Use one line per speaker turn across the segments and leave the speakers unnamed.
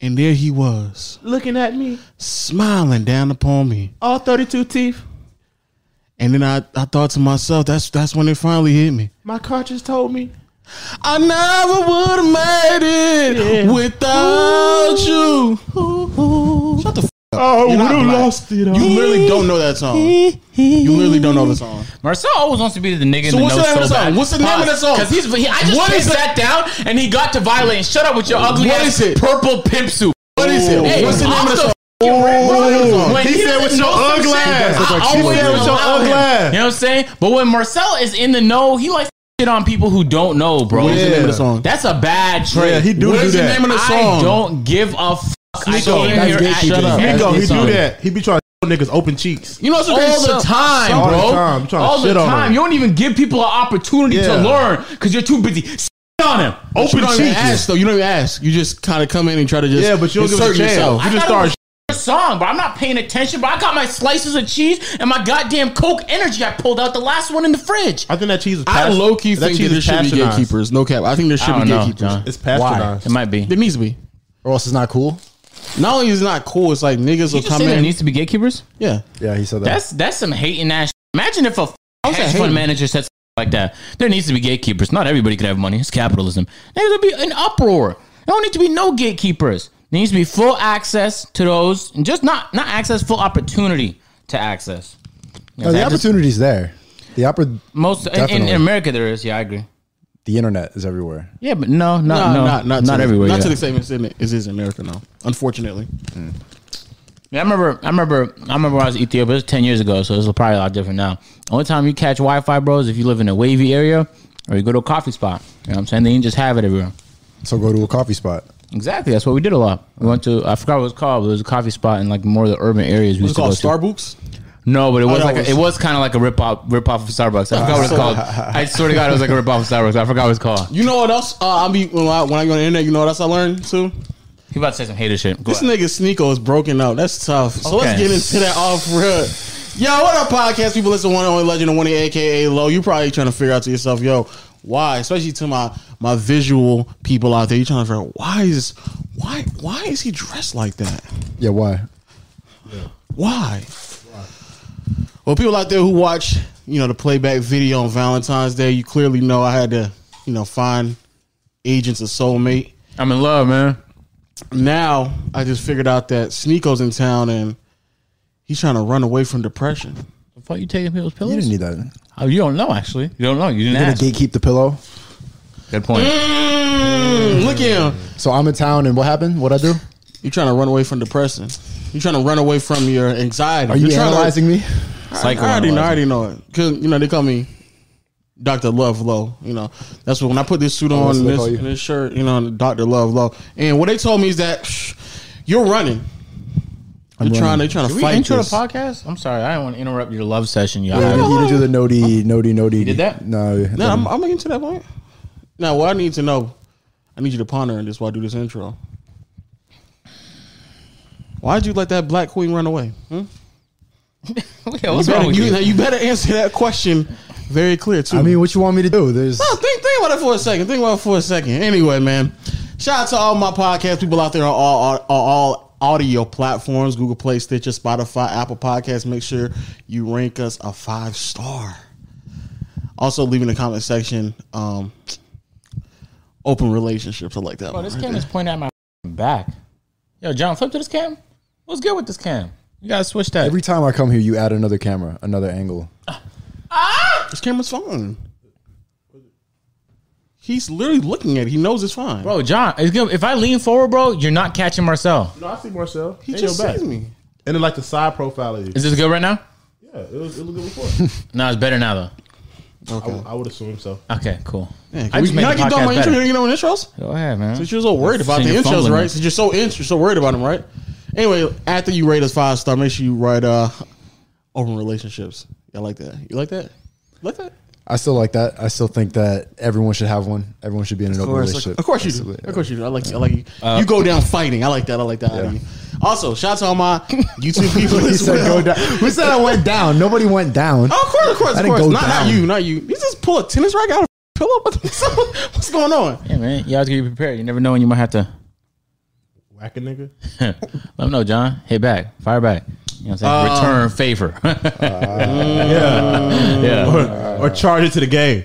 And there he was,
looking at me,
smiling down upon me.
all 32 teeth.
And then I, I thought to myself, that's that's when it finally hit me.
My conscience told me.
I never would have made it
Yeah.
without you. Shut the f- up.
Oh,
You're not black.
it all.
You literally don't know that song. You literally don't know the song.
Marcel always wants to be the nigga
So
in the
what's
know
the name of the
so
song?
bad.
What's the name of the song?
Because he's, he, I just
What
pinned
is it?
that down and he got to violate. Shut up with your ugly
What
ass
is it?
purple pimp suit.
What is it?
Hey,
What's the name
off
of the song?
Ooh. When
He said
doesn't
with your
know some
ugly
shit,
ass.
I
Like,
always
she said with your
allow
ugly
him.
ass.
You know what I'm saying? But when Marcel is in the know, he likes to shit on people who don't know, bro.
What is the name of the song?
That's a bad trait.
Yeah, he do
What
do
is the name
that.
of the
I
song?
don't give a fuck. I
Sneeko,
came
that's
here at
gatekeeping.
shut up.
Sneeko,
Nico, he
That's
do
it.
that. He be trying to niggas open cheeks.
You know what's
all the time,
All
bro.
the time. You tryna
All the
shit on
time.
him.
You don't even give people an opportunity to
Yeah.
learn because you're too busy s- on him.
Open you don't even
cheeks.
ask though. You don't even ask. You just kind of come in and try to just
Yeah, but you don't give
insert
us a chance.
yourself.
You just
thought
start.
it was a song, but I'm not paying attention. But I got my slices of cheese and my goddamn Coke Energy. I pulled out the last one in the fridge.
I think that cheese is.
I
pas-
low key think
that
that
cheese
there
is
should be
pasteurized.
gatekeepers. No cap. I think there should be gatekeepers.
It's pasteurized.
It might be.
There needs to be.
Or else it's not cool.
Not only is it not cool, it's like niggas will
You just
come
say there
in.
needs to be gatekeepers.
Yeah.
Yeah, he said that.
That's that's some hating ass. Shit. Imagine if a f-
is that
hedge
hating?
fund manager said something like that. There needs to be gatekeepers. Not everybody could have money. It's capitalism. There would be an uproar. There don't need to be no gatekeepers. There needs to be full access to those, and just not not access, full opportunity to access.
No, Oh, the
That just-
opportunity's there. The oppor-
most in, in,
Definitely.
in America there is. Yeah, I agree.
the internet is everywhere.
Yeah, but no, not Uh, no, not not,
to the-
everywhere.
Not
yeah.
to the same extent it is in America now. Unfortunately,
Yeah, I remember, I remember, I remember when I was in Ethiopia. It was ten years ago, so it's probably a lot different now. Only time you catch Wi-Fi, bros, if you live in a wavy area or you go to a coffee spot. You know what I'm saying? They didn't just have it everywhere.
So go to a coffee spot.
Exactly. That's what we did a lot. We went to I forgot what it was called. But it was a coffee spot in like more of the urban areas.
it's
We used to
called
go to.
Starbucks.
No, but it was
that
like a,
was-
it was kind of like a rip off rip off of Starbucks. I forgot what it's called. I swear to God, it was like a rip off of Starbucks. I forgot what it's called.
You know what else? Uh, I be when I when I go on the internet. You know what else I learned too?
He about to say some hater shit. Go
This
ahead.
nigga Sneeko is broken up. That's tough. So let's
Okay.
get into that off rip. Yo, what up, podcast people? Listen, one and only legend of one, aka Low. You probably trying to figure out to yourself, yo, why? Especially to my my visual people out there, you trying to figure out why is why why is he dressed like that?
Yeah, why?
Why? Well, people out there who watch, you know, the playback video on Valentine's Day, you clearly know I had to, you know, find agents of soulmate.
I'm in love, man.
Now I just figured out that Sneako's in town and he's trying to run away from depression.
The fuck you taking people's pillows?
You didn't need that. Did
Oh, you don't know actually. You don't know. You didn't
to
ask.
gatekeep the pillow?
Good point.
Mm, look at him.
So I'm in town, and what happened? What I do?
You're trying to run away from depression. You're trying to run away from your anxiety.
Are you
trying
analyzing me?
To, I, I already know. I already know it. Cause you know they call me Doctor Love Low. You know that's what when I put this suit on
that's
and
what they
this,
call you.
and this shirt. You know Doctor Love Low. And what they told me is that shh, you're running. You're trying. They're trying to
Did we
fight
intro
this.
the podcast? I'm sorry, I didn't want to interrupt your love session, y'all.
Yeah, you need to do the nody, nody, nody. You
did that?
No.
No, I'm, I'm getting to that point. Now, what I need to know, I need you to ponder on this while I do this intro. Why'd you let that black queen run away? Hmm?
Yeah,
You,
what's wrong
better,
with
you,
you?
now you better answer that question very clear too.
I mean, what you want me to do? There's
No, Oh, think, think about it for a second. Think about it for a second. Anyway, man, shout out to all my podcast people out there on all, all, all audio platforms Google Play, Stitcher, Spotify, Apple Podcasts. Make sure you rank us a five star. Also, leave in the comment section um, open relationships. I like that.
Bro,
one
this
right
cam
there.
is pointing at my back. Yo, John, flip to this cam. What's good with this cam? You gotta switch that.
every time I come here, you add another camera, another angle.
This camera's fine. He's literally looking at it. He knows it's fine.
bro, John, it's good. if I lean forward, bro, you're not catching Marcel.
No, I see Marcel.
he just sees me.
And then like the side profile of you.
Is this good right now?
Yeah, it was it looked good before.
No, it's better now though.
I would- I, would assume so.
Okay, cool.
Yeah,
I
can we
just made
not
the
get done
podcast
my intro?
better.
You know, intros.
Go ahead, man.
Since you're so worried about the
Singing
intros,
fumbling.
right? Since you're so in, you're so worried about them, right? Anyway, after you rate us five star, make sure you write uh open relationships. I like that. You like that? You like that?
I still like that. I still think that everyone should have one. Everyone should be in an open relationship.
Of course you do. Of course you do. I like you. I like you. you go down fighting. I like that. I like that. out of you. Also, shout out to all my YouTube people.
He
as
said
well.
go down. Who said I went down? Nobody went down.
Oh, of course, of course, of
I didn't
course.
go
Not, not
down.
you, not you. You just pull a tennis racket out of a pillow. What's going on?
Yeah, man. You all have to be prepared. You never know when you might have to
Whack a nigga.
Let me know, John. Hit back. Fire back. You know what
Um,
I'm saying? Return favor.
Yeah.
yeah.
or charge it to the game.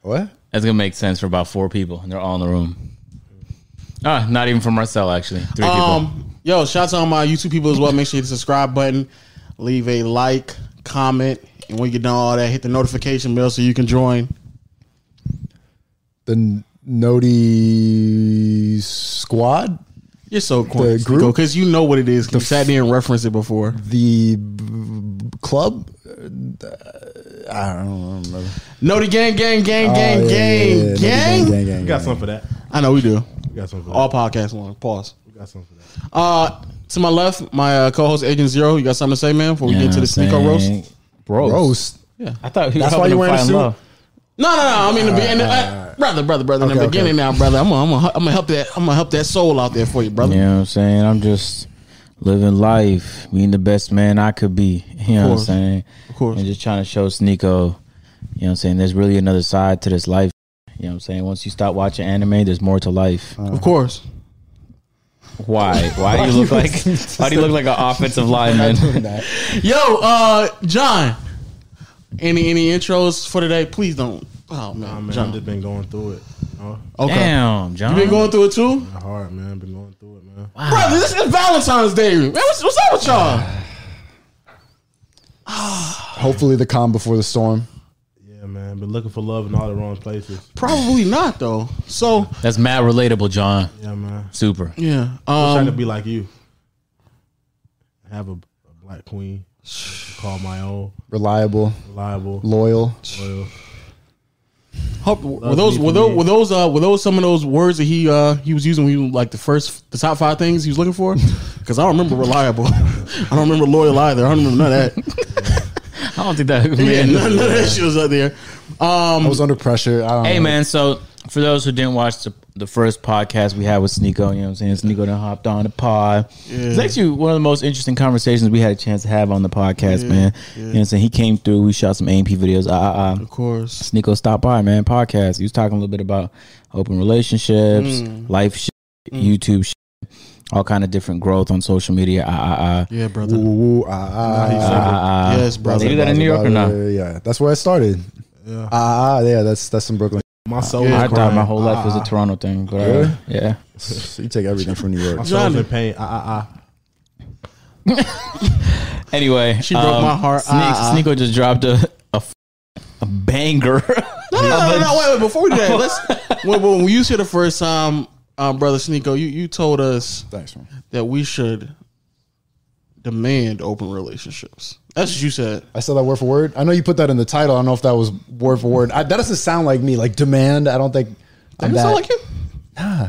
What?
That's going to make sense for about four people, and they're all in the room. Ah, not even for Marcel, actually. Three people.
Um, yo, shout out to all my YouTube people as well. Make sure you hit the subscribe button, leave a like, comment, and when you get done all that, hit the notification bell so you can join.
The Noti squad?
You're so corny,
The group?
because you know what it is. 'cause You sat there and referenced it before.
The b- b- club? Uh, I don't remember.
No, the gang, gang, gang, gang,
Oh, yeah, yeah, yeah,
gang,
yeah.
gang,
gang, gang,
We got
gang.
something for that.
I know we do.
We got something for that.
All podcasts long. Pause.
We got something for that.
Uh, to my left, my uh, co-host Agent Zero. You got something to say, man? Before we get to the Sneeko roast.
Bro.
Roast.
I thought he was
That's
helping
why you
him
wearing a
find
suit?
love.
No, no, no. I mean, the beginning, uh, brother, brother, brother. in the
Okay, okay.
beginning, now, brother. I'm gonna, I'm gonna, I'm gonna help that. I'm gonna help that soul out there for you, brother.
You know what I'm saying? I'm just living life, being the best man I could be. You know what I'm
course.
saying?
Of course.
And just trying to show Sneeko, you know what I'm saying? There's really another side to this life. You know what I'm saying? Once you stop watching anime, there's more to life.
Of course.
Why? Why do you look like? Why do you look like an offensive lineman?
Yo, uh, John. Any any intros for today? Please don't. Oh man,
Nah, man,
John.
I've just been going through it. You know?
okay.
Damn, John.
You been going through it too,
Hard, man. I've been going through it, man.
Ah.
brother. This is Valentine's Day, man. What's, what's up with y'all?
Hopefully the calm before the storm.
Yeah, man. Been looking for love in all the wrong places.
Probably not though. So
That's mad relatable, John.
Yeah, man.
Super.
yeah,
trying
um,
to be like you. Have a, a black queen. Call my own.
Reliable,
Reliable.
loyal.
Loyal.
hope, were those
me
were
for
those
me.
were those uh, were those some of those words that he uh he was using when he was, like the first the top five things he was looking for? Because I don't remember reliable. I don't remember loyal either. I don't remember none of that.
I don't think that.
Yeah, none, none of that shit was up there. Um,
I was under pressure. I don't
Hey
know.
man, so for those who didn't watch the, the first podcast we had with Sneeko, you know what I'm saying? Sneeko done hopped on the pod. It's actually one of the most interesting conversations we had a chance to have on the podcast, man. You know what I'm saying? He came through, we shot some AMP videos. Ah, ah, ah.
of course.
Sneeko stopped by, man. Podcast. He was talking a little bit about open relationships,
Mm.
life shit, YouTube shit, all kind of different growth on social media. Ah, ah, ah.
Yeah, brother.
Woo, woo, ah, ah,
Ah, ah, ah.
Yes, brother.
They do that in New York or not?
Yeah, that's where I started.
Yeah.
Ah, ah, yeah, that's that's some Brooklyn.
My soul
Yeah.
is
I
crying.
thought my whole life
Ah,
was a Toronto thing, but uh,
Really?
yeah.
You take everything from New York.
My soul's
Johnny.
in pain. Ah, ah, ah.
Anyway,
She broke my heart.
Sneak,
Ah, ah.
Sneeko just dropped a a, f- a banger.
No, no, no, no, no, wait, wait. Before we do that, let's. when, when you was here the first time, uh, brother Sneeko, you you told us
Thanks, man.
that we should demand open relationships. That's what you said.
I said that word for word. I know you put that in the title. I don't know if that was word for word. I, that doesn't sound like me. Like demand. I don't think.
Does
I'm
that
that.
sound like you? Nah.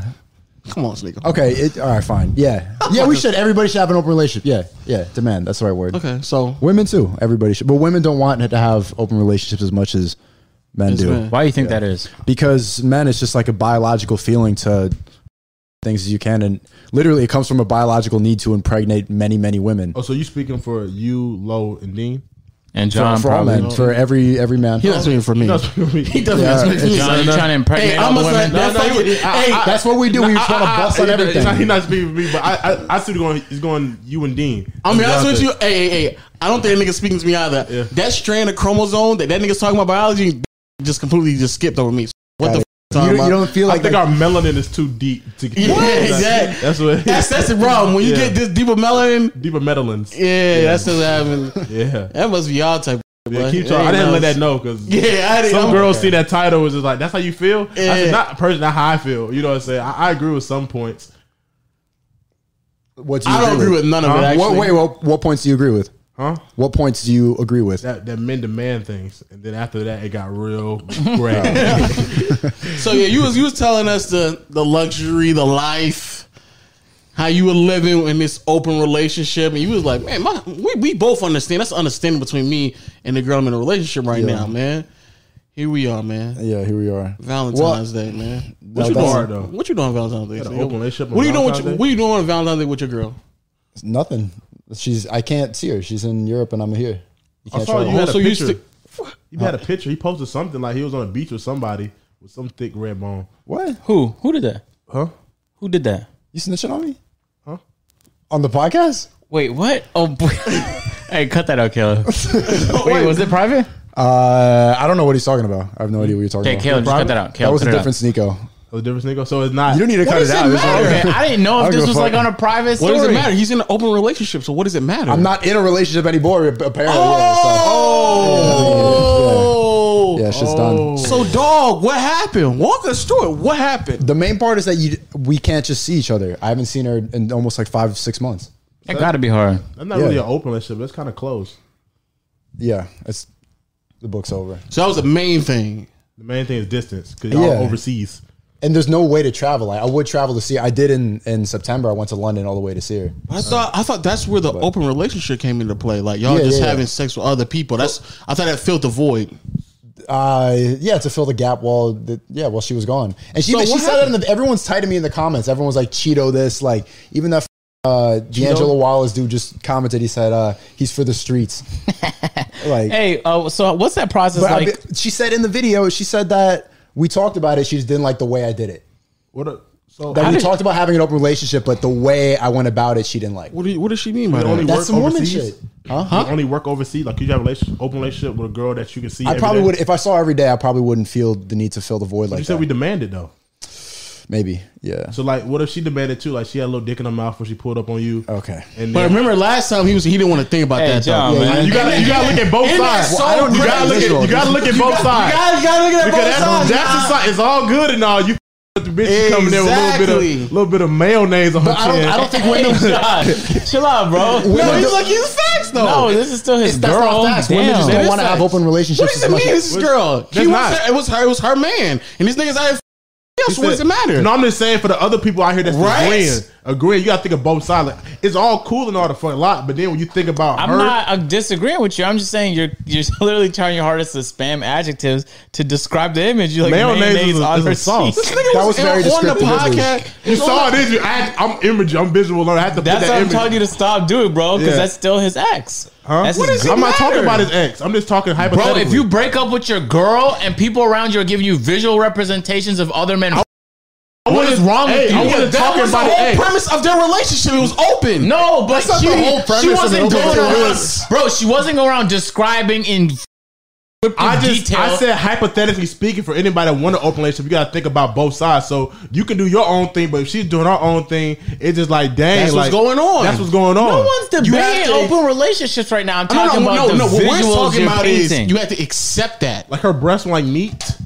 Come on, Sneeko.
okay. It, all right. Fine. Yeah. Yeah. We should. Everybody should have an open relationship. Yeah. Yeah. Demand. That's the right word.
Okay, so
Women too. Everybody should. But women don't want to have open relationships as much as men do.
men.
Why do you think that is?
because men it's just like a biological feeling to things as you can and literally it comes from a biological need to impregnate many many women
Oh, so you speaking for you, Low, and Dean?
And
for,
John
for all
probably.
men for every every man
he doesn't mean for me.
No, speaking for me.
He doesn't
Yeah,
mean for me.
it's-
John, you trying to impregnate
Hey,
all
I'm
the
a
women?
son. That's
No, no,
like
he- I-
Hey,
I-
that's what we do we
Ah,
just want to
ah, ah,
bust on
he's not-
everything
He's not, he's not speaking for me, but I, I, I see he's going. He's going you and Dean.
I'm be honest with you.
Jonathan.
Hey, hey, hey. I don't think that nigga's speaking to me either.
Yeah.
That strand of chromosome that that nigga's talking about biology just completely just skipped over me. What
Got
the
it.
f-
you,
talking
don't- you
about?
don't feel
I
like
think
that-
our melanin is too deep to get.
Yeah,
That's-
exactly.
That's what.
That's that's the problem. When you
Yeah.
get this deeper melanin,
deeper melons.
yeah, that's what happened.
Yeah.
That must be y'all type. of
Yeah,
boy.
keep
It
talking. I
ain't
didn't let
us.
that know because
Yeah, I didn't.
some
I'm-
girls see that title was just like, "That's how you feel." I
Yeah.
said, "Not personally, not how I feel." You know what I'm saying? I, I agree with some points.
what do you
I don't agree with none of it.
Huh?
Actually.
what, wait what, what points do you agree with
Huh?
what points do you agree with
That that men demand things, and then after that, it got real gray.
So yeah, you was you was telling us the the luxury, the life, how you were living in this open relationship, and you was like, man, my, we we both understand. That's understanding between me and the girl I'm in a relationship right
Yeah.
now, man. Here we are, man.
yeah here we are
Valentine's Day, man. What
No,
you
that's-
doing?
though.
What you doing on Valentine's Day?
an
Sneaker?
open relationship on
What are you doing? With
Valentine's
your,
Day?
what you doing on Valentine's Day with your girl?
nothing she's i can't see her she's in europe and i'm here you
I
can't
saw
travel.
you had
so
a
you
picture.
sti-
You had a picture. He posted something like he was on a beach with somebody with some thick red bone.
what
Who? Who did that?
Huh?
Who did that?
you snitching on me On the podcast?
Wait, what? Oh, boy. hey, cut that out, Caleb. Wait, was it private?
Uh, I don't know what he's talking about. I have no idea what you're talking
Okay,
about.
Caleb, just cut that out.
that
Caleb,
was a
cut it out.
different Sneeko.
The difference, nigga. So it's not.
You don't need to cut it out. This is
Okay, I didn't know
I don't
if this
give a
was like
fuck.
on a private
What
story.
does it matter? He's in an open relationship, so what does it matter?
I'm not in a relationship anymore, ap- apparently.
Oh,
Yeah, so. Yeah, yeah, shit's
Oh!
done.
So, dog, what happened? Walk us through it. What happened?
The main part is that you we can't just see each other. I haven't seen her in almost like five, six months.
It gotta be hard.
That's not
Yeah.
really an open relationship. That's kind of close.
Yeah, it's the book's over.
So that was the main thing.
The main thing is distance because y'all
Yeah.
overseas.
And there's no way to travel. Like, I would travel to see. I did in in September. I went to London all the way to see her.
I thought I thought that's where the open relationship came into play. Like y'all
Yeah,
just
yeah, yeah.
having sex with other people. That's I thought that filled the void.
Uh, yeah, to fill the gap while the, yeah while she was gone. And she
So
she
what
said that in the, everyone's tied to me in the comments. Everyone's like Cheeto this like even that. Uh, D'Angelo Wallace dude just commented. He said uh, he's for the streets. like
Hey, uh, so what's that process
But I
like?
be- she said in the video, she said that we talked about it. She just didn't like the way I did it.
What? A, so
That
How
we
did-
talked about having an open relationship, but the way I went about it, she didn't like.
What do you, what does she mean by
It only
that?
works
That's some woman
overseas?
shit. Huh?
You only work overseas. Like you have a relationship, open relationship with a girl that you can see.
I
every
probably
day?
would if I saw her every day. I probably wouldn't feel the need to fill the void
You
like
said
that.
we demanded though.
Maybe, yeah.
So like, what if she demanded too? Like she had a little dick in her mouth when she pulled up on you.
Okay.
And
But
then,
remember last time he was he didn't want to think about
Hey,
that
John,
though.
man.
you gotta you gotta look at both
Isn't that
sides.
so
I don't- you
crazy?
gotta look at you gotta look at both sides.
You gotta look at
Because that's,
both sides.
that's the side. It's all good and all. You f- the bitch you coming there with a little bit
Exactly.
of little bit of mayonnaise on her
But I don't.
chin.
I don't think
Hey,
women.
John, chill out, bro.
No,
women
he's
do-
like he's facts though.
No, this is still his
that's
girl.
not facts. Women
Oh.
Damn.
just don't
It is
want to have
facts.
open
what
relationships
does
as
it
much.
mean? This is
What-
girl. He
that's
was
not-
her, it was her. It was her man. And these niggas out here. Else, what does it matter?
No, I'm just saying for the other people out here that's
Right?
agreeing, agreeing. You gotta think of both sides. Like, it's all cool and all the fuck lot, but then when you think about
I'm
her,
not uh, disagreeing with you. I'm just saying you're you're literally trying your hardest to spam adjectives to describe the image. You like
Mayonnaise is
mayonnaise,
a-
on
is a
her
sauce.
sauce.
This nigga
That
was,
was very
on the
descriptive, isn't it?
podcast.
you saw it. Is you? I, I'm image. I'm visual. learner. I have to
That's what
put that
I'm
image.
telling you to stop doing, bro, because
Yeah.
that's still his ex.
Huh?
That's
What
his
is
girl.
I'm not
matter?
talking about his ex. I'm just talking
Bro,
hypothetically.
if you break up with your girl and people around you are giving you visual representations of other men, what is wrong
Hey,
with you?
I wasn't
That
talking
was the
about
whole
it. Hey,
premise of their relationship. It was open.
No, but
not
she,
the whole premise
she
of
wasn't
the
going
whole
around,
premise.
bro. She wasn't going around describing in cryptic
I just
detail.
I said hypothetically speaking for anybody that want an open relationship, you gotta think about both sides. So you can do your own thing, but if she's doing her own thing, it's just like dang,
That's what's
like,
going on.
That's what's going on.
no one's
You have
debating
to-
open relationships right now. I'm
No,
talking
no, no,
about
no.
the
What we're
visuals
talking
you're
about
painting.
is you have to accept that.
like her breasts were like meat,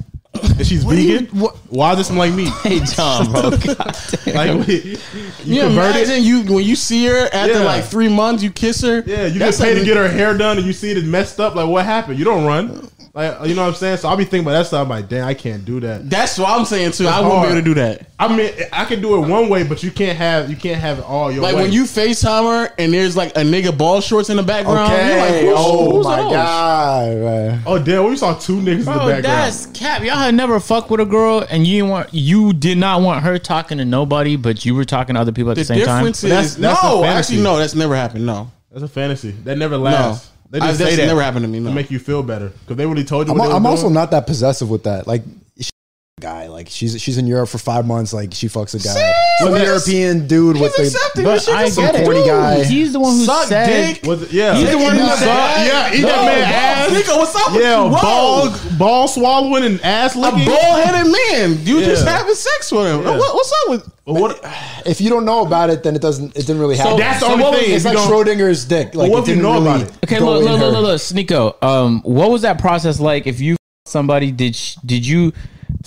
and she's
do you-
vegan.
what-
Why is this like meat?
Hey, John, bro. God damn.
Like you,
You
converted.
imagine you when you see her after
Yeah.
like three months, you kiss her.
Yeah, you
That's
get paid
like-
to get her hair done, and you see it is messed up. Like what happened? You don't run. Like you know what I'm saying. So I'll be thinking about that stuff. I'm like, damn, I can't do that.
That's what I'm saying too. I
That's
won't be
hard.
able to do that.
I mean, I can do it one way, but you can't have you can't have it all your
Like
way.
when you FaceTime her and there's like a nigga ball shorts in the background. You're like,
Okay.
who's,
Oh
who's
my
those?
god. man.
oh damn, we saw two niggas in the
Bro,
background.
that's cap. Y'all had never fucked with a girl, and you didn't want you did not want her talking to nobody, but you were talking to other people at the,
The
same time.
difference
But that's-
is
that's a
no.
fantasy.
Actually, no. That's never happened. No.
That's a fantasy that never lasts. They
I-
just
that's
say that
never happened to me, no.
To make you feel better because they really told you.
I'm,
what they
I'm
were
also
doing.
not that possessive with that. Like, she's a guy, like she's she's in Europe for five months. Like she fucks a guy, some
that's-
European dude with
He's
the.
accepting
But
this shit.
I
Just
get
some
it.
corny
Dude,
guy.
He's the one who
Suck
said,
dick.
Was it- yeah,
He's the one who
Suck-
said-
Yeah, eat that
No,
man
Ass.
ass.
Nigga, what's up with
Yeah,
you? Whoa.
ball ball swallowing and ass
A
licking.
bald headed man. You just
Yeah.
having sex with him.
Yeah.
What, what's up with?
But what-
If you don't know about it, then it doesn't. It didn't really happen.
that's the only
what was-
thing,
It's
if
like
you don't-
Schrodinger's dick. Like
what
it
if you
didn't
know
really
about it?
Okay,
go
look,
in
look,
her.
look, look, look, Sneeko. Um, what was that process like? If you f- somebody, did sh- did you?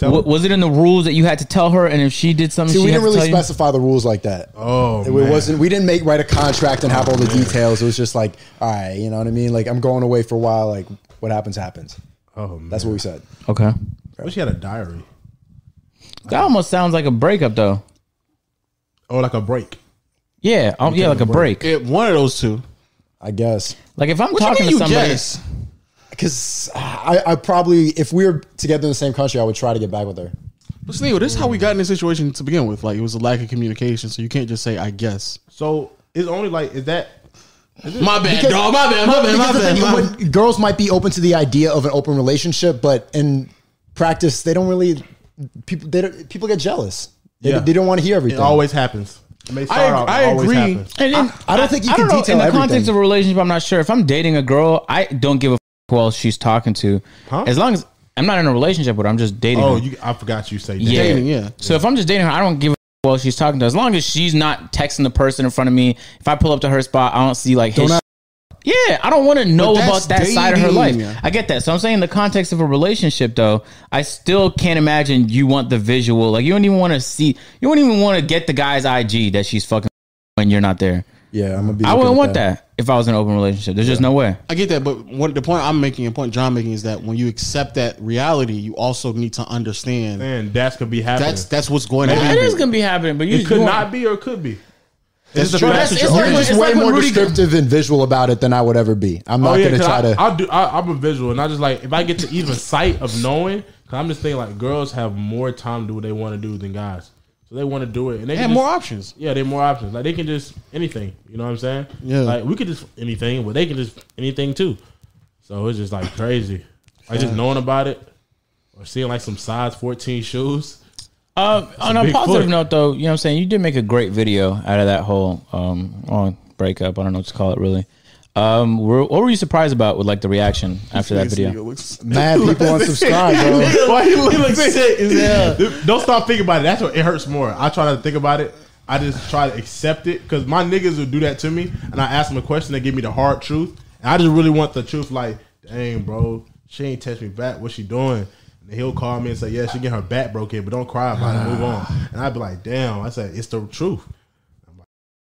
wa- was it in the rules that you had to tell her? And if she did something,
See,
she
we
had
didn't
to
really
tell you?
specify the rules like that.
Oh,
It wasn't. We didn't make write a contract and have all the details. It was just like, all right, you know what I mean. Like I'm going away for a while. Like what happens happens.
Oh, man.
That's what we said.
Okay,
I wish you had a diary
that almost sounds like a breakup, though.
or like a break.
Yeah, um, yeah, like a break.
It, one of those two.
I guess
Like if I'm
What
talking
you mean
to
you
somebody,
guess?
because I, I probably if we were together in the same country, I would try to get back with her.
But Sneal, this is how we got in this situation to begin with. Like it was a lack of communication, so you can't just say I guess.
So it's only like is that
My bad, dog. My bad. My bad.
Because
My
the
bad.
thing,
My
when- girls might be open to the idea of an open relationship, but in practice, they don't really people. They don't, people get jealous. They,
Yeah.
they don't want to hear
it
everything.
always happens. May
I,
start out,
I
always
agree.
happens.
And, and
I don't think you can
don't know,
detail
in the
everything.
context of a relationship. I'm not sure if I'm dating a girl. I don't give a f- who else she's talking to. As long as I'm not in a relationship with her, I'm just dating.
Oh,
her.
you, I forgot you say that.
yeah.
dating, yeah.
So if I'm just dating her, I don't give a f- who else she's talking to. As long as she's not texting the person in front of me, if I pull up to her spot, I don't see like his.
Don't
sh- yeah, I don't want to know
But
about
that's
that side of her
dating.
life. I get that. So I'm saying in the context of a relationship, though, I still can't imagine you want the visual. Like you don't even want to see. You don't even want to get the guy's IG that she's fucking when you're not there.
Yeah, I'm gonna be.
I
looking
wouldn't
at
want that. if I was in an open relationship. There's just no way.
I get that, but what the point I'm making, the point John making, is that when you accept that reality, you also need to understand
Man, that's could be happening.
that's that's what's going to
It
happen.
is gonna be happening, but you
it could not be or it could be.
That's
a
true.
fact.
That's-
It's
it's
like
You're
when-
just
it's
way
like when
more
Rudy-
descriptive and visual about it than I would ever be. I'm not gonna
'cause
try
Oh, I,
to.
I do. I, I'm a visual, and I just like if I get to even sight of knowing. Cause I'm just thinking like girls have more time to do what they want to do than guys, so they want to do it, and
They
they can
have more
just-
options.
Yeah, they have more options. Like they can just anything. You know what I'm saying?
Yeah.
Like we could just anything, but they can just anything too. So it's just like crazy. Like just knowing about it or seeing like some size 14 shoes.
Uh, on
a
a
big
positive
foot.
note, though, you know what I'm saying? You did make a great video out of that whole um, oh, breakup. I don't know what to call it, really. Um, were, what were you surprised about with like the reaction after that video?
Mad people unsubscribe, bro.
Why he look
sick as hell.
Don't stop thinking about it. That's what it hurts more. I try not to think about it. I just try to accept it because my niggas will do that to me, and I ask them a question. They give me the hard truth, and I just really want the truth. Like, dang, bro, she ain't text me back. What she doing? And he'll call me and say, yeah, she get her back broken, but don't cry about it. Move on. And I'd be like, damn. I said, it's the truth.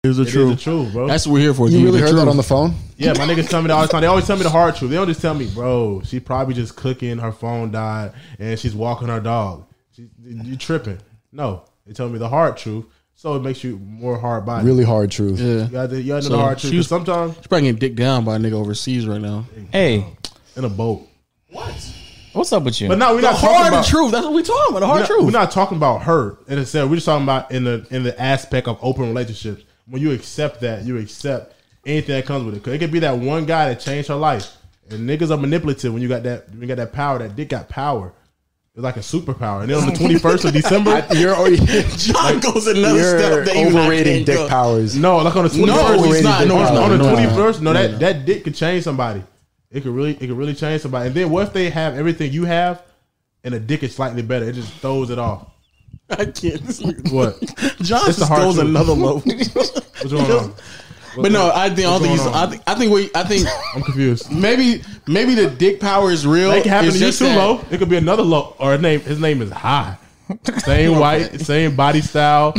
Here's the
It's
truth.
the truth, bro.
That's what we're here for.
You
give
really
the
heard that
truth.
on the phone?
Yeah, my niggas tell me that all the time. They always tell me the hard truth. They don't just tell me, bro, she probably just cooking, her phone died, and she's walking her dog. She, you tripping. No, they tell me the hard truth. So it makes you more hard body.
Really hard truth.
You
Yeah,
got to, you gotta know
So
the hard truth.
she was-
'cause sometimes
she's probably getting dicked down by a nigga overseas right now.
Hey,
in a boat.
what's up with you?
But now we're
The
not talking
hard
about
truth. That's what we're talking about. The
we're
hard
not,
truth.
We're not talking about her in a sense. We're just talking about in the in the aspect of open relationships. When you accept that, you accept anything that comes with it. 'Cause it could be that one guy that changed her life. And niggas are manipulative when you got that when you got that power. That dick got power. It's like a superpower. And then on the twenty first of December,
You're already
John goes another
you're
step that you
overrating dick
power.
powers.
no, like on the twenty
No,
first,
he's not. No, he's
on
not.
the
No,
twenty first. No, that that dick could change somebody. It could really it could really change somebody. And then what if they have everything you have, and the dick is slightly better? It just throws it off.
I can't. This nigga-
What?
John
It's the
just
hard
goes
truth.
another level.
What's going on?
But no, I think I don't
What's
think he's.
going
I
on?
think I think we. I think
I'm confused.
maybe maybe the dick power is real.
That could happen
It's
to you
just
too,
that-
Lo. It could be another Lo, or his name. His name is High. Same white, same body style.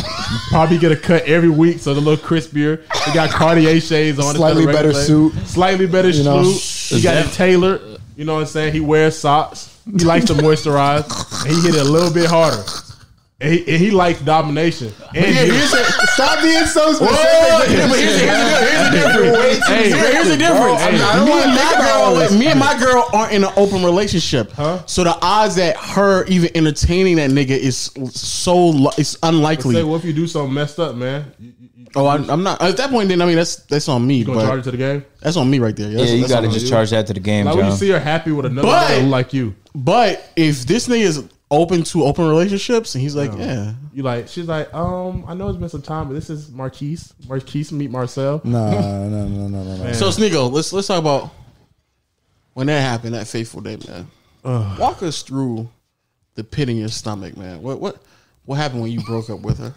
Probably get a cut every week, so it's a little crispier. He got Cartier shades on.
Slightly
instead of regular
better
shades.
suit.
Slightly better
You know.
suit. He got it tailored. You know what I'm saying? He wears socks. He likes to moisturize. And he hit it a little bit harder. And he, and he likes domination. And
Yeah,
he-
here's a,
Stop being so
Whoa, yeah, but here's, the- here's, the- here's the difference.
Hey,
Here- here's the difference.
Hey.
I
I don't
me,
wanna
and
think
my
about all
girl,
this.
me and my girl aren't in an open relationship.
Huh?
So the odds that her even entertaining that nigga is so lo- it's
say,
unlikely.
what if you do something messed up, man? You, you, you
Oh, I, I'm not at that point. Then I mean that's that's on me,
gonna charge it
but
to the game?
that's on me right there.
yeah,
That's-
you
that's
got to
on
just
me.
charge that to the game,
Like when you
John.
see her happy with another
But-
nigga like you,
But if this nigga is open to open relationships, and he's like, yeah,
You like she's like, um, I know it's been some time, but this is Marquise. Marquise meet Marcel.
No, no, no, no, no, no.
So Sneeko, let's let's talk about when that happened, that fateful day, man. Walk us through the pit in your stomach, man. What what what happened when you broke up with her,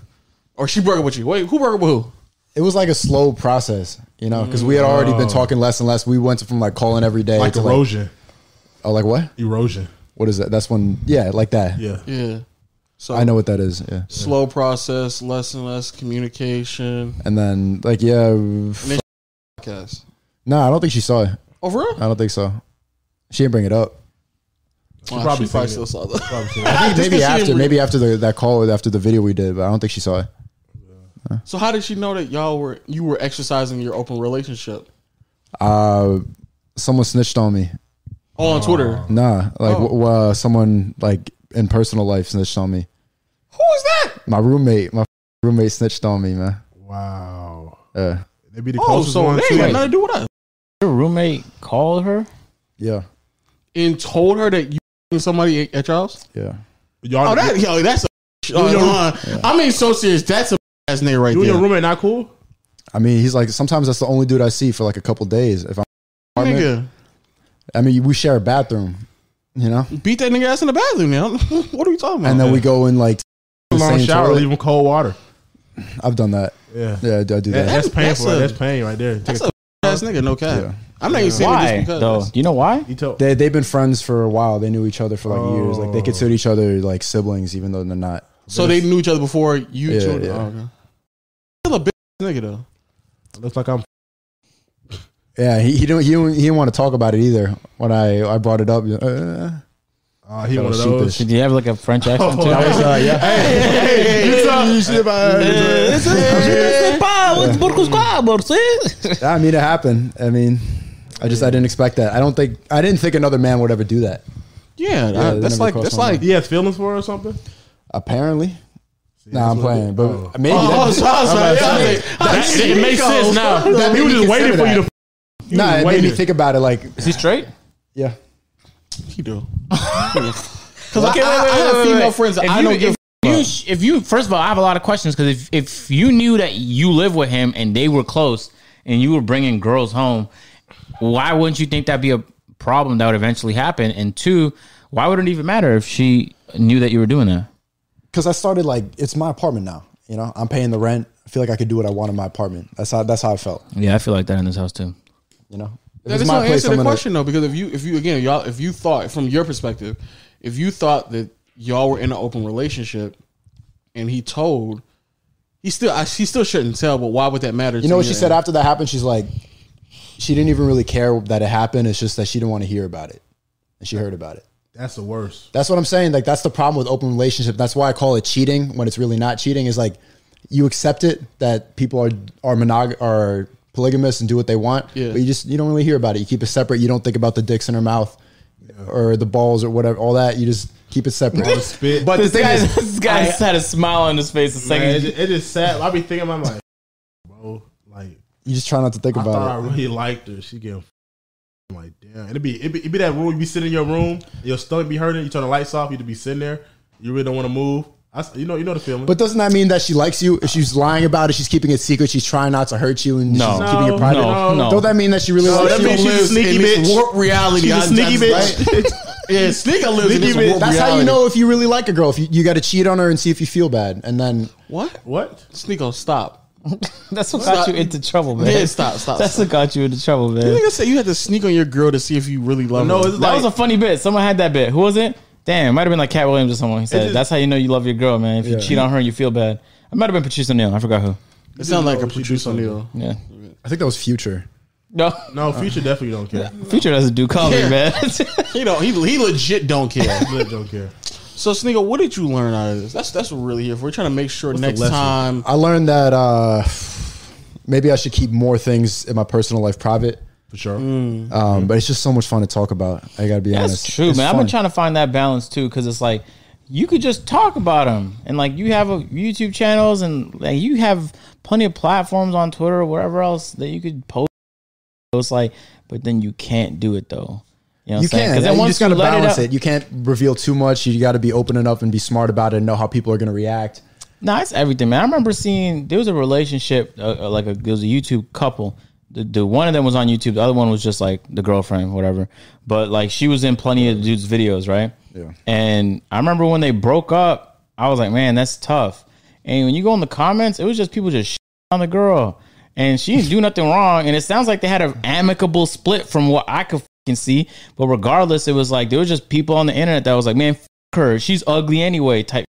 or she broke up with you? Wait, who broke up with who?
It was like a slow process, you know, because we had already
Mm.
been talking less and less. We went from like calling every day
Like
to
erosion.
like, oh, like what?
erosion.
What is that? That's when, yeah, like that.
Yeah.
Yeah, so
I know what that is. Yeah.
Slow process, less and less communication.
And then like, yeah, f-
Podcast.
no, I don't think she saw it.
Oh, for real?
I don't think so. She didn't bring it up.
Wow, she
probably
probably,
seen
still saw
it.
that.
Probably so.
Just 'cause she
Maybe
didn't
after,
re-
maybe after the, that call, after the video we did, but I don't think she saw it.
So how did she know that y'all were you were exercising your open relationship?
Uh, someone snitched on me.
Oh, on Twitter.
Nah, like
Oh.
w- w- uh, someone like in personal life snitched on me.
Who is that?
My roommate, my roommate snitched on me, man.
Wow.
Uh,
They be the
Oh,
closest
so
one
they
to
ain't got
it.
nothing to do with us.
your roommate called her.
yeah,
And told her that you somebody at your house.
yeah.
Y'all
Oh, that yo, that's a. Oh,
yo.
I mean, so serious. That's a ass nigga right
You and your
there.
roommate not cool?
I mean, he's like sometimes that's the only dude I see for like a couple days. If I'm, apartment.
Nigga,
I mean, we share a bathroom, you know,
beat that nigga ass in the bathroom now. what are we talking about?
and then we go in like the
Long
same
shower,
toilet.
leave him cold water.
I've done that.
Yeah.
Yeah, I do I do
That-
that.
That's-
that's painful.
that's
That's,
a-
pain right there. Take
That's
a-
a ass nigga, no cap.
Yeah.
I'm not even saying it just
Why
because.
though? Do you know why?
you tell-
They they've been friends for a while. They knew each other for like years. Like
Oh.
they consider each other like siblings, even though they're not.
So they knew each other before you
Yeah,
two.
yeah.
Oh, okay. Still a bitch nigga though.
looks like I'm.
Yeah, he he don't he, don't- he didn't want to talk about it either. When I I brought it up, uh, that
Uh, he one of
was
those.
sheepish.
Did you have like a French accent? too?
That was uh, yeah. I mean, it happened. I mean, I just I didn't expect that. I don't think I didn't think another man would ever do that.
Yeah, that-
never
that's like
crossed
that's
my
like.
He has feelings for her or something.
Apparently, nah, I'm playing, but maybe
Oh,
that,
so I was like, yeah, I was like,
That,
that's-
it makes sense now.
That
he was
made
just
me
waiting for
consider
you to.
that.
You
nah,
was
it made me
waiting.
think about it. Like,
Is he straight?
yeah,
He do. Because I, I, I have female friends.
If
I
you-
don't give.
If, you, sh- if you, first of all, I have a lot of questions because if if you knew that you live with him and they were close and you were bringing girls home, why wouldn't you think that'd be a problem that would eventually happen? And two, why would it even matter if she knew that you were doing that?
because I started like it's my apartment now. You know, I'm paying the rent. I feel like I could do what I want in my apartment. That's how that's how I felt.
Yeah, I feel like that in this house too.
You know, if
That
it's
does
my
not
place,
answer
I'm
the
gonna-
question though, because if you if you again y'all if you thought from your perspective, if you thought that y'all were in an open relationship, and he told, he still I, he still shouldn't tell. But why would that matter?
You know what she said after that happened? She's like, she didn't even really care that it happened. It's just that she didn't want to hear about it, and she heard about it.
That's the worst.
That's what I'm saying. Like that's the problem with open relationship. That's why I call it cheating when it's really not cheating. Is like you accept it that people are are monog are polygamous and do what they want,
Yeah.
but you just you don't really hear about it. You keep it separate. You don't think about the dicks in her mouth or the balls or whatever. All that you just keep it separate.
All the spit.
But the thing is,
this guy had a smile on his face the
Man, it, just, it just sad. I be thinking about my bro. Like
you just try not to think
I thought I
about it.
really liked her. She getting. I'm like damn. It'd be it'd be, it'd be that room. You be sitting in your room. Your stomach be hurting. You turn the lights off. You'd be sitting there. You really don't want to move. I s you know you know the feeling.
But doesn't that mean that she likes you? If she's lying about it, she's keeping it secret. She's trying not to hurt you, and
No.
she's keeping it private.
No, no.
Don't that mean that she really
No,
likes
that
you?
means she's a sneaky bitch.
Warp reality.
She's a
I-
sneaky
that's
bitch.
right. yeah, sneaker lives in
Sneaky
this
bitch.
warped
That's how you
reality.
know if you really like a girl. If you, you got to cheat on her and see if you feel bad, and then
What?
what?
Sneaker, stop.
That's what got
Stop.
you into trouble, man.
Yeah, stop, stop,
That's what got you into trouble, man.
You think I said you had to sneak on your girl to see if you really love
No,
her?
it's
That
like
was a funny bit. Someone had that bit. Who was it? Damn, it might have been like Cat Williams or someone. He said,
just-
"That's how you know you love your girl, man. If you
Yeah.
cheat on her, and you feel bad." It might have been Patrice O'Neal. I forgot who.
it sounds like
No,
a
she do
Patrice
something.
O'Neal.
Yeah,
I think that was Future.
no,
no future. Definitely don't care.
Future doesn't do comedy,
Yeah.
man.
He don't. He, he legit don't care.
Really don't care.
So, Sneaker, what did you learn out of this? That's that's what we're really here for. We're trying to make sure
the
next
lesson?
time.
I learned that uh, maybe I should keep more things in my personal life private,
For sure.
um, but it's just so much fun to talk about. I got to be
That's
honest.
true,
It's
man. I've
fun.
been trying to find that balance too, because it's like you could just talk about them, and like you have a YouTube channels, and like you have plenty of platforms on Twitter or whatever else that you could post. So It's like, but then you can't do it though. You know,
You
can.
can.
Because then
You
once
just got to
you let
balance
out-
it, You can't reveal too much. You got to be open enough and be smart about it and know how people are going to react.
No, it's everything, man. I remember seeing there was a relationship, uh, uh, like a, there was a YouTube couple. The, the one of them was on YouTube. The other one was just like the girlfriend, whatever. But like she was in plenty of dudes' videos, right?
Yeah.
And I remember when they broke up, I was like, man, that's tough. And when you go in the comments, it was just people just on the girl, and she didn't do nothing wrong. And it sounds like they had an amicable split from what I could fucking see. But regardless, it was like there was just people on the internet that was like, man, f- her, she's ugly anyway, type.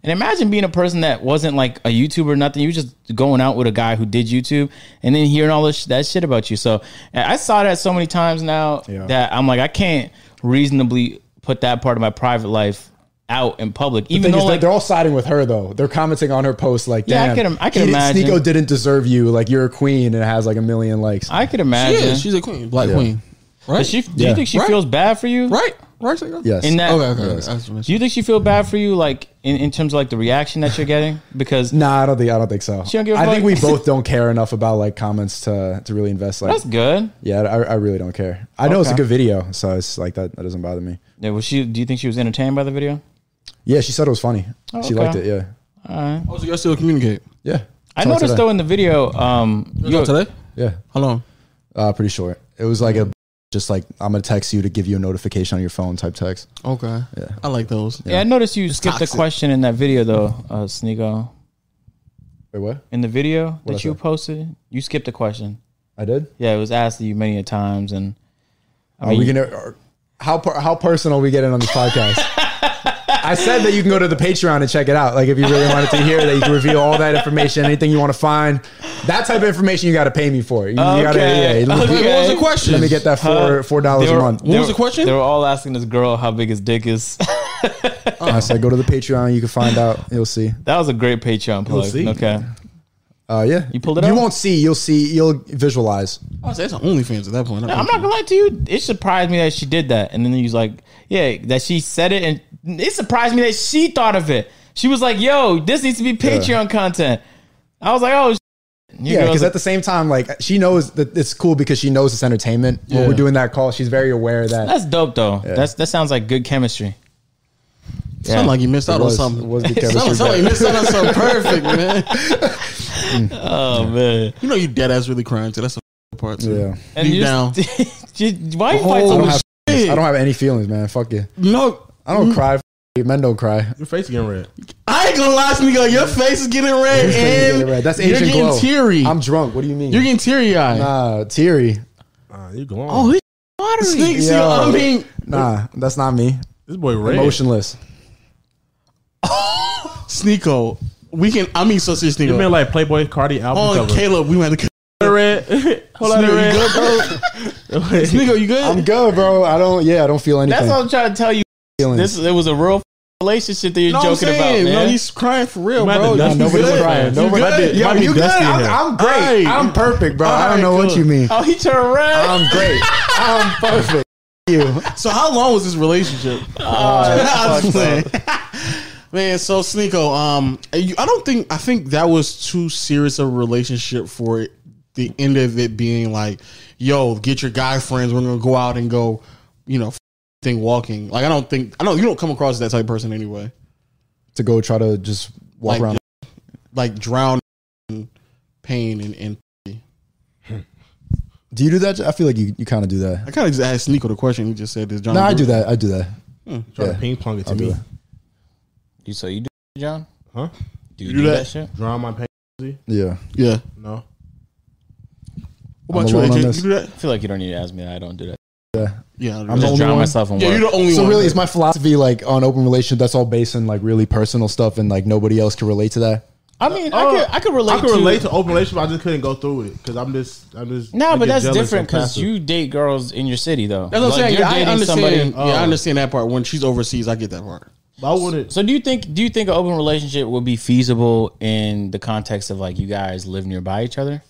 And imagine being a person that wasn't like a YouTuber or nothing. You were just going out with a guy who did YouTube and then hearing all this that shit about you. So I I saw that so many times now
Yeah.
that I'm like, I can't reasonably put that part of my private life out in public. Even
Thing
though
is, they're-
like
they're all siding with her though. They're commenting on her post like,
Yeah, I
"Damn,
can- I can
he didn't-
imagine.
Sneeko didn't deserve you. Like you're a queen, and it has like a million likes."
I could
Yeah,
imagine.
she's a queen, black
Yeah.
queen, right?
But she, do
Yeah.
you think she
Right.
feels bad for you?
right, right. Sneaker?
yes,
In that,
Okay, okay. okay.
Yes.
That's what I
do you think she feel bad for you, like in, in terms of like the reaction that you're getting? Because
Nah, I don't think I don't think so.
She don't give a
I think
fuck?
we both don't care enough about like comments to to really invest. Like,
that's good.
yeah, I, I really don't care. I know it's a
Okay.
good video, so it's like that. That doesn't bother me.
Yeah, was she? Do you think she was entertained by the video?
Yeah, she said it was funny.
Oh,
she
okay.
liked it. Yeah,
All right.
Oh, so y'all still communicate?
Yeah.
I
Saw it
noticed
today.
though in the video, um, you,
today?
Yeah.
How long?
Uh, pretty short. It was like a just like I'm gonna text you to give you a notification on your phone type text.
Okay. I like those.
yeah, I noticed you skipped
toxic.
a question in that video though, uh, Sneego.
Wait, what?
In the video
I
that you
say?
posted, you skipped a question.
I did.
Yeah, it was asked to you many a times, and
Are we gonna? Are, how per, how personal we getting on this podcast? I said that you can go to the Patreon and check it out. Like if you really wanted to hear that, you can reveal all that information, anything you want to find. That type of information you got to pay me for. You, you gotta,
Okay.
yeah, let, me,
Wait,
Okay.
what was the question?
let me get that four four dollars
They
a
were-
month.
What
they
was
were-
the question?
They were all asking this girl how big his dick is.
I said go to the Patreon. You can find out. You'll see.
that was a great Patreon plug.
see.
Okay,
Uh, yeah, you
pulled it
You
out?
won't see. You'll see. You'll visualize.
I said it's on OnlyFans at that point.
I'm not gonna lie to you. It surprised me that she did that, and then he was like, "Yeah, that she said it," and it surprised me that she thought of it. She was like, "Yo, this needs to be Patreon content." I was like, "Oh." sh-" You
Yeah,
girls
because
are-
at the same time, like she knows that it's cool because she knows it's entertainment.
Yeah.
When we're doing that call, she's very aware that
That's dope though. That's that sounds like good chemistry.
Sound like you missed out
it was,
on something.
it was good
Sound
chemistry.
sound like you missed out on something perfect, man.
Oh man.
You know you dead ass really crying too. That's the part too.
Yeah.
And
Deep
you
down.
you- why you
Oh,
I don't
fight
have.
shit.
I don't have any feelings, man. Fuck you.
No,
I don't cry. F- you. Men don't cry.
Your face getting red.
I ain't gonna lie to you. Your face is getting red,
Your face is
and
getting red. That's
you're
Asian
getting
glow.
teary.
I'm drunk. What do you mean?
you're getting teary eyed.
nah, teary.
Uh, you going?
Oh, he sneaks you.
Yo.
I mean,
Nah, that's not me.
this boy red.
Emotionless.
Sneeko. We can. I mean, so serious,
You mean
Sneeko.
like Playboy Cardi album
On
cover?
Caleb, we went to.
red. Hold on,
Sneeko, Oh, you
red.
good, bro? Sneeko, you good?
I'm good, bro. I don't. Yeah, I don't feel anything.
That's what I'm trying to tell you.
feelings.
This it was a real relationship that you're
No, I'm
joking about,
saying,
man.
no, he's crying for real,
Might
bro.
be
You
dusty.
Nobody's
good?
crying.
You
Nobody-
good?
Yo,
might be
you good?
dusty in
I'm,
here.
I'm great.
Alright.
I'm perfect, bro. I
Alright,
don't know
good.
what you mean.
oh, he turned red.
I'm great. I'm perfect. You.
So how long was this relationship?
Oh,
I was playing. Man, so Sneeko, um, you, I don't think I think that was too serious a relationship for it, the end of it being like, yo, get your guy friends. We're gonna go out and go, you know, f- thing walking. Like I don't think I don't you don't come across as that type of person anyway.
To go try to just walk
Like,
around.
Like drown in pain and, and
Do you do that? I feel like you, you kind of do that.
I kind of just asked Sneeko the question. He just said this. John
No, I
Gruden.
do that. I do that.
Try
Yeah.
to ping pong it to
I'll do
me.
that.
You so you do John?
Huh?
Do you,
You
do,
do
that?
that?
shit?
Draw my pain.
Yeah.
Yeah.
No.
What
I'm
about you?
alone on
AJ?
this.
You do that?
I feel like you don't need to ask me that. I don't do that.
Yeah. I do
I'm
that.
the
I just
only
drown
one?
myself in
yeah,
work.
you're the only
So
one.
really, is my philosophy like on open relationship? That's all based on like really personal stuff, and like nobody else can relate to that.
I mean, I
Oh,
could I could relate.
I could
to,
relate to open relationship. I just couldn't go through with it because I'm just, I'm just.
No,
I
but
get
that's
jealous
different
and
because
passive.
you date girls in your city though.
That's what I'm
Like,
saying.
you're
Yeah, I
dating
understand.
somebody- uh,
yeah, I understand that part. When she's overseas, I get that part.
But I wouldn't.
So do you think do you think an open relationship would be feasible in the context of like you guys live nearby each other?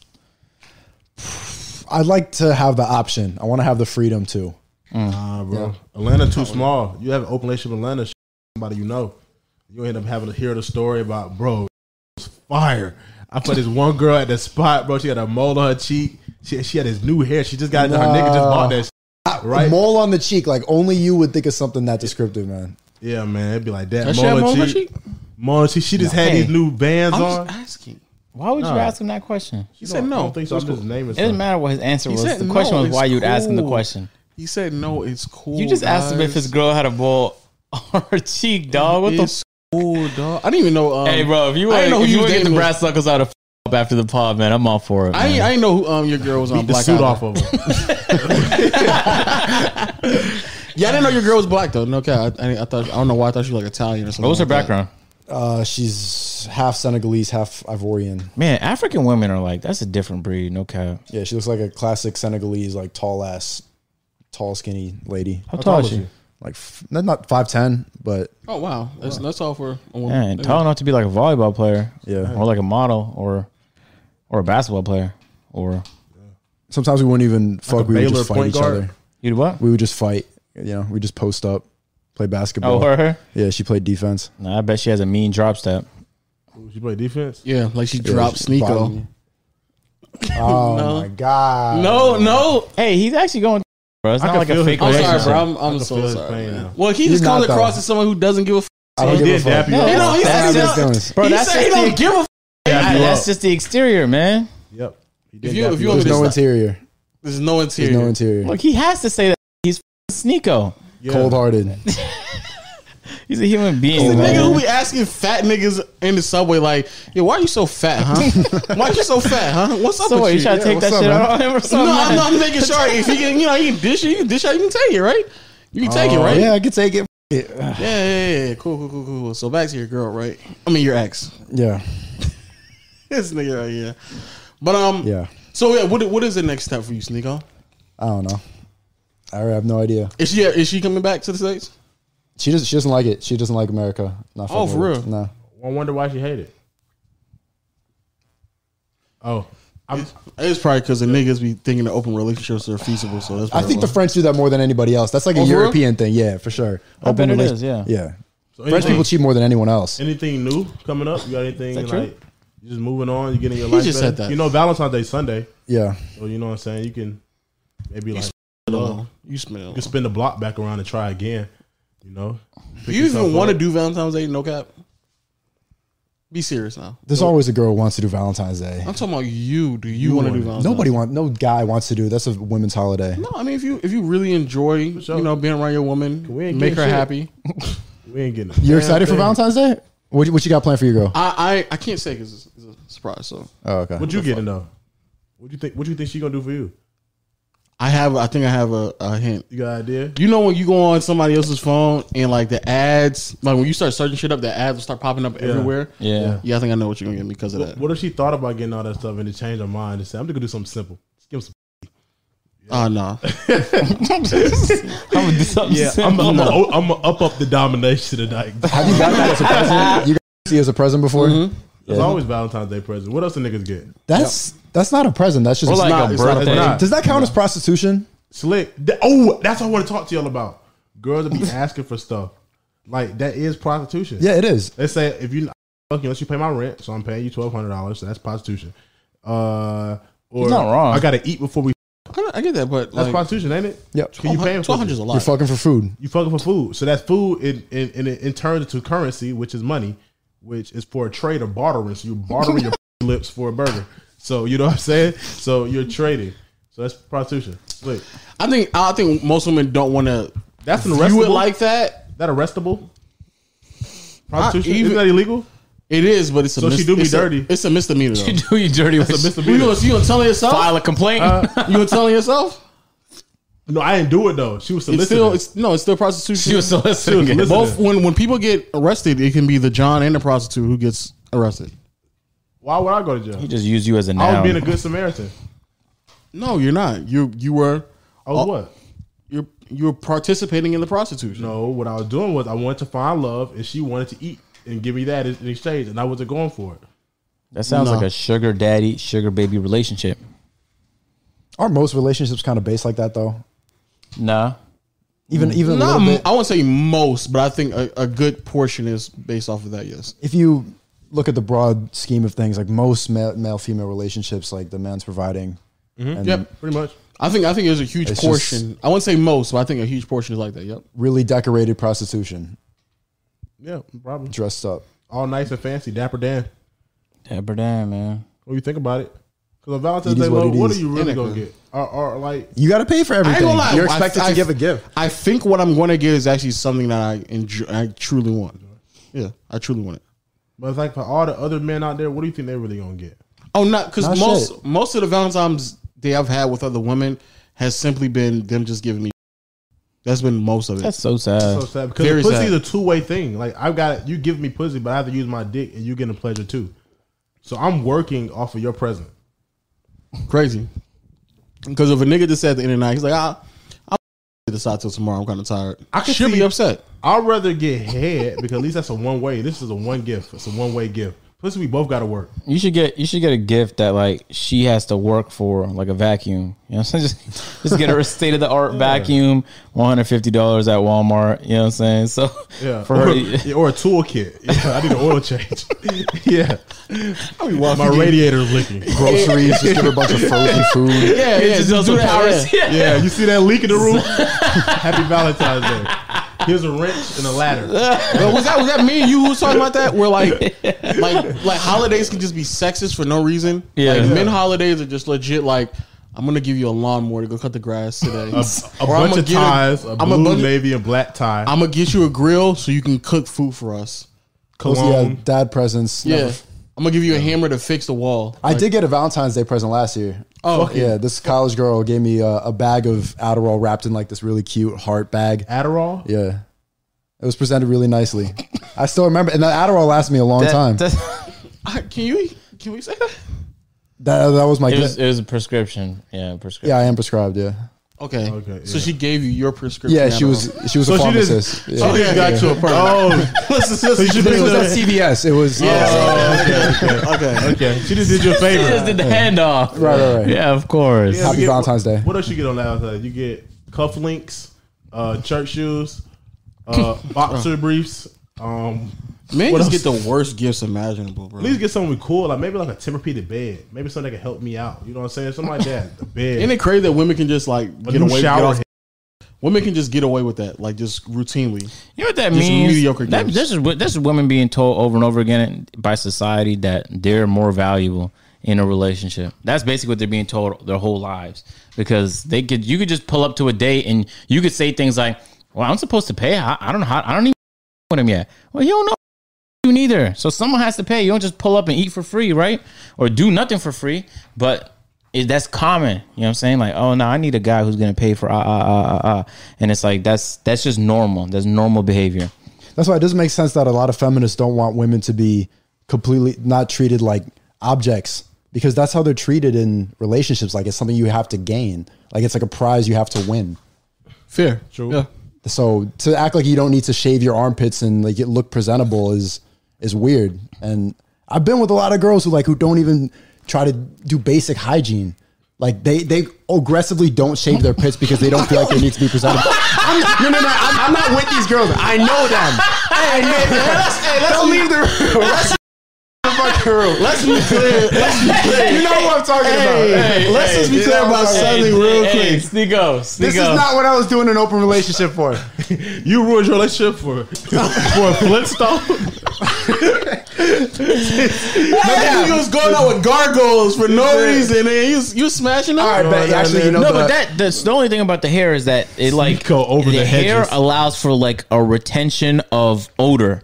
I'd like to have the option. I want to have the freedom to.
Nah, bro. Atlanta too small. You have an open relationship in Atlanta. sh- Somebody you know, you end up having to hear the story about bro. It was fire. I put this one girl at the spot, bro. She had a mole on her cheek. She, she had this new hair. She just got it done. her nigga just
Nah.
bought that. Sh-
Right.
Right.
Mole Ah, on the cheek. Like only you would think of something that descriptive, man.
yeah, man. It'd be like that.
Does she
mole
have
on
mole on her
cheek.
cheek?
Mole on cheek. She just had
Hey.
these new bands
I'm
on.
just asking.
Why would you ask him that question?
He said
I
no.
don't think so. I'm just naming.
It doesn't
something.
matter what his answer was.
said
The question
no,
was why
it's
you'd ask him the
cool.
question.
He said no. It's cool.
You just asked him if his girl had a ball on her cheek, dog. What the? F-
It's cool, dog. I didn't even know. Um,
hey, bro, if you
I
want,
didn't know
if
who
you
you
want to get the
dating was-
brass knuckles out of up after the pod, man, I'm all for it.
I ain't,
man.
I ain't know who um your girl was on
Beat the
black.
suit
Island.
off of her.
Yeah, I didn't know your girl was black though. No, okay. I, I, I thought I don't know why I thought she was like Italian or something.
what was her
like that.
background?
Uh, she's half Senegalese, half Ivorian.
Man, African women are like that's a different breed. No cap.
Yeah, she looks like a classic Senegalese, like tall ass, tall skinny lady.
How tall is
was
she?
she?
Like f- not- not five ten, but
Oh wow, that's that's all for a woman.
Man, tall enough to be like a volleyball player,
Yeah.
or like a model, or or a basketball player, or
sometimes we wouldn't even fuck. we would
Baylor
just fight
point
each
guard?
other.
you what?
We would just fight. You know, we just post up, play basketball.
Oh, her, her.
Yeah, she played defense.
Nah, I bet she has a mean drop step.
She play defense.
Yeah, like she
Yeah,
dropped
she-
Sneeko.
bottom. Oh
No.
my god.
No, no.
Hey, he's actually going. Bro, it's
I
not
can
like a
feel
fake.
his-
I'm sorry,
relationship.
bro. I'm, I'm
can
so
feel his
sorry.
pain
man.
now.
Well, he
He's
just comes
not,
across
though.
as someone who doesn't give a. F-
I don't
He
give a
did
fuck.
dap you
No,
up.
he don't. He
that's
said
That's
he
his
don't.
feelings.
Bro,
he
that's
said
the
he don't
thing.
give a. F-
Dab you
that's
up.
just the exterior, man.
Yep. He did
If you
dab
if you
up.
want
There's
me to
no
stop,
interior.
there's no interior.
There's no interior.
Look, he has to say that he's f***ing Sneeko.
Yeah.
Cold hearted.
He's a human being.
The
man.
nigga who be asking fat niggas in the subway, like, yo, why are you so fat, huh? why you so fat, huh? What's up
So
with
what, you
you?
trying to
Yeah,
take that
what's up,
shit
man?
out on him or
no,
something?
I'm not making sure. If he can, you know, he can dish it, you can dish out, you can take it, right? You can take it, right?
Yeah, I could take it.
yeah, yeah, yeah. Cool, cool, cool, cool. So back to your girl, right? I mean, your ex.
Yeah.
this nigga right here. But um,
Yeah.
So yeah, what what is the next step for you, Sneeko?
I don't know. I have no idea.
Is she is she coming back to the states?
She doesn't. She doesn't like it. She doesn't like America. Not
Oh,
fucking
for
with it.
real?
No.
I wonder why she hated. Oh, I'm,
It's probably because the niggas be thinking that open relationships are feasible. So that's
I think the
probably
French do that more than anybody else. That's like a
Oh, for real?
European thing. Yeah, for sure.
I bet it
rela-
is, yeah.
Yeah.
so
French
anything,
people cheat more than anyone else.
anything new coming up? You got anything
Is that true?
like you just moving on? You getting your life.
just
better?
said that.
You know, Valentine's Day Sunday.
Yeah.
So you know what I'm saying. You can maybe like
why. you smell.
you can spin the block back around and try again. You know.
Do you even
yourself
want to
up.
do Valentine's Day? No cap. Be serious now.
There's always a girl who wants to do Valentine's Day.
I'm talking about you. Do you, want to do Valentine's?
Nobody want. No guy wants to do. That's a women's holiday.
No, I mean if you if you really enjoy
sure.
you know being around your woman,
We ain't
make her
getting shit.
happy.
We ain't getting.
You're excited for Valentine's Day? What, you- what you got planned for your girl?
I I, I can't say because it's, it's a surprise. So
Oh, okay.
What you getting though? What you think? What you think she gonna do for you?
I have I think I have a, a hint.
You got an idea?
You know when you go on somebody else's phone and like the ads, like when you start searching shit up, the ads will start popping up everywhere.
Yeah.
yeah, I think I know what you're gonna get me because of that.
What if she thought about getting all that stuff and then changed her mind and said, "I'm just gonna do something simple. Just give him some."
Oh no,
I'm gonna do something
Yeah, I'm,
simple.
I'm, a, I'm a up up the domination tonight. It's
Have you got that as a present? You got see as a present before? Yeah.
always Valentine's Day present. What else the niggas get?
That's that's not a present. That's just
Or like
not-
a
it's not a
birthday.
birthday.
Does that count as prostitution?
Slick. Th- Oh, that's what I want to talk to y'all about. Girls that be asking for stuff like that is prostitution.
Yeah, it is.
They say if you fuck you unless you pay my rent, so I'm paying you twelve hundred dollars. So that's prostitution. Uh, or
He's not wrong.
I gotta eat before we.
I, I get that, but
That's
like, oh,
prostitution, ain't it?
Yep.
Can you paying for
twelve
it?
hundred is a
You're
lot.
fucking for food.
you fucking for food. So that's food in in in, in turn to currency, which is money, which is for a trade or bartering. So you're bartering your lips for a burger. So you know what I'm saying? So you're trading. So that's prostitution. Look,
I think I think most women don't want to.
that's an
You would
arrestable.
like that?
Is that arrestable? Prostitution?
even-
Isn't that illegal?
It is, but it's a
So she do me
it's a-
dirty.
it's a misdemeanor. Though.
You do you dirty with
It's a
a
you
misdemeanor.
gonna you gonna tell her yourself? Uh,
file a complaint.
You gonna tell her yourself?
No, I didn't do it though. She was
It's
soliciting.
still it's no, it's still prostitution.
she was soliciting.
she was
it.
listening.
Both when when people get arrested, it can be the John and the prostitute who gets arrested.
Why would I go to jail?
He just used you as a
I was
noun.
being a good Samaritan.
No, you're not. You you were
I was
Oh.
what?
you're you're participating in the prostitution.
No, what I was doing was I wanted to find love, and she wanted to eat and give me that in in exchange, and I wasn't going for it.
that sounds
No.
like a sugar daddy, sugar baby relationship.
Aren't most relationships kind of based like that though?
Nah.
Even even a
Not,
little bit.
I won't say most, but I think a, a good portion is based off of that. Yes,
If you look at the broad scheme of things, like most male female relationships, like the man's providing. And
Mm-hmm. Yep.
Pretty much.
I think I think there's a huge
It's
portion. I wouldn't say most, but I think a huge portion is like that. Yep.
really decorated prostitution,
Yeah, probably.
dressed up.
All nice and fancy, Dapper Dan.
Dapper Dan, man.
When you think about it, because on Valentine's
It is
Day,
what
love,
it
what
is.
are you really gonna
Technically.
get? Or, or like,
You got to pay for everything. You're expected
I-
to
I-
give a gift.
I think what I'm going to get is actually something that I enjoy. I truly want. Yeah, I truly want it.
but it's like for all the other men out there, what do you think they're really gonna get?
Oh, not because
Not
most
shit.
most of the Valentine's Day I've had with other women has simply been them just giving me. That's been most of it.
That's so sad.
So sad because
Very
pussy
sad.
is a two way thing. Like I've got you give me pussy, but I have to use my dick, and you getting pleasure too. So I'm working off of your present.
crazy. Because if a nigga just said at the end of the night, he's like, ah, I'll decide till tomorrow. I'm kind of tired. I
can
should be
see-
upset.
I'd rather get head because at least that's a one way. This is a one gift. It's a one way gift. Plus, we both got to work.
You should get you should get a gift that like she has to work for, like a vacuum. You know, what I'm saying? just just get her a state of the art vacuum, one hundred fifty dollars at Walmart. You know what I'm saying? So
Yeah,
for
or,
her, to-
yeah, or a toolkit. Yeah, I need an oil change. yeah, my
you-
radiator's leaking.
Groceries, just give her a bunch of frozen food.
Yeah, yeah,
just those
do that,
powers.
yeah.
Yeah, you see that leak in the room? Happy Valentine's Day. Here's a wrench and a ladder.
But was that was that me and you who was talking about that? Where like like like holidays can just be sexist for no reason.
Yeah.
Like men holidays are just legit like I'm gonna give you a lawnmower to go cut the grass today.
A, a
Or I'ma
bunch of
get a-
ties, a
I'ma
blue,
bunch-
navy, and black tie.
I'm gonna get you a grill so you can cook food for us.
Those are
cologne.
dad presents.
Yeah.
Never-
I'm gonna give you a hammer to fix the wall.
I did get a Valentine's Day present last year.
Oh, okay.
yeah. This college girl gave me a, a bag of Adderall wrapped in like this really cute heart bag.
Adderall.
Yeah. It was presented really nicely. I still remember, and that Adderall lasted me a long time. That,
I- can you can we say that?
that, was my
It was,
gift.
it was a prescription. Yeah, prescription.
Yeah, I am prescribed. Yeah,
Okay.
Okay,
So
yeah.
she gave you your prescription.
yeah.
Adderall.
She was she was
So
a
she just-
pharmacist.
She
yeah.
just got you a person. Oh, so you just
This
did
was
the-
at CVS. It was
Oh, okay, okay,
okay.
okay. She just did you a
She just
favor.
did the handoff.
Right, right, right.
Yeah, of course.
Yeah, we
Happy
get-
Valentine's Day.
What else you get on Valentine's? Day? You get cufflinks, uh, church shoes, uh, boxer briefs. Um,
Men
What
just
else?
get the worst gifts imaginable, bro.
at least get something cool, like maybe like a Tempur-Pedic bed, maybe something that can help me out. You know what I'm saying? Something like that. The bed,
Isn't it crazy that women can just like
a
get
new
away? Get
shower
off-
head.
women can just get away with that, like just routinely.
You know what that
Just
means?
mediocre
That-
gifts.
this is what this is women being told over and over again by society that they're more valuable in a relationship. That's basically what they're being told their whole lives because they could you could just pull up to a date and you could say things like, "Well, I'm supposed to pay. I, I don't know how. I don't even with him yet." Well, you don't know you neither. So someone has to pay. You don't just pull up and eat for free, right? Or do nothing for free. But it, that's common. You know what I'm saying? Like, oh no, I need a guy who's gonna pay for ah ah ah ah ah. And it's like that's that's just normal. That's normal behavior.
That's why it doesn't make sense that a lot of feminists don't want women to be completely not treated like objects because that's how they're treated in relationships. Like it's something you have to gain. Like it's like a prize you have to win.
Fair.
True.
Yeah.
So to act like you don't need to shave your armpits and like it look presentable is is weird. And I've been with a lot of girls who like who don't even try to do basic hygiene. Like they they aggressively don't shave their pits because they don't feel like they need to be presentable. I'm, no, no, no. I'm, I'm not with these girls. I know them. I know them. don't leave the room. Let's the fucking room.
Let's be clear. Let's be clear.
You know what I'm talking about.
Let's just be
hey,
clear
hey,
about
hey,
something real quick.
Sneeko, Sneeko.
This is not what I was doing an open relationship for.
you ruined your relationship for for a Flintstone.
That nigga was going out with gargoyles for no reason, and you you smashing Oh, up.
All right, but actually, you know,
no,
the-
but that that's the only thing about the hair is that it like
Sneeko over the
hair
hedges.
allows for like a retention of odor.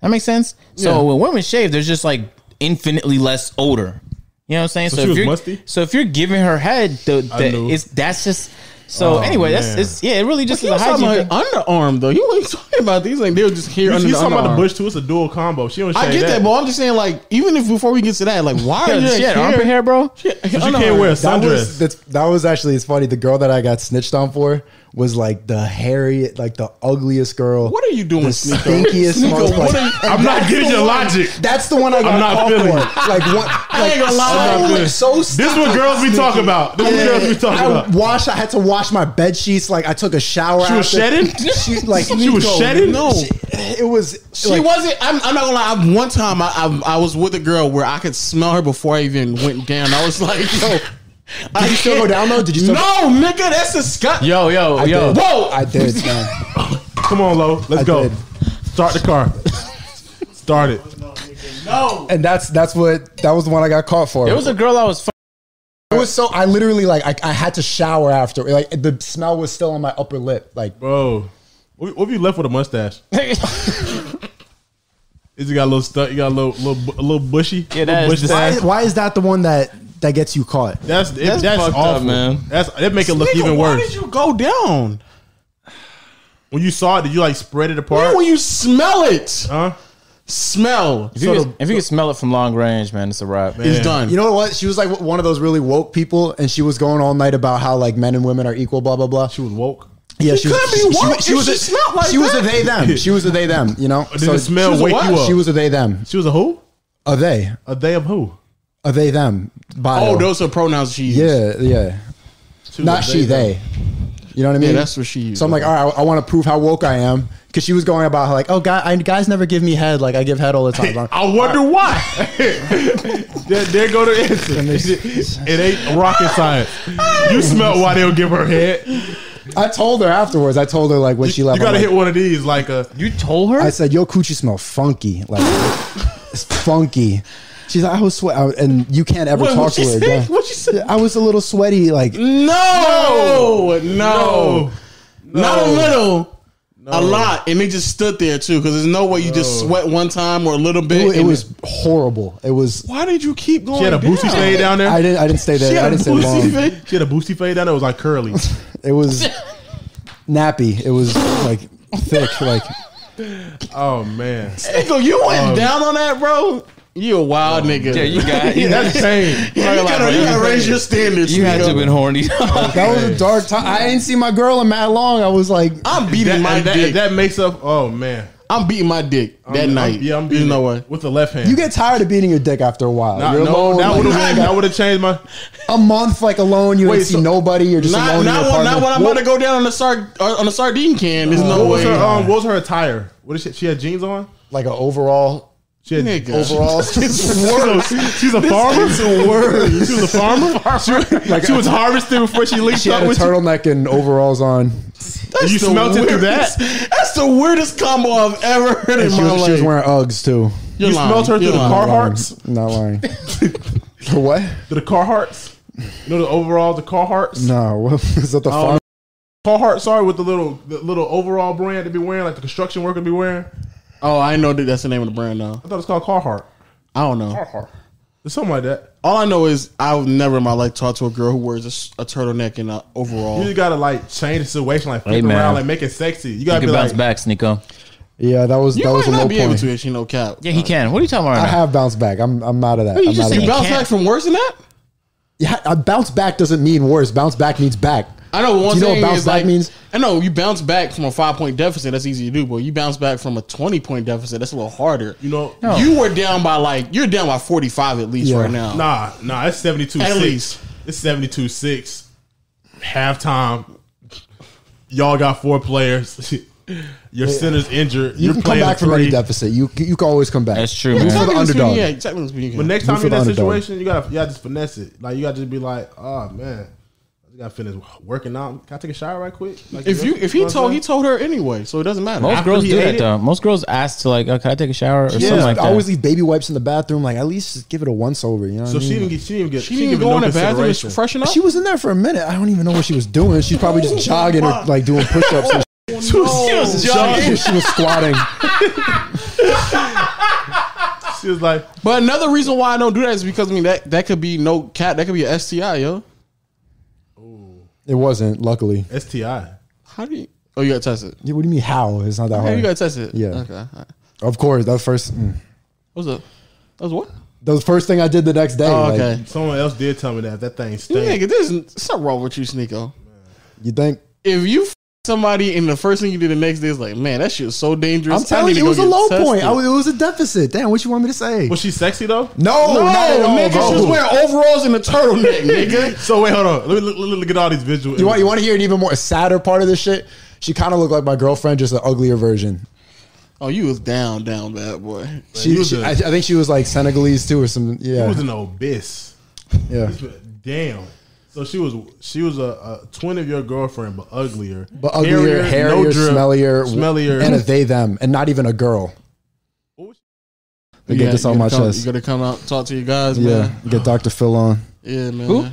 That makes sense. So when women shave, there's just like infinitely less odor. You know what I'm saying? So,
she
if
was
you're
musty?
so if you're giving her head, the, the
knew.
it's that's just. So anyway, that's
man.
it's yeah. It really just
He
is a
was talking
hygiene
about
thing.
underarm though. He wasn't talking about these. Like they were just here
She's
under the
talking about the
underarm.
bush too. It's a dual combo. She don't.
I
shave
get that, but I'm just saying, like, even if before we get to that, like, why are
Yeah,
you
shit, armpit hair, bro.
But you can't wear a
That was,
sundress.
that's, that was actually it's funny. The girl that I got snitched on for was like the hairy, like the ugliest girl.
What are you doing,
The
Sneeko?
stinkiest, most,
what
like-
are you-
and
I'm not
that's
getting
the
your
one-
logic.
That's the one I got
not
caught
feeling
for.
it.
Like one, like
gonna lie.
so-
I'm not feeling it.
so.
This is what girls be talking about. This is what girls be talking
I
about.
wash. I had to wash my bed sheets. Like I took a shower.
She was
after.
shedding?
She like
She was
Nico,
shedding?
No, she- it was.
She
like,
wasn't. I'm, I'm not gonna lie. I, one time, I, I I was with a girl where I could smell her before I even went down. I was like, yo.
Did you still go down though? Did you still?
No, nigga, that's disgusting.
Yo, yo,
I
yo.
did.
Whoa!
I did. Man.
Come on, Lo. Let's
I
go.
did.
Start the car. Start it.
No,
And that's that's what that was the one I got caught for.
There was a girl I was. F-
It was so I literally like I, I had to shower after like the smell was still on my upper lip like
Bro, what, what if you left with a mustache? Is it got a little stuck? You got a little, little, bu- a little bushy.
Yeah,
Little
that is
bush
just-
stash?
why, why is that the one that that gets you caught
That's it, that's,
fucked up,
awful,
man.
man. That's that make it look
nigga,
even
why
worse.
did you go down?
when you saw it, did you like spread it
Man,
apart?
when you smell it,
huh?
smell
if, you could, if you could smell it from long range, man, it's a wrap.
is
Man.
done.
you know what she was like one of those really woke people and she was going all night about how like men and women are equal blah blah blah
She was woke.
yeah
she couldn't be woke if she smelled like
she was a
that.
they them she was a they them you know
Did the
she
smell
was a
wake
what?
you up?
she was a they them
She was a who?
a they
A day of who?
a they them bio.
oh, those are pronouns she used.
yeah yeah
She was
not
a
she they you know what I mean
that's what she used.
So I'm like, all right, I, want to prove how woke I am because she was going about how, like, oh, guy, I, guys never give me head. Like I give head all the time.
I wonder why. there, there go the answer. It ain't rocket science. You smell why they'll give her head.
I told her afterwards. I told her like when she
you
left.
gotta
I'm like,
hit one of these, like a
You told her?
I said, "Your coochie smell funky, like it's funky." She's like, "I was sweat, I- and you can't ever
Wait,
talk
what
to
she
her
said?
again."
What she said?
I was a little sweaty, like
No, no,
oh,
not a
No.
little, a lot, and it just stood there too. Because there's no way you just sweat one time or a little bit.
it,
and-
was horrible. It was.
Why did you keep going?
she had a
down?
boosie fade down there.
I didn't. I didn't stay
She
there.
had
I
a
didn't stay
boosie
long.
fade?
she had a boosie fade down there. It was like curly.
It was nappy. It was like thick. Like
oh man,
Nigga, you went
Um,
down on that, bro. You a
Oh.
wild nigga.
yeah, you got you,
that's pain.
You gotta, you gotta raise your standards.
you had to have
nigga.
been horny.
that was a dark time. I didn't see my girl in that long. I was like,
I'm beating
That,
my
and that,
dick.
and that makes up. Oh man,
I'm beating my dick that
I'm-
night.
I'm- yeah, I'm
you
beating
know
it
what?
with the left hand.
you get tired of beating your dick after a while.
Nah,
You're
no,
alone.
that would
like,
have that would have changed my.
a month like alone. You
Wait,
didn't see
so-
nobody. You're just
Not,
alone. in
not,
your
when, not
apartment.
when I'm about to go down on the sar, uh, on the sardine can. There's no
What was
way.
her um? What was her attire? What is she? She had jeans on.
like an overall.
She had
Nigga.
Overall,
She's a farmer. She was a farmer. She,
Like
she
a-
was harvesting before she linked
she
up
had a
with you.
turtleneck and overalls on.
That's
You
the
smelt it through
weirdest- That's the weirdest combo I've ever heard in
And she,
my
was,
life.
she was wearing Uggs too.
You're
You
lying.
smelled her
You're
through the
lying.
Carhartts.
Not lying. The what?
Through the Carhartts. You know the overall the Carhartts.
No, what was that the
Oh,
farm?
Carhartt, sorry, with the little the little overall brand to be wearing, like the construction worker be wearing.
Oh, I know that that's the name of the brand now.
I thought it's called Carhartt.
I don't know.
Carhartt. It's something like that.
All I know is I've never in my life talked to a girl who wears a, s- a turtleneck and a
You
overall.
just gotta like change the situation, like flip
Hey,
it
man.
around, like make it sexy. You gotta
can
be
bounce
like,
back, Sneeko.
Yeah, that was
You
that
might
was a
not
low
be able
point.
to if she no cap.
Yeah, he can. What are you talking about?
I
Right
have bounced back. I'm I'm out of that.
you
I'm
just
out of
said
You
He
that.
bounce
can't.
back from worse than that?
Yeah, a bounce back doesn't mean worse. Bounce back means back.
I know one
Do you know
thing
what bounce
is
back
like,
means?
I know you bounce back from a five point deficit. That's easy to do, but you bounce back from a twenty point deficit. That's a little harder.
you know,
You were down by like you're down by forty five at least
Yeah.
right now.
nah, nah, it's seventy two
At
six.
least.
It's seventy two six. Halftime. Y'all got four players. Your center's injured.
You
are
can come
playing
back
a
from
three.
any deficit. You you can always come back.
That's true,
Root for
man.
the
Technically speaking,
underdog.
yeah, technically speaking, you
But
can.
next
Root
time
for
you're in
the
that
underdog.
situation, you gotta you gotta just finesse it. Like you gotta just be like, oh man, I just gotta finish working out. Can I take a shower right quick? Like,
if you if he
know what I'm
told he
saying?
told her anyway, so it doesn't matter.
Most
After
girls
he
do
ate
that
it?
though. Most girls ask to like, oh, can I take a shower or something
Yeah,
like that.
I always leave baby wipes in the bathroom. Like at least just give it a once over. You know.
so
what I
she
mean?
didn't get she didn't get
she didn't even go in the bathroom and freshen up.
She was in there for a minute. I don't even know what she was doing. She's probably just jogging or like doing push-ups. and
she was
shit. she was squatting.
She was like,
But another reason why I don't do that is because I mean that that could be no cat. That could be an STI, yo.
It wasn't, luckily.
STI.
How do you? Oh, you got tested.
Yeah, What do you mean? How? It's not that
Yeah,
hard.
you got tested.
Yeah.
Okay. All right.
of course, that was first. mm.
What was that? That was what?
That was the first thing I did the next day.
Oh,
like,
okay.
Someone else did tell me that that thing stinks.
Nigga, there's something wrong with you, Sneeko.
you think?
If you f- somebody and the first thing you do the next day is like, man, that shit's so dangerous.
I'm
I
telling
need to
you, it
go
was a
get
low
tested.
point. I was- it was a deficit. Damn, what you want me to say?
Was she sexy though?
no,
no,
not at all,
nigga, she was
bro.
wearing overalls and a turtleneck, nigga.
So wait, hold on. Let me look, look, look at all these visuals.
You want you want to hear an even more sadder part of this shit? She kind of looked like my girlfriend, just an uglier version.
Oh, you was down, down, bad boy.
You
She,
was
she
a-
I, I think she was like Senegalese too, or some.
It
Yeah,
was an abyss.
yeah.
Damn. So she was she was a, a twin of your girlfriend, but uglier,
But uglier, hairier,
drip,
smellier,
smellier.
and a they them, and not even a girl. They
You
get
got-
this
you
on
gotta
my
come-
chest.
You gotta come out, and talk to you guys,
Yeah,
man.
get Dr. Phil on.
Yeah, man.
Who?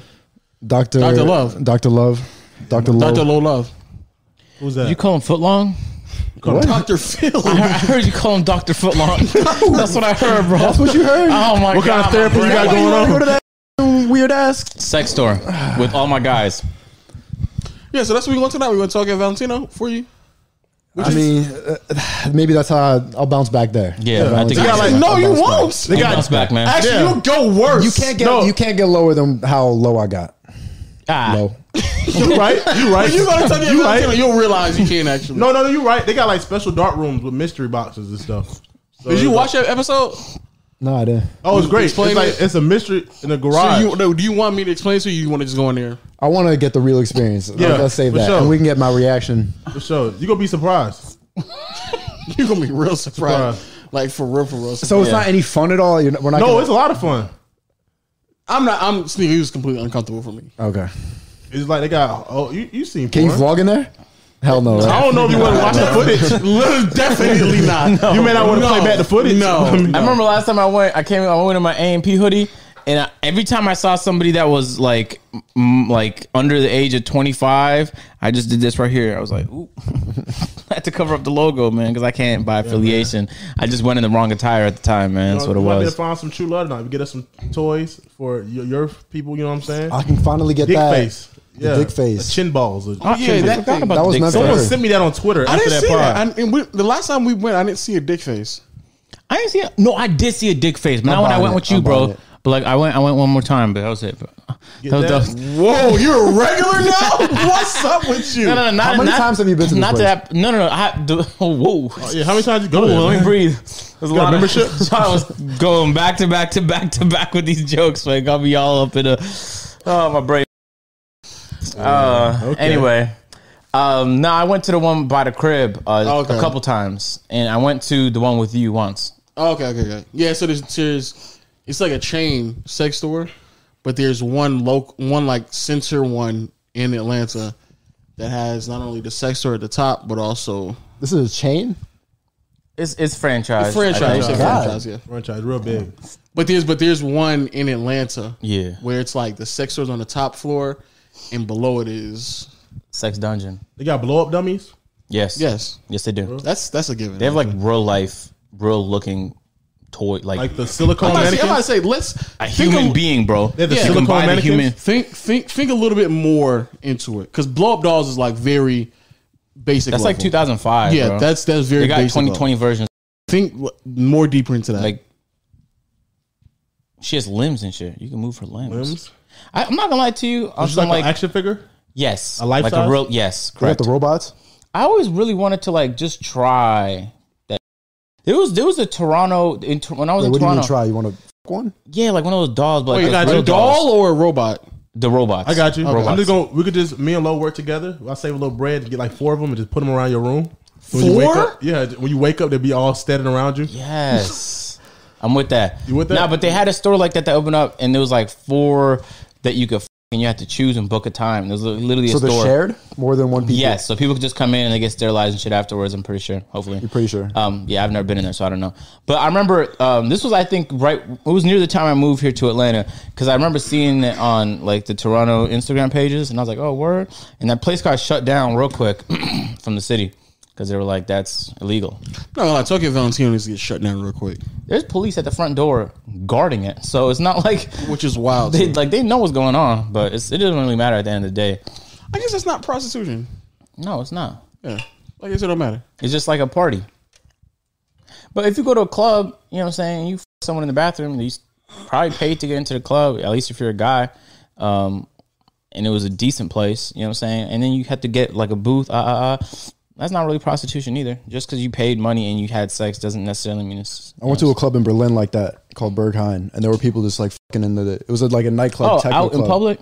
Doctor
Dr. Love.
Doctor Love. Doctor Love.
Dr. Low Love.
Who's that?
You call him footlong?
Dr. Phil.
I heard you call him Doctor Footlong. That's what I heard, bro.
That's what you heard.
Oh my god!
what kind of
my
therapy you
brain.
got going on?
Weird ass.
Sex store with all my guys.
Yeah, so that's what we want tonight. We want to talk at Valentino for you.
I mean, uh, maybe that's how I, I'll bounce back there.
Yeah, I
I'll
think
bounce
you
back.
gotta,
I'll
like,
no, you
bounce back.
won't.
They got
Bounce back, man.
Actually,
Yeah.
you'll go worse.
You can't get
No.
you can't get lower than how low I got.
Ah.
Low.
You right? You right?
When you go to talk at
You right?
Valentino, you'll realize you can't actually.
No, no, no, you're right. They got like special dark rooms with mystery boxes and stuff. So
Did you
it's
watch
like-
that episode?
No, I didn't.
Oh, it's great. It's
Explain
like
it.
it's a mystery in a
So
garage.
you, no, do you want me to explain it to you? You want to just go in there?
I want to get the real experience.
Yeah,
Let's save
for
that,
sure.
and we can get my reaction.
for sure. You gonna be surprised.
You're gonna be real surprised,
Surprised.
like for real, for real. Surprised.
So it's not any fun at all. You're not, we're not.
No,
gonna-
it's a lot of fun.
I'm not. I'm sneaky. He was completely uncomfortable for me.
okay.
It's like they got. Oh, you you seen?
Can you
porn.
vlog in there? Hell no.
I
right?
don't know if you want to watch the footage.
Definitely not.
You may not want to
No.
play back the footage.
No.
I mean,
I remember last time I went, I came, I went in my AMP hoodie, and I, every time I saw somebody that was like, mm, like under the age of twenty five, I just did this right here. I was like, ooh, I had to cover up the logo, man, because I can't by affiliation. I just went in the wrong attire at the time, man. That's what it
you Might be able to
was.
find some true love tonight. We get us some toys for your, your people. You know what I'm saying?
I can finally get
dick
that.
face. Yeah.
dick face.
Chin balls.
Oh,
yeah,
shit, I
that
forgot
thing.
about
That
the
was
dick
meant
size.
for
Someone
Sure.
sent me that on Twitter
I
after
didn't
that
see that.
pod.
I, and we, the last time we went, I didn't see a dick face.
I didn't see. A, no, I did see a dick face, but not when I
buying
went
it.
with you,
I'm
bro.
buying it.
But like, I went, I went one more time, but that was it. That was-
that.
that was-
Whoa, you're a regular now? What's up with you?
No, no, no, not,
How many
not-
times have you been to this
Not
place?
that. No, no, no. I, the, oh, whoa.
Yeah, how many times you go
Ooh, Oh, let
there?
me breathe. There's a lot of
membership?
So I was going back to back to back to back with these jokes, man. Got me all up in a oh my brain. Uh, Anyway, um, no, I went to the one by the crib uh,
Okay.
a couple times, and I went to the one with you once.
Oh, okay, okay, okay. Yeah, so there's, there's it's like a chain sex store, but there's one local, one like center one in Atlanta that has not only the sex store at the top, but also
This is a chain.
It's it's franchise. I
franchise.
think.
Yeah,
God.
franchise, yeah.
Franchise, real big.
But there's but there's one in Atlanta,
Yeah.
where it's like the sex store's on the top floor, and below it is
Sex Dungeon.
They got blow up dummies.
Yes.
yes,
Yes, they do.
that's that's a given.
They have like real life, real looking toy, like,
Like the silicone
I'm about to say, I'm about to
mannequins.
say let's
a
think
human
of-
being, bro.
They're the
Yeah.
You can
silicone
buy the
mannequins.
human.
Think think think a little bit more into it because blow up dolls is like very basic.
That's like
level.
2005.
Yeah,
bro.
that's that's very.
they got
basic level.
2020 versions.
Think w- more deeper into that.
Like she has limbs and shit. You can move her limbs.
Limbs?
I, I'm not gonna lie to you. I'm
Just like,
like,
an action figure.
yes,
a life
like
size?
a real yes,
They got
correct.
the robots.
I always really wanted to like just try that. There was there was a Toronto in, Tor- when I was
Wait,
in
what do you
Toronto.
even try? You want to fuck one?
Yeah, like one of those dolls,
Oh,
but like
Wait,
those
a
real
doll
dolls.
or a robot?
the robots.
I got you.
Okay.
I'm just gonna. We could just me and Lo work together. I will save a little bread and get like four of them and just put them around your room. So When you wake
Four?
up, yeah, when you wake up, they'll be all standing around you.
Yes. I'm with that.
You with that?
Nah, but they had a store like that that opened up, and there was like four that you could f- and you had to choose and book a time. There was li- literally a
So they're
store.
shared more than one people.
Yes, so people could just come in and they get sterilized and shit afterwards. I'm pretty sure. Hopefully,
You're pretty sure.
Um, yeah, I've never been in there, so I don't know. But I remember um, this was, I think, right. It was near the time I moved here to Atlanta because I remember seeing it on like the Toronto Instagram pages, and I was like, "Oh, word!" And that place got shut down real quick from the city because they were like, "That's illegal."
No, like Tokyo Valentino needs to get shut down real quick,
There's police at the front door guarding it, so it's not like
which is wild.
they
too.
like they know what's going on, but it's, it doesn't really matter at the end of the day.
I guess that's not prostitution.
No, it's not.
Yeah, I guess it don't matter.
It's just like a party. But if you go to a club, you know what I'm saying, you f- someone in the bathroom, you s- probably paid to get into the club, at least if you're a guy. Um, and it was a decent place, you know what I'm saying? And then you had to get like a booth, uh, uh, uh. That's not really prostitution either. Just because you paid money and you had sex doesn't necessarily mean it's.
I went to a club in Berlin like that called Berghain, and there were people just like fucking in the. It was like a nightclub,
Oh,
techno
out in
club.
public?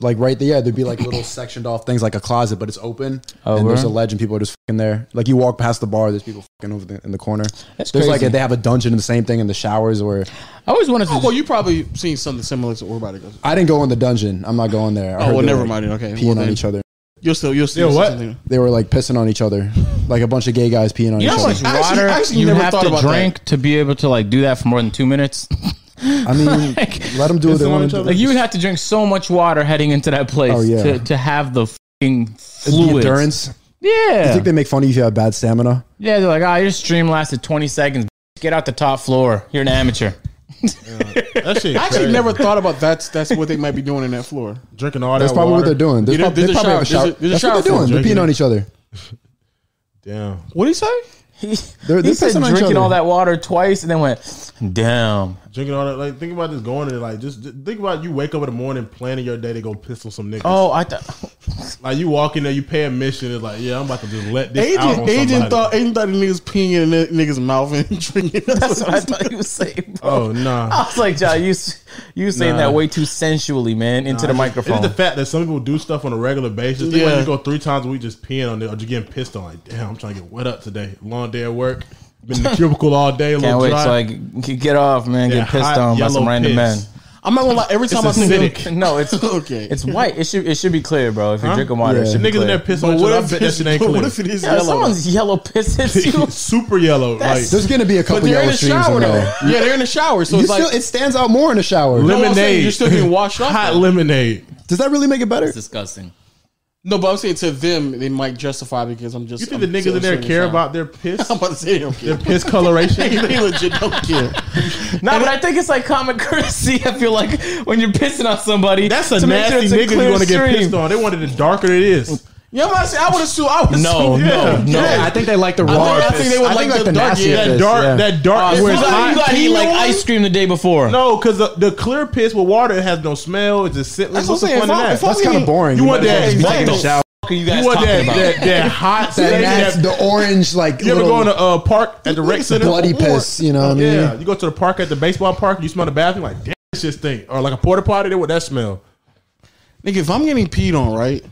Like right there, yeah, there'd be like little sectioned off things, like a closet, but it's open,
Oh,
and there's a
word.
ledge, and people are just fucking there. Like you walk past the bar, there's people fucking over the, in the corner.
That's
there's
crazy.
like they have a dungeon, and the same thing in the showers. Or
I always wanted to.
Oh, well, you probably seen something similar to everybody goes.
I didn't go in the dungeon. I'm not going there. I
Oh,
heard
well,
they were,
never
like,
mind. then, Okay,
Peeing
well,
on
then
each other.
You'll still, you'll still
Yeah,
see
what?
something.
They were like pissing on each other, like a bunch of gay guys peeing on
you know
each other.
how much
I actually-
water
I actually
you
never
have
thought
to
about that.
drink to be able to like do that for more than two minutes?
I mean, let them do what they
Pissing on
want
each
to do.
other?
Like you would have to drink so much water heading into that place
Oh, yeah.
to, to have the fucking
It's the
fluid.
endurance. I
Yeah.
think they make fun of you if you have bad stamina.
yeah, they're like, ah, your stream lasted 20 seconds. Get out the top floor. You're an amateur.
That shit.
I actually
crazy.
never thought about that's that's what they might be doing in that floor.
drinking all
That's
that.
probably
water.
what they're doing.
You
There's
know,
prob- they
there's a
probably have a
shower-
shower.
there's a- there's a
That's what they're
shower
doing. They're
drinking.
peeing on each other.
Damn.
What do you say?
They're,
He
they're
said
pissing on each
drinking
other.
all that water twice and then went, damn.
Drinking all that. Like, think about just going to like, just, just think about you wake up in the morning planning your day to go pistol some niggas.
Oh, I thought.
Like, you walk in there, you pay a mission. It's like, yeah, I'm about to just let this out on
Agent,
somebody.
agent thought, agent thought the niggas peeing in the niggas mouth and drinking.
That's what I thought you were saying. Bro.
Oh nah.
I was like, John, you, s- you saying
Nah.
that way too sensually, man, into the microphone.
It's the fact that some people do stuff on a regular basis. Think about
Yeah.
you go three times a week just peeing on it or just getting pissed on. Like, damn, I'm trying to get wet up today. Long day at work. Been in the cubicle all day. A
Can't
little
wait
dry.
till I g- get off, man.
Yeah,
get pissed
hot
on by some
yellow
random
piss.
man.
I'm not gonna lie. Every time I think of,
No, it's
Okay.
It's white. It should it should be clear, bro. If you're drinking water,
Yeah.
it should be
Niggas in
clear.
there piss on
but
each
what
other. I
if,
bet that shit ain't
but
clear.
what if it is
Yeah,
yellow? though?
someone's yellow pisses you.
super yellow. Like
There's gonna be a couple
they're in
yellow
the
streams
shower
in
though.
there.
Yeah, they're in the shower, so
You
it's like
still, it stands out more in a shower.
No, I'm saying
lemonade.
You're still getting washed off.
hot
though.
lemonade.
Does that really make it better?
disgusting.
No, but I'm saying to them, they might justify because I'm just.
You think the
I'm
niggas in there
the
care
shower.
about their piss?
I'm about to say they don't
Their
care.
piss coloration?
they legit don't care.
Nah, but I think it's like common courtesy. I feel like when you're pissing on somebody,
That's a
to make sure
nasty
it's a
nigga you
clear
want to get
stream.
pissed on. They wanted it darker than it is.
Yeah, I'm not saying I would assume. I would
Oh, No,
assume.
no,
Yeah.
no.
Yeah, I think they like the raw.
I think
piss.
they would like the dark-
nasty
yeah,
piss,
That dark,
yeah.
that dark.
You
where it's
got, you
hot.
got eat like
Clean one?
ice cream the day before.
No, because the, the clear piss with water it has no smell. It's just sitting.
That's
What's
what I'm
the
saying.
fun
If
in
I,
that?
if I'm
That's kind
getting-
of boring.
You want that?
Exactly.
What
Taking a
the-
shower. What are you guys
You want
talking
that,
about?
that that hot
That
stage,
nasty,
that-
the orange, like
You ever
little
go in a uh, park at the rec center?
bloody
Or-
piss. You know what I mean?
Yeah, you go to the park at the baseball park. You smell the bathroom like damn, this shit stink. Or like a porta potty. There, what that smell?
Nigga, if I'm getting peed on, right?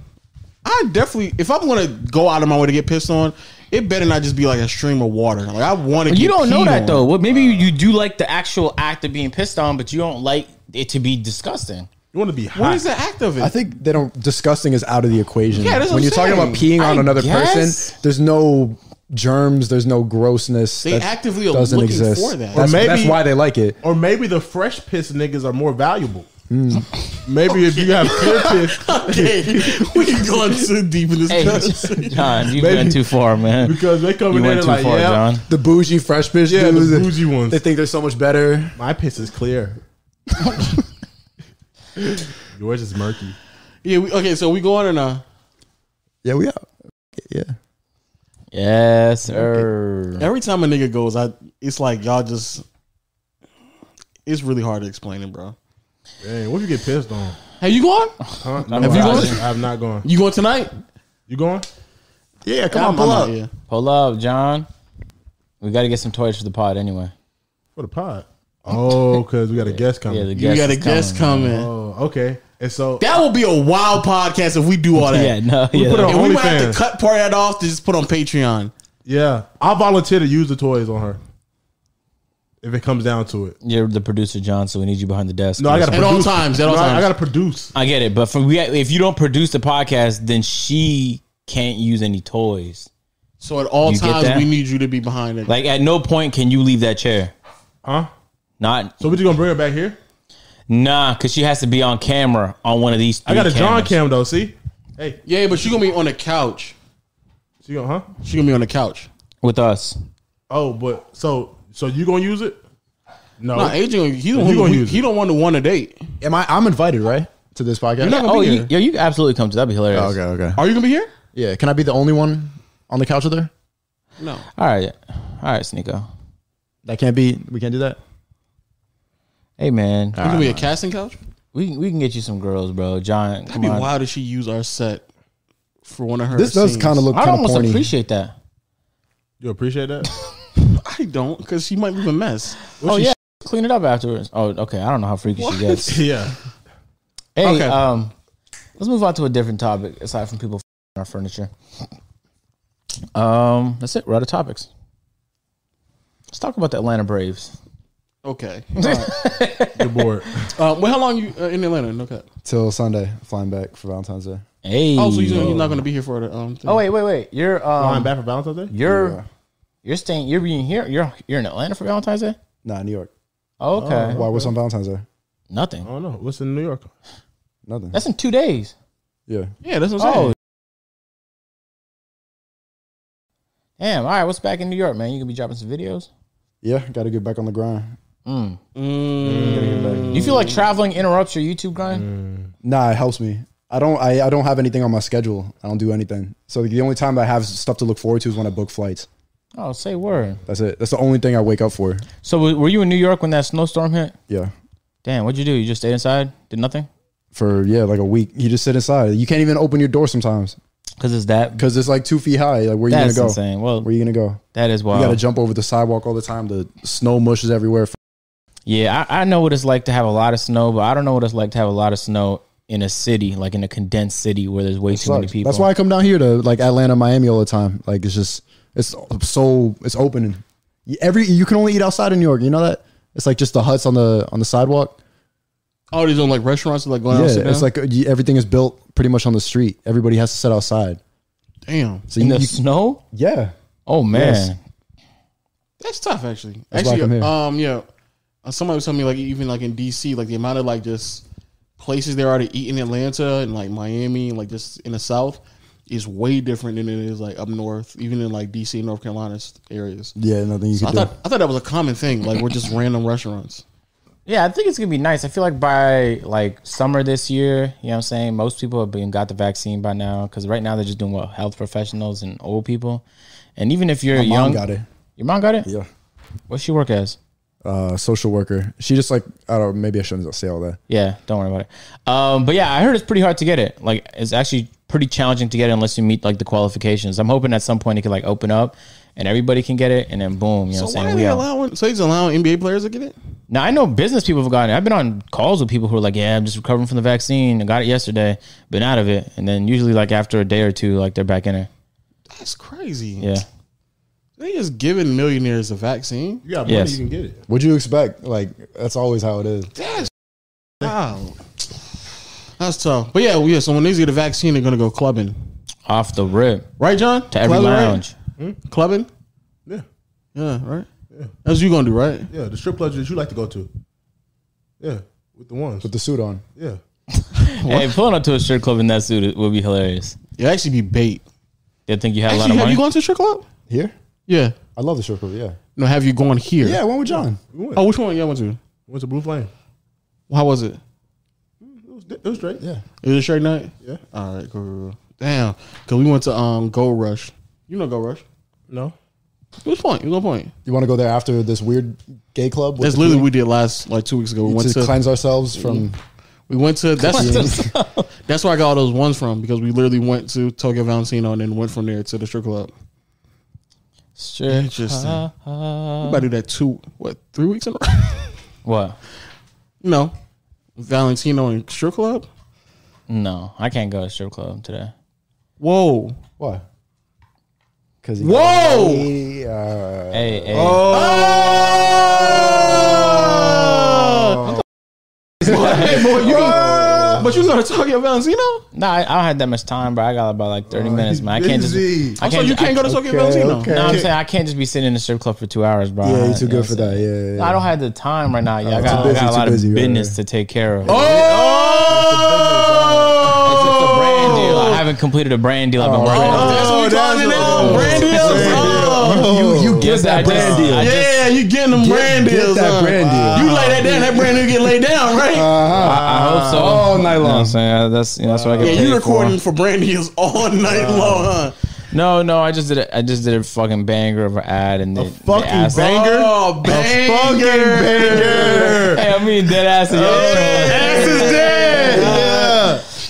I definitely, if I'm gonna go out of my way to get pissed on, it better not just be like a stream of water. Like I want to.
You don't know that though. Well, maybe you, you do like the actual act of being pissed on, but you don't like it to be disgusting.
You want to be hot.
What is the act of it?
I think they don't. Disgusting is out of the equation.
Yeah, that's what
when
I'm
you're talking about
saying.
peeing on
I
another
guess.
person, there's no germs, there's no grossness.
They
that
actively are looking for that.
That's,
Or maybe-
that's why they like it.
Or maybe the fresh piss niggas are more valuable. Maybe if you have clear piss,
we can go too deep in this.
Hey, John, you've been
Maybe.
too far, man.
because they come
you
in there
went
and
too
like,
far,
yeah,
John.
The bougie fresh fish,
yeah,
dudes,
the bougie ones.
They think they're so much better.
My piss is clear. Yours is murky.
yeah. We, okay, so we going or not?
Yeah, we out. Yeah,
Yes, sir.
Every time a nigga goes, I it's like y'all just. It's really hard to explain it, bro.
Dang, what if you get pissed on?
Hey, you going?
Huh?
Have you
gone?
I'm not going.
You going tonight?
You going?
yeah. Come
I'm-
on, pull
I'm out,
up.
yeah.
Pull up, John. We got to get some toys for the pod anyway.
For the pod. Oh, because we got a guest coming.
Yeah, the
You
guest
got a
is
guest
coming.
coming.
oh, okay. And so
That will be a wild podcast if we do all that.
Yeah, no,
we
yeah.
put on
And we might have
OnlyFans.
to cut part of that off to just put on Patreon.
yeah, I volunteer to use the toys on her. If it comes down to it,
You're the producer, John, so we need you behind the desk.
no, I got to
At all times, at all
I,
times.
got to produce.
I get it, but for we, if you don't produce the podcast, then she can't use any toys.
So at all
You get
times,
that?
we need you to be behind it.
Like at no point can you leave that chair.
Huh?
Not
So we just gonna bring her back here?
nah, because she has to be on camera on one of these.
I got a
three
John
cameras.
cam though. See, hey,
yeah, but she gonna be on the couch.
she going huh?
She gonna be on the couch.
with us.
Oh, but so so you gonna use it? No,
Nah, Adrian, he
Oh. You
don't
gonna
want to.
use
He
it.
don't want to want a date.
Am I? I'm invited, right? To this podcast.
You're not gonna
Oh,
be
you,
here.
yeah, you can absolutely come to. That'd be hilarious.
Oh, okay, okay.
Are you gonna be here?
Yeah, can I be the only one on the couch with her?
No.
All right, all right, Sneeko.
That can't be. We can't do that.
Hey man,
You gonna be a casting couch?
we can- we can get you some girls, bro. John,
That'd
come
be
on.
wild if she use our set for one of her.
This does
scenes.
kind of look
I'd
kind of
almost
corny.
appreciate that.
you appreciate that?
I don't, because she might leave a mess.
oh yeah, clean it up afterwards. Oh okay, I don't know how freaky she gets.
yeah.
Hey,
Okay.
um, let's move on to a different topic aside from people f***ing our furniture. Um, that's it. We're out of topics. Let's talk about the Atlanta Braves.
Okay.
You're bored.
Uh, well, how long you uh, in Atlanta? Okay.
Till Sunday, flying back for Valentine's Day.
Hey.
Oh, so you're, you're not gonna be here for the um. Thing.
Oh, wait, wait, wait. You're
Flying
um,
back for Valentine's Day.
you're you're staying. You're being here. You're you're in Atlanta for Valentine's Day.
Nah, New York.
Oh, okay.
Why? What's on Valentine's Day?
Nothing.
I don't know what's in New York.
Nothing.
That's in two days.
yeah.
Yeah, that's what I'm saying.
Oh. Damn. All right. What's back in New York, man? You gonna be dropping some videos.
Yeah, got to get back on the grind.
Mm.
Gotta get back.
Do you feel like traveling interrupts your YouTube grind?
Mm. Nah, it helps me. I don't. I, I don't have anything on my schedule. I don't do anything. So the only time I have stuff to look forward to is when I book flights.
Oh, say word.
That's it. That's the only thing I wake up for.
So w- were you in New York when that snowstorm hit?
Yeah.
Damn, what'd you do? You just stayed inside, did nothing?
For yeah, like a week. You just sit inside. You can't even open your door sometimes
Cause it's that.
because it's like two feet high. Like where you
That's
gonna go?
insane. Well,
Where you gonna go?
that is
You
wild.
gotta jump over the sidewalk all the time. The snow mushes everywhere.
yeah, I, I know what it's like to have a lot of snow, but I don't know what it's like to have a lot of snow in a city, like in a condensed city where there's way too many
Sucks.
people.
That's why I come down here to like Atlanta, Miami all the time. Like it's just it's so it's open. Every you can only eat outside in New York. You know that it's like just the huts on the on the sidewalk.
Oh, these on like restaurants, like going out. And sit
Yeah,
down?
it's like uh, you- everything is built pretty much on the street. Everybody has to sit outside.
damn,
So
in
you,
the
you-
snow.
yeah,
Oh man,
Yes.
that's tough. Actually,
why I come
actually,
here.
um, yeah. Uh, Somebody was telling me like even like in DC, like the amount of like just places there are to eat in Atlanta and like Miami, and, like just in the South, is way different than it is like up north, even in like DC, and North Carolina s- areas.
yeah, nothing you
I
can do.
thought I thought that was a common thing. Like we're just random restaurants.
Yeah, I think it's gonna be nice. I feel like by like summer this year, you know what I'm saying? Most people have been got the vaccine by now because right now they're just doing what health professionals and old people. And even if you're
My
young,
mom got it.
your mom got it.
Yeah,
What's she work as?
uh, social worker. She just like I don't. know, Maybe I shouldn't say all that.
Yeah, don't worry about it. Um, but yeah, I heard it's pretty hard to get it. Like, it's actually pretty challenging to get it unless you meet like the qualifications. I'm hoping at some point it could like open up and everybody can get it, and then boom, you know
So
what
why
I'm saying?
are
We
they
out.
allowing? So he's allowing NBA players to get it?
Now I know business people have gotten it. I've been on calls with people who are like, "Yeah, I'm just recovering from the vaccine. I got it yesterday, been out of it." And then usually, like after a day or two, like they're back in it.
That's crazy.
Yeah,
They just giving millionaires a vaccine.
You got money,
Yes.
you can get it.
What'd you expect? Like that's always how it is.
That's wow. That's tough. But yeah, well, yeah. So when these get a vaccine, they're gonna go clubbing,
off the rip
right, John?
to every
Clubbing, right?
lounge.
Clubbing.
Yeah.
Yeah. Right. That's what you gonna do, right?
Yeah, the strip clubs that you like to go to. Yeah, with the ones.
Put the suit on.
yeah.
Hey, pulling up to a strip club in that suit would be hilarious.
You actually be bait.
They think you have
Actually,
a lot
have
of
you
money.
gone to a strip club?
Here,
Yeah.
I love the strip club. Yeah,
No, have you gone here?
yeah. I went with John.
We went.
Oh, which one y'all went to?
We went to Blue Flame.
How was it?
It was, it was great. Yeah.
It was a straight night.
Yeah.
All right. Cool. cool, cool. Damn. Cause we went to um Gold Rush. You know Gold Rush.
No.
It was point. It was a point.
You want to go there after this weird gay club? with
That's
the
literally
key?
what we did last like two weeks ago. We
to,
went to Mm.
cleanse ourselves from.
we went to that's that's where I got all those ones from because we literally went to Tokyo Valentino and then went from there to the strip club.
Strip
Interesting.
club.
We about to do that two what three weeks in a row?
What?
no, Valentino and strip club.
No, I can't go to strip club today.
Whoa,
Why? Because
whoa!
uh,
Hey, hey.
But you go to Tokyo Valentino?
Nah, I, I don't have that much time, bro. I got about like 30 minutes, man. I can't just.
busy.
I
So
can't,
you can't go to Tokyo Valentino.
okay.
No, I'm saying I can't just be sitting in the strip club for two hours, bro.
yeah,
I-
you're too
you know
good
what
for
I'm saying?
that. Yeah, yeah,
I don't have the time right now. Yeah, I, got,
too busy,
I got a
too
lot of
busy, right,
business
right.
to take care of. It's a
Oh,
brand deal. I haven't completed a brand deal. I've been working on.
that's
Oh,
what we calling it now. Brand deals. Oh.
yeah. You, you get that
I
brand
just-
deal.
I just-
Yeah, you getting them brand
get
deals.
that
huh?
brand deal. Ah,
You lay that down, that brand deal get laid down, right?
I hope so.
All night
You know what
long.
I'm saying? That's you know, that's what I get
Oh. yeah,
paid
you recording
for.
for brand deals all night
Ah.
long, huh?
No, no, I just did a, I just did a fucking banger of an ad and they,
fucking
they asked,
banger?
Oh, banger.
Hey, I mean dead ass. in your
Ass is
Yeah.
show.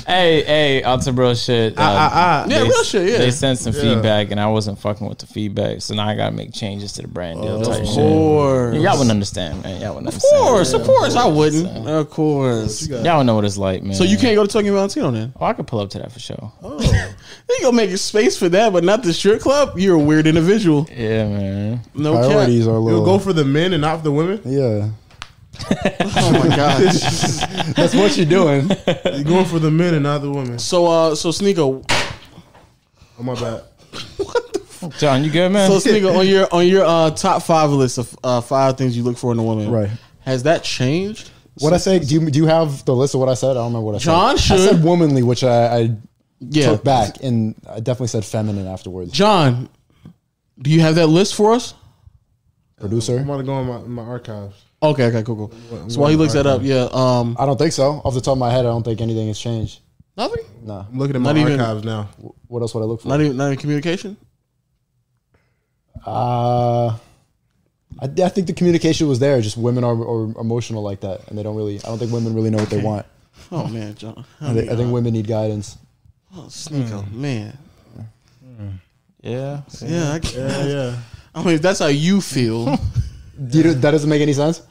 Hey, hey, on some real shit. uh,
I,
Yeah,
they-
real shit, yeah.
They sent some feedback and I wasn't fucking with the feedback, so now I gotta make changes to the brand deal type shit.
course.
Y'all wouldn't understand, man. Y'all wouldn't
Oh. Of
understand.
course, of course, I wouldn't. Of course.
Y'all don't know what it's like, man.
So you can't go to Tokyo Valentino then?
Oh, I could pull up to that for sure.
You gonna make space for that, but not the strip club? You're a weird individual.
Yeah, man.
No cap.
Priorities are a
You'll
little.
go for the men and not for the women.
yeah,
Oh my god.
that's what you're doing.
You're going for the men and not the women.
so uh, so Sneaker,
Oh my bad.
John, you good, man?
So Sneaker, on your on your uh, top five list of uh, five things you look for in a woman,
Right.
Has that changed?
What I say? Do you do you have the list of what I said? I don't remember what I
John
said. I
should.
said womanly, which I, I
Yeah,
took back, and I definitely said feminine afterwards.
John, do you have that list for us?
Producer,
I'm gonna go in my, my archives.
Okay, okay, cool, cool. So while he looks that up, yeah, um,
I don't think so. Off the top of my head, I don't think anything has changed.
nothing,
No.
I'm looking at my
Not even-
archives now.
What else would I look for?
not even not even communication.
Uh, I, I think the communication was there. Just women are, are emotional like that, and they don't really. I don't think women really know what they want.
Oh man, John,
I think, I think women need guidance.
oh, Sneaker, man,
yeah.
yeah, I, can't-
Yeah, yeah.
I mean, if that's how you feel.
Do you, that doesn't make any sense.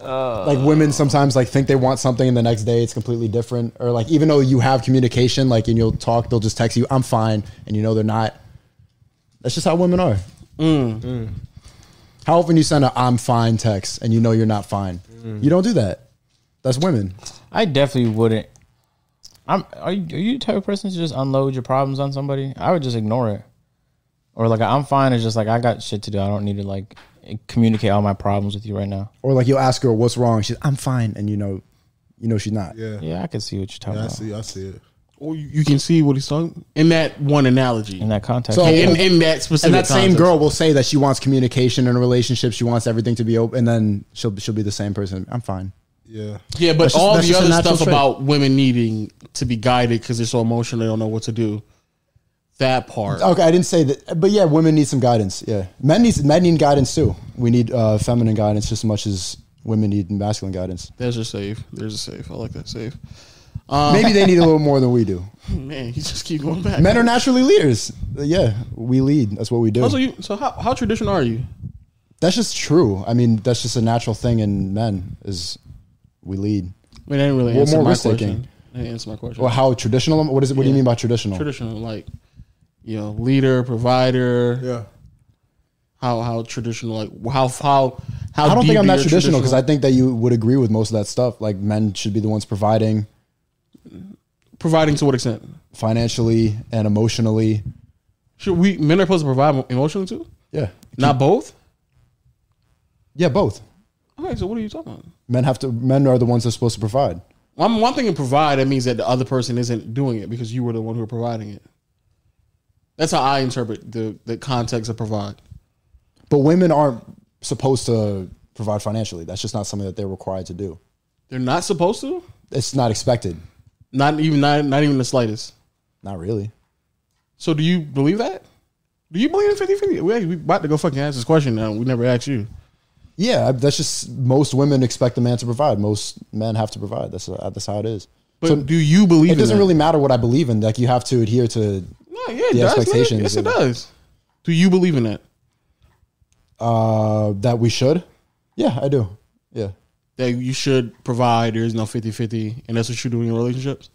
like women sometimes like think they want something, and the next day it's completely different. Or like even though you have communication, like and you'll talk, they'll just text you, "I'm fine," and you know they're not. That's just how women are. How often you send a "I'm fine" text and you know you're not fine? You don't do that. That's women.
I definitely wouldn't. I'm. Are you, are you the type of person to just unload your problems on somebody? I would just ignore it, or like I'm fine. It's just like I got shit to do. I don't need to like communicate all my problems with you right now.
Or like you'll ask her what's wrong. She's I'm fine, and you know, you know she's not.
Yeah.
Yeah, I can see what you're talking
I
about
see. I see it.
Or you, you can see what he's talking in that one analogy.
in that context.
So-
in, in that specific
And that same
context.
girl will say that she wants communication in a relationship. She wants everything to be open, and then she'll she'll be the same person. I'm fine.
Yeah.
Yeah, but
That's just-
all
that's
the
just a
other
natural
stuff
trait.
about women needing to be guided because they're so emotional, they don't know what to do. That part.
Okay, I didn't say that, but yeah, women need some guidance. Yeah, men need men need guidance too. We need uh, feminine guidance just as much as women need masculine guidance.
There's a save. There's a save. I like that save. Uh,
Maybe they need a little more than we do.
Man, you just keep going back.
Men are naturally leaders. Uh, Yeah, we lead. That's what we do.
Also, you, so how, how traditional are you?
That's just true. I mean, that's just a natural thing in men is we lead.
I mean, I didn't really
Well,
answer
more
my
risk-taking.
question. I didn't answer my question.
Well, how traditional? What is it? What do you mean by traditional?
traditional, like you know, leader, provider.
Yeah.
How how traditional? Like how how how?
I don't think
deep
I'm that
you're
traditional because I think that you would agree with most of that stuff. Like men should be the ones providing
providing to what extent?
financially and emotionally.
Should we men are supposed to provide emotionally too?
Yeah,
Not both.
yeah, both.
Okay, so what are you talking about?
Men have to. Men are the ones that's supposed to provide.
One, one thing in provide, that means that the other person isn't doing it because you were the one who were providing it. That's how I interpret the, the context of provide.
But women aren't supposed to provide financially. That's just not something that they're required to do.
They're not supposed to?
It's not expected.
Not even not, not even the slightest.
Not really.
So do you believe that? Do you believe in 50 50? We, we about to go fucking ask this question now. We never asked you.
Yeah, I- that's just most women expect the man to provide. Most men have to provide. That's uh, that's how it is.
But
so
do you believe
it doesn't
in that?
really matter what I believe in. Like you have to adhere to.
No, yeah, it
the
does. nigga.
expectations,
Yes,
you
it
know.
does. Do you believe in that?
Uh, that we should. Yeah, I do. Yeah.
That you should provide, there is no 50 50, and that's what you're doing in relationships?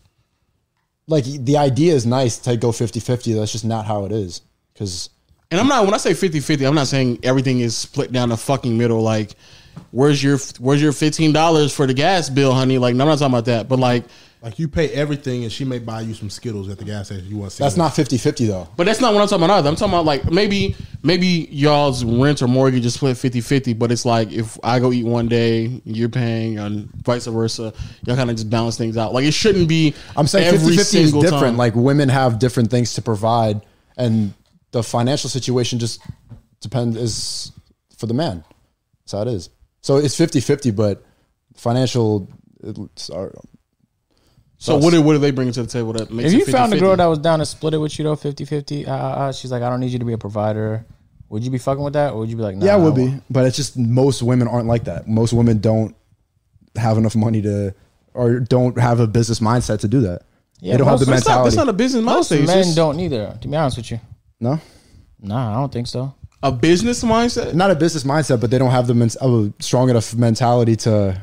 Like the idea is nice to go 50-50. That's just not how it is. Because
And I'm not when I say 50-50, I'm not saying everything is split down the fucking middle. Like, where's your where's your fifteen dollars for the gas bill, honey? Like, no, I'm not talking about that. But like,
Like you pay everything, and she may buy you some Skittles at the gas station. You want Skittles?
that's not 50-50 though.
but that's not what I'm talking about either. I'm talking about like maybe maybe y'all's rent or mortgage is split 50-50, but it's like if I go eat one day, you're paying, and vice versa. Y'all kind of just balance things out. Like it shouldn't be.
I'm saying
every
50-50 is
single
different.
time.
Like women have different things to provide, and the financial situation just depend is for the man. That's how it is. So it's 50-50, but financial. It's, our-
so what are, what are they bringing to the table that makes
if
it
you found a
50-50?
girl that was down to split it with you though, 50 50, uh, uh, uh, she's like, I don't need you to be a provider. Would you be fucking with that, or would you be like, nah,
yeah, it would
I
be,
won't?
but it's just most women aren't like that. Most women don't have enough money to, or don't have a business mindset to do that. they don't have the
most-
It's not,
mentality.
it's not a business
Most
mindset. It's
men
just
don't either. To be honest with you,
no,
nah, I don't think so.
a business mindset.
not a business mindset, but they don't have the men- of a strong enough mentality to,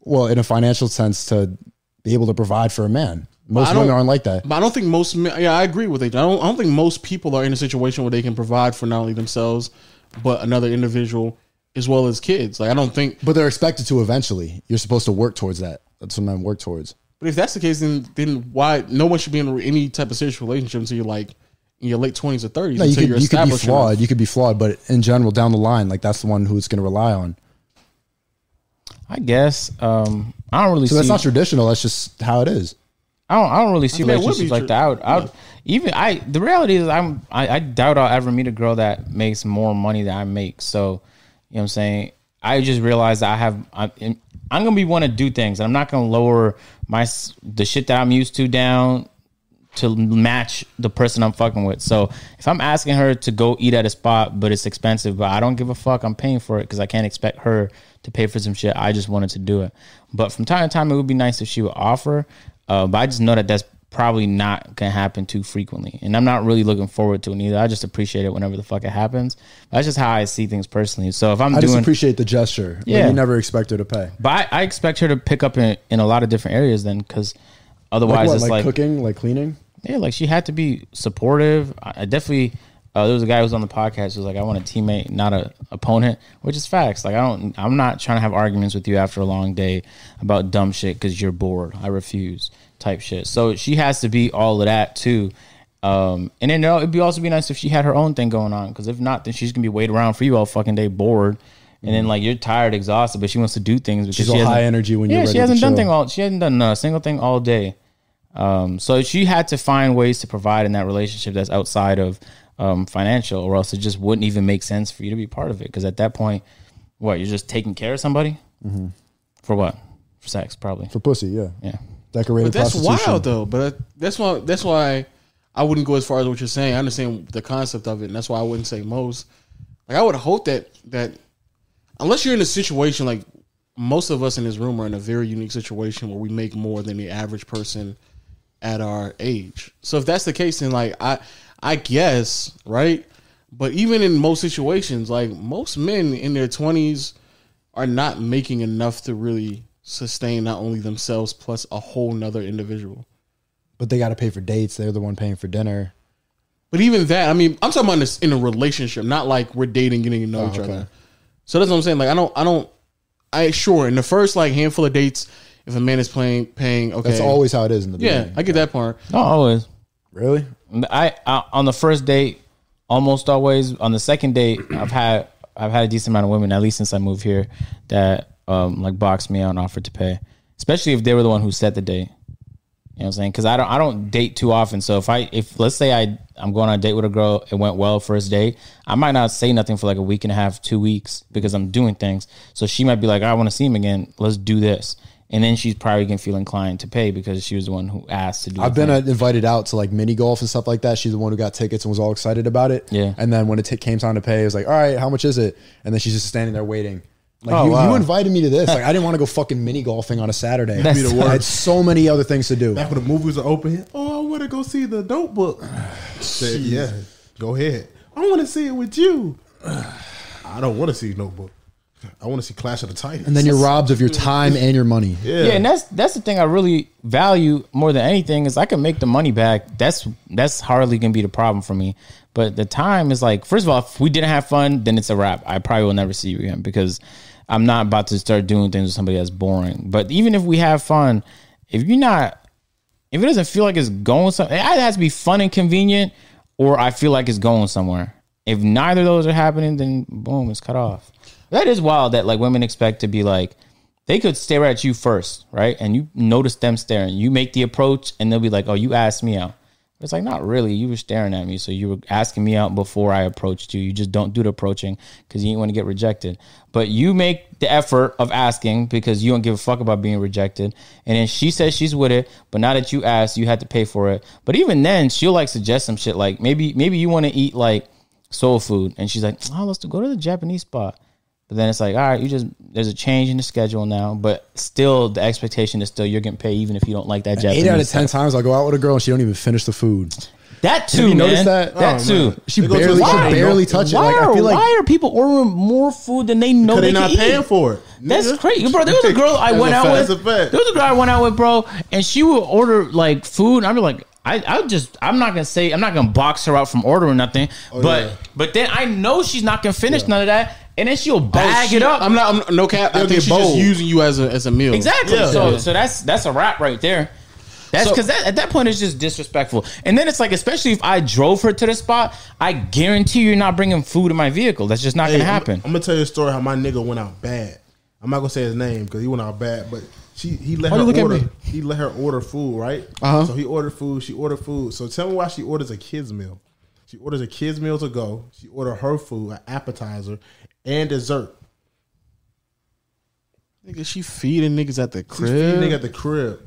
well, in a financial sense, to be able to provide for a man. Most
I don't-
women aren't like that.
But I don't think most. men- Yeah, I agree with it. I don't. I don't think most people are in a situation where they can provide for not only themselves but another individual as well as kids. Like I don't think.
But they're expected to eventually. You're supposed to work towards that. That's what men work towards.
But if that's the case, then then why no one should be in any type of serious relationship until you're like in your late twenties or thirties
No, you
until
could,
you're
you could be
established.
flawed. You could be flawed, but in general, down the line, like that's the one who's going to rely on.
I guess um, I don't really
So
see.
that's not traditional. That's just how it is.
I don't. I don't really see
think it would
relationships
be
like
true.
that. I would, I would even. I. The reality is, I'm. I, I doubt I'll ever meet a girl that makes more money than I make. So, you know what I'm saying. I just realized that I have. I'm. I'm gonna be want to do things, and I'm not gonna lower my s- the shit that I'm used to down to match the person I'm fucking with. So if I'm asking her to go eat at a spot, but it's expensive, but I don't give a fuck, I'm paying for it because I can't expect her to pay for some shit. I just wanted to do it. But from time to time, it would be nice if she would offer. Uh, but I just know that that's probably not gonna happen too frequently, and I'm not really looking forward to it either. I just appreciate it whenever the fuck it happens. That's just how I see things personally. So if I'm
I just
doing
appreciate the gesture. but
Yeah.
you never expect her to pay.
but I, I expect her to pick up in, in a lot of different areas then, because
Like
otherwise
what?
it's
Like,
like,
cooking, like cleaning.
yeah, like she had to be supportive. I, I definitely, Uh, there was a guy who was on the podcast who was like, "I want a teammate, not a opponent," which is facts. Like I don't, I'm not trying to have arguments with you after a long day about dumb shit because you're bored. I refuse type shit. So she has to be all of that too. Um, and then it'd be also be nice if she had her own thing going on because if not, then she's gonna be waiting around for you all fucking day bored. And then like you're tired, exhausted, but she wants to do things because
Mm-hmm. She's
she
all
hasn't-
high energy when
yeah,
you're ready
she
to
hasn't done
chill.
thing all. She hasn't done a single thing all day. Um, so she had to find ways to provide in that relationship that's outside of um, financial, or else it just wouldn't even make sense for you to be part of it. Because at that point, what you're just taking care of somebody for what? For sex, probably.
for pussy. Yeah,
yeah.
decorated
But that's
prostitution.
wild though. But that's why that's why I wouldn't go as far as what you're saying. I understand the concept of it, and that's why I wouldn't say most. Like I would hope that that unless you're in a situation like most of us in this room are in a very unique situation where we make more than the average person at our age. So if that's the case, then like I I guess right. But even in most situations, like most men in their twenties are not making enough to really sustain not only themselves plus a whole nother individual.
But they got to pay for dates. They're the one paying for dinner.
But even that, I mean, I'm talking about this in a relationship, not like we're dating, getting to
Oh,
know each other. So that's what I'm saying. Like I don't, I don't, I sure in the first like handful of dates, if a man is playing paying, okay,
That's always how it is in the
yeah,
beginning.
I get that part.
Not always.
Really?
I, I on the first date, almost always. On the second date, I've had I've had a decent amount of women, at least since I moved here, that um like boxed me out and offered to pay. Especially if they were the one who set the date. You know what I'm saying? Because I don't I don't date too often. So if I if let's say I I'm going on a date with a girl, it went well first date, I might not say nothing for like a week and a half, two weeks because I'm doing things. So she might be like, I want to see him again. Let's do this. And then she's probably gonna feel inclined to pay because she was the one who asked to do.
I've
the
been
thing.
uh, invited out to like mini golf and stuff like that. She's the one who got tickets and was all excited about it.
Yeah.
And then when it t- came time to pay, it was like, all right, how much is it? And then she's just standing there waiting. Like
Oh,
you,
wow.
you invited me to this. Like I didn't want to go fucking mini golfing on a Saturday.
That'd be the
I had so many other things to do.
Back when the movies are open, oh, I want to go see the Notebook. Said, yeah, go ahead. I want to see it with you. I don't want to see Notebook. I want to see Clash of the Titans.
And then you're robbed of your time and your money.
yeah,
Yeah. and that's that's the thing I really value more than anything is I can make the money back. That's that's hardly gonna be the problem for me. But the time is like, first of all, if we didn't have fun, then it's a wrap. I probably will never see you again because I'm not about to start doing things with somebody that's boring. But even if we have fun, if you're not if it doesn't feel like it's going somewhere, it either has to be fun and convenient, or I feel like it's going somewhere. If neither of those are happening, then boom, it's cut off. That is wild that like women expect to be like, they could stare at you first, right? And you notice them staring. You make the approach, and they'll be like, "Oh, you asked me out." It's like not really. You were staring at me, so you were asking me out before I approached you. You just don't do the approaching because you didn't want to get rejected. But you make the effort of asking because you don't give a fuck about being rejected. And then she says she's with it, but now that you asked, you had to pay for it. But even then, she'll like suggest some shit like maybe maybe you want to eat like soul food, and she's like, "Oh, let's go to the Japanese spot." But then it's like, all right, you just there's a change in the schedule now, but still the expectation is still you're getting paid even if you don't like that Japanese.
Eight out of ten times I'll go out with a girl and she don't even finish the food.
That too,
Have you
man.
noticed that?
That
Oh,
too.
man.
She
They go to
barely,
the
she
side.
barely touch it.
Why
Like
are,
I feel like
why are people ordering more food than they know
But
they,
they not
can
paying
eat?
for it.
That's
nigga.
crazy, bro. There was a girl I
That's
went
a
out
fact.
with.
That's a fact.
There was a girl I went out with, bro, and she would order like food. And I'd be like, I, I would just, I'm not gonna say, I'm not gonna box her out from ordering nothing. but,
Oh, yeah.
but then I know she's not gonna finish none of that, and then
Oh,
she'll bag
she-
it up.
I'm not. I'm, no cap. I
They'll
think
get
she's just
bold.
using you as a as a meal.
Exactly. So
Yeah.
so that's that's a wrap right there. That's
So-
because that, at that point it's just disrespectful. And then it's like, especially if I drove her to the spot, I guarantee you're not bringing food in my vehicle. That's just not
Hey,
gonna
I'm-
happen.
I'm, gonna tell you a story how my nigga went out bad. I'm not gonna say his name because he went out bad, but she he let
Why
her
you look at
order.
me?
He let her order food, right?
Uh-huh.
So he ordered food. She ordered food. So tell me why she orders a kids meal. She orders a kids meal to go. She ordered her food, an appetizer, and dessert.
Nigga, she feeding niggas at the
She's feeding
crib.
nigga at the crib.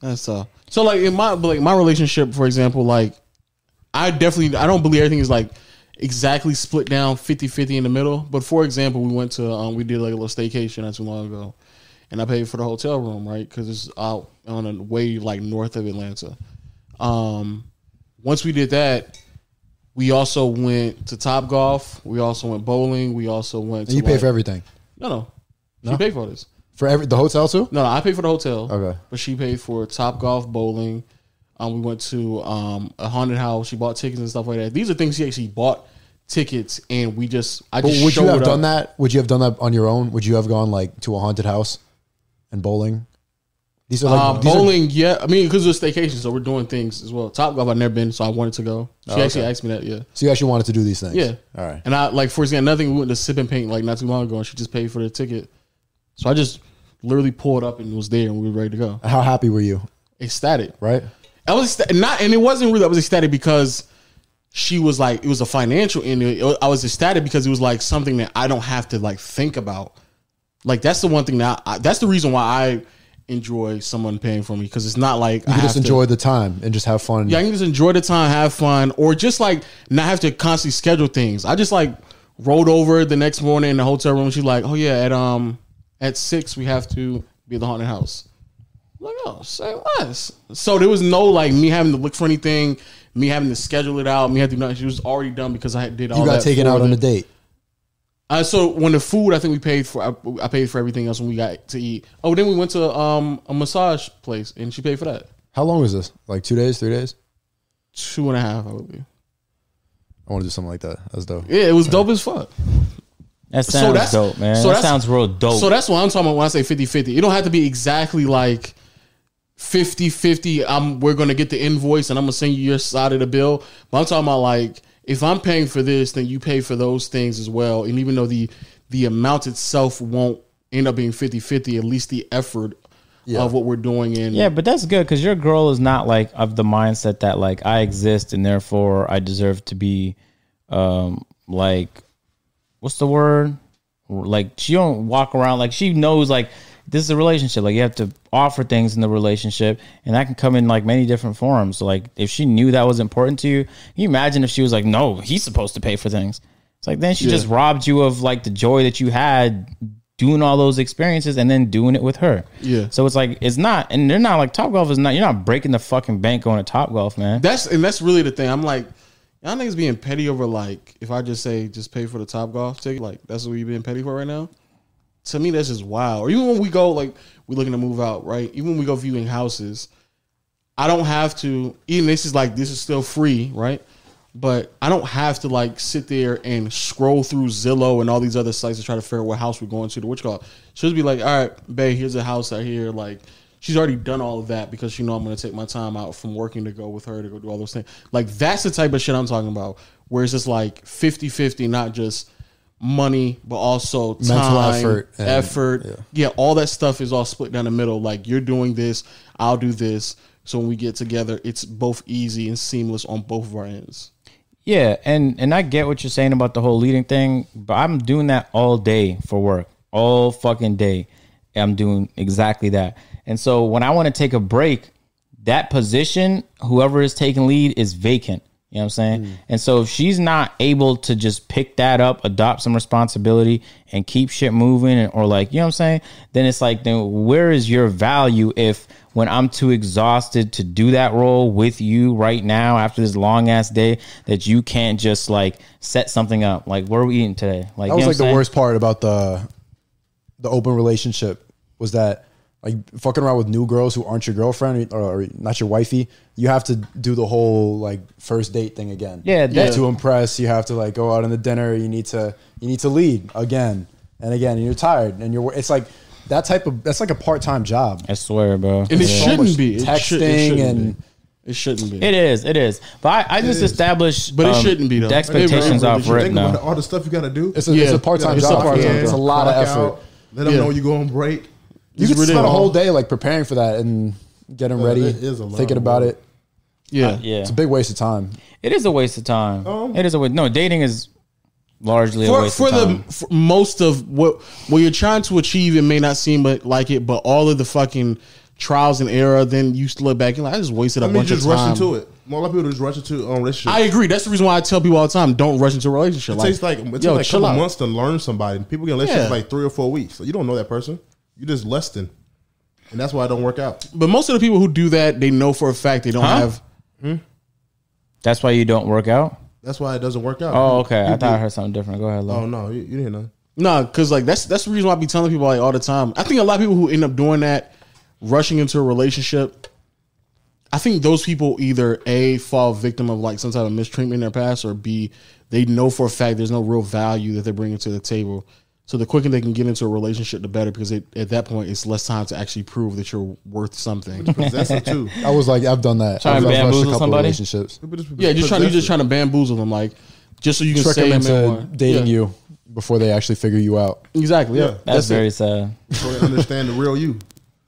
That's all. So like in my like my relationship, for example, like I definitely I don't believe everything is like exactly split down 50-50 in the middle. But for example, we went to um, we did like a little staycation not too long ago, and I paid for the hotel room right because it's out on a way like north of Atlanta. Um, once we did that. We also went to Top Golf. We also went bowling. We also went. To
you pay
like-
for everything.
No, no, she paid for this.
For every the hotel too?
No, no, I paid for the hotel.
Okay.
But she paid for Top Golf, bowling, Um, we went to um, a haunted house. She bought tickets and stuff like that. These are things she actually bought tickets, and we just I
But
just
would you
showed
have
up.
done that? Would you have done that on your own? Would you have gone like to a haunted house and bowling? These are like
Um,
these are-
bowling, yeah. I mean, because it's vacation, so we're doing things as well. Top Golf, I've never been, so I wanted to go. She actually asked me that, yeah.
so you actually wanted to do these things?
Yeah.
Oh, All right.
And I like for example, nothing. We went to sip and paint like not too long ago, and she just paid for the ticket. So I just literally pulled up and was there, and we were ready to go.
How happy were you?
Ecstatic.
Right.
I was ecsta- not, and it wasn't really. I was ecstatic because she was like, it was a financial end. It wa- I was ecstatic because it was like something that I don't have to like think about. Like that's the one thing that I, that's the reason why I enjoy someone paying for me because it's not like
You
I
could just
have to-
enjoy the time and just have fun.
yeah, I can just enjoy the time, have fun, or just like not have to constantly schedule things. I just like rolled over the next morning in the hotel room. She's like, "Oh yeah, at um at six we have to be at the haunted house." I'm like, oh, say less. So there was no like me having to look for anything, me having to schedule it out, me having to do nothing. She was already done because I did all.
you got
that
taken
for
out on
the-
a date.
uh, so when the food, I think we paid for. I, I paid for everything else when we got to eat. Oh, then we went to um a massage place and she paid for that.
How long was this? Like two days, three days?
Two and a half, I believe.
I want to do something like that. That's dope.
Yeah, it was dope as fuck.
That
So
sounds
that's-
dope, man.
so
that
that's-
sounds real dope.
So that's what I'm talking about when I say 50 50. It don't have to be exactly like 50 50. I'm we're gonna get the invoice and I'm gonna send you your side of the bill. But I'm talking about like if I'm paying for this, then you pay for those things as well. And even though the the amount itself won't end up being 50 50, at least the effort of what we're doing in
yeah, but that's good because your girl is not like of the mindset that like I exist and therefore I deserve to be, um, like, what's the word? Like she don't walk around like she knows like this is a relationship. Like you have to offer things in the relationship, and that can come in like many different forms. So, like if she knew that was important to you, can you imagine if she was like, no, he's supposed to pay for things. It's like then she just robbed you of like the joy that you had doing all those experiences and then doing it with her.
Yeah.
So it's like it's not, and they're not like Top Golf is not. You're not breaking the fucking bank going to Top Golf, man.
that's and that's really the thing. I'm like, y'all niggas being petty over like if I just say just pay for the top golf ticket, like that's what you being petty for right now. To me, that's just wild. Or even when we go like we looking to move out, right? Even when we go viewing houses, I don't have to. Even this is like this is still free, right? But I don't have to like sit there and scroll through Zillow and all these other sites to try to figure out what house we're going to. The which call she'll just be like, "All right, babe, here's a house out here." Like she's already done all of that because she know I'm going to take my time out from working to go with her to go do all those things. Like that's the type of shit I'm talking about, where it's just like 50-50, not just money, but also time,
Mental effort and-
effort, yeah, all that stuff is all split down the middle. Like you're doing this, I'll do this. So when we get together, it's both easy and seamless on both of our ends.
Yeah, and and I get what you're saying about the whole leading thing, but I'm doing that all day for work, all fucking day. I'm doing exactly that, and so when I want to take a break, that position, whoever is taking lead, is vacant. You know what I'm saying? And so if she's not able to just pick that up, adopt some responsibility, and keep shit moving, and, or like you know what I'm saying, then it's like then where is your value if when I'm too exhausted to do that role with you right now after this long ass day that you can't just like set something up. Like, what are we eating today? Like,
That was like
you know what I'm
the
saying?
worst part about the the open relationship was that like fucking around with new girls who aren't your girlfriend or, or not your wifey. You have to do the whole like first date thing again.
Yeah,
you
that-
have to impress. You have to like go out on the dinner. You need to you need to lead again and again. And you're tired and you're it's like that type of that's like a part time job.
I swear, bro.
And it
So
shouldn't
much
be It should- it
texting
shouldn't
and
be. it shouldn't be.
It is, it is. But I, I just established, um,
But it shouldn't be, though.
The
It really,
expectations
really
are
If you
for it
think about
now.
all the stuff you got to do.
it's a,
Yeah.
it's a part time
It's a
job. for
part-time
them.
job.
It's a lot of
clock
effort.
out, let them
Yeah.
know you go on break.
You
It's
could
really
spend a whole
long.
day like preparing for that and getting ready,
it is a lot
thinking
of
about
work.
it.
yeah.
uh, Yeah,
It's a big waste of time.
it is a waste of time.
Um,
it is a waste. No, dating is largely a
Oh. For,
waste
for
of
the
time.
for most of what what you're trying to achieve, it may not seem like- like it, but all of the fucking trials and error, then you look back and like I just wasted a
I mean,
bunch
just
of time.
rush into it. More a lot of people just rush into um, relationship.
I agree. That's the reason why I tell people all the time: don't rush into a relationship.
it takes like it takes
yo,
like a
chill
couple
out.
months to learn somebody. People get in relationships
Yeah.
like three or four weeks. So you don't know that person. You just less than, and that's why it don't work out.
But most of the people who do that, they know for a fact they don't
Huh?
have.
That's why you don't work out.
That's why it doesn't work out.
Oh, okay. I thought I heard something different. Go ahead, Lo.
Oh no, you, you didn't hear nothing.
No, because like that's that's the reason why I be telling people like all the time. I think a lot of people who end up doing that, rushing into a relationship, I think those people either a fall victim of like some type of mistreatment in their past, or b they know for a fact there's no real value that they're bringing to the table. So the quicker they can get into a relationship, the better, because it, at that point it's less time to actually prove that you're worth something.
Possessive too.
I was like, I've done that.
Trying
I've,
to
I've rushed a
bamboozle
couple
somebody?
relationships.
yeah, just trying. You just trying to bamboozle them, like just so you can
Trick
say
them
them in
into
one-
uh, dating
Yeah,
you before they actually figure you out.
Exactly. Yeah,
Yeah.
that's,
That's,
it.
very sad.
So they understand the real you.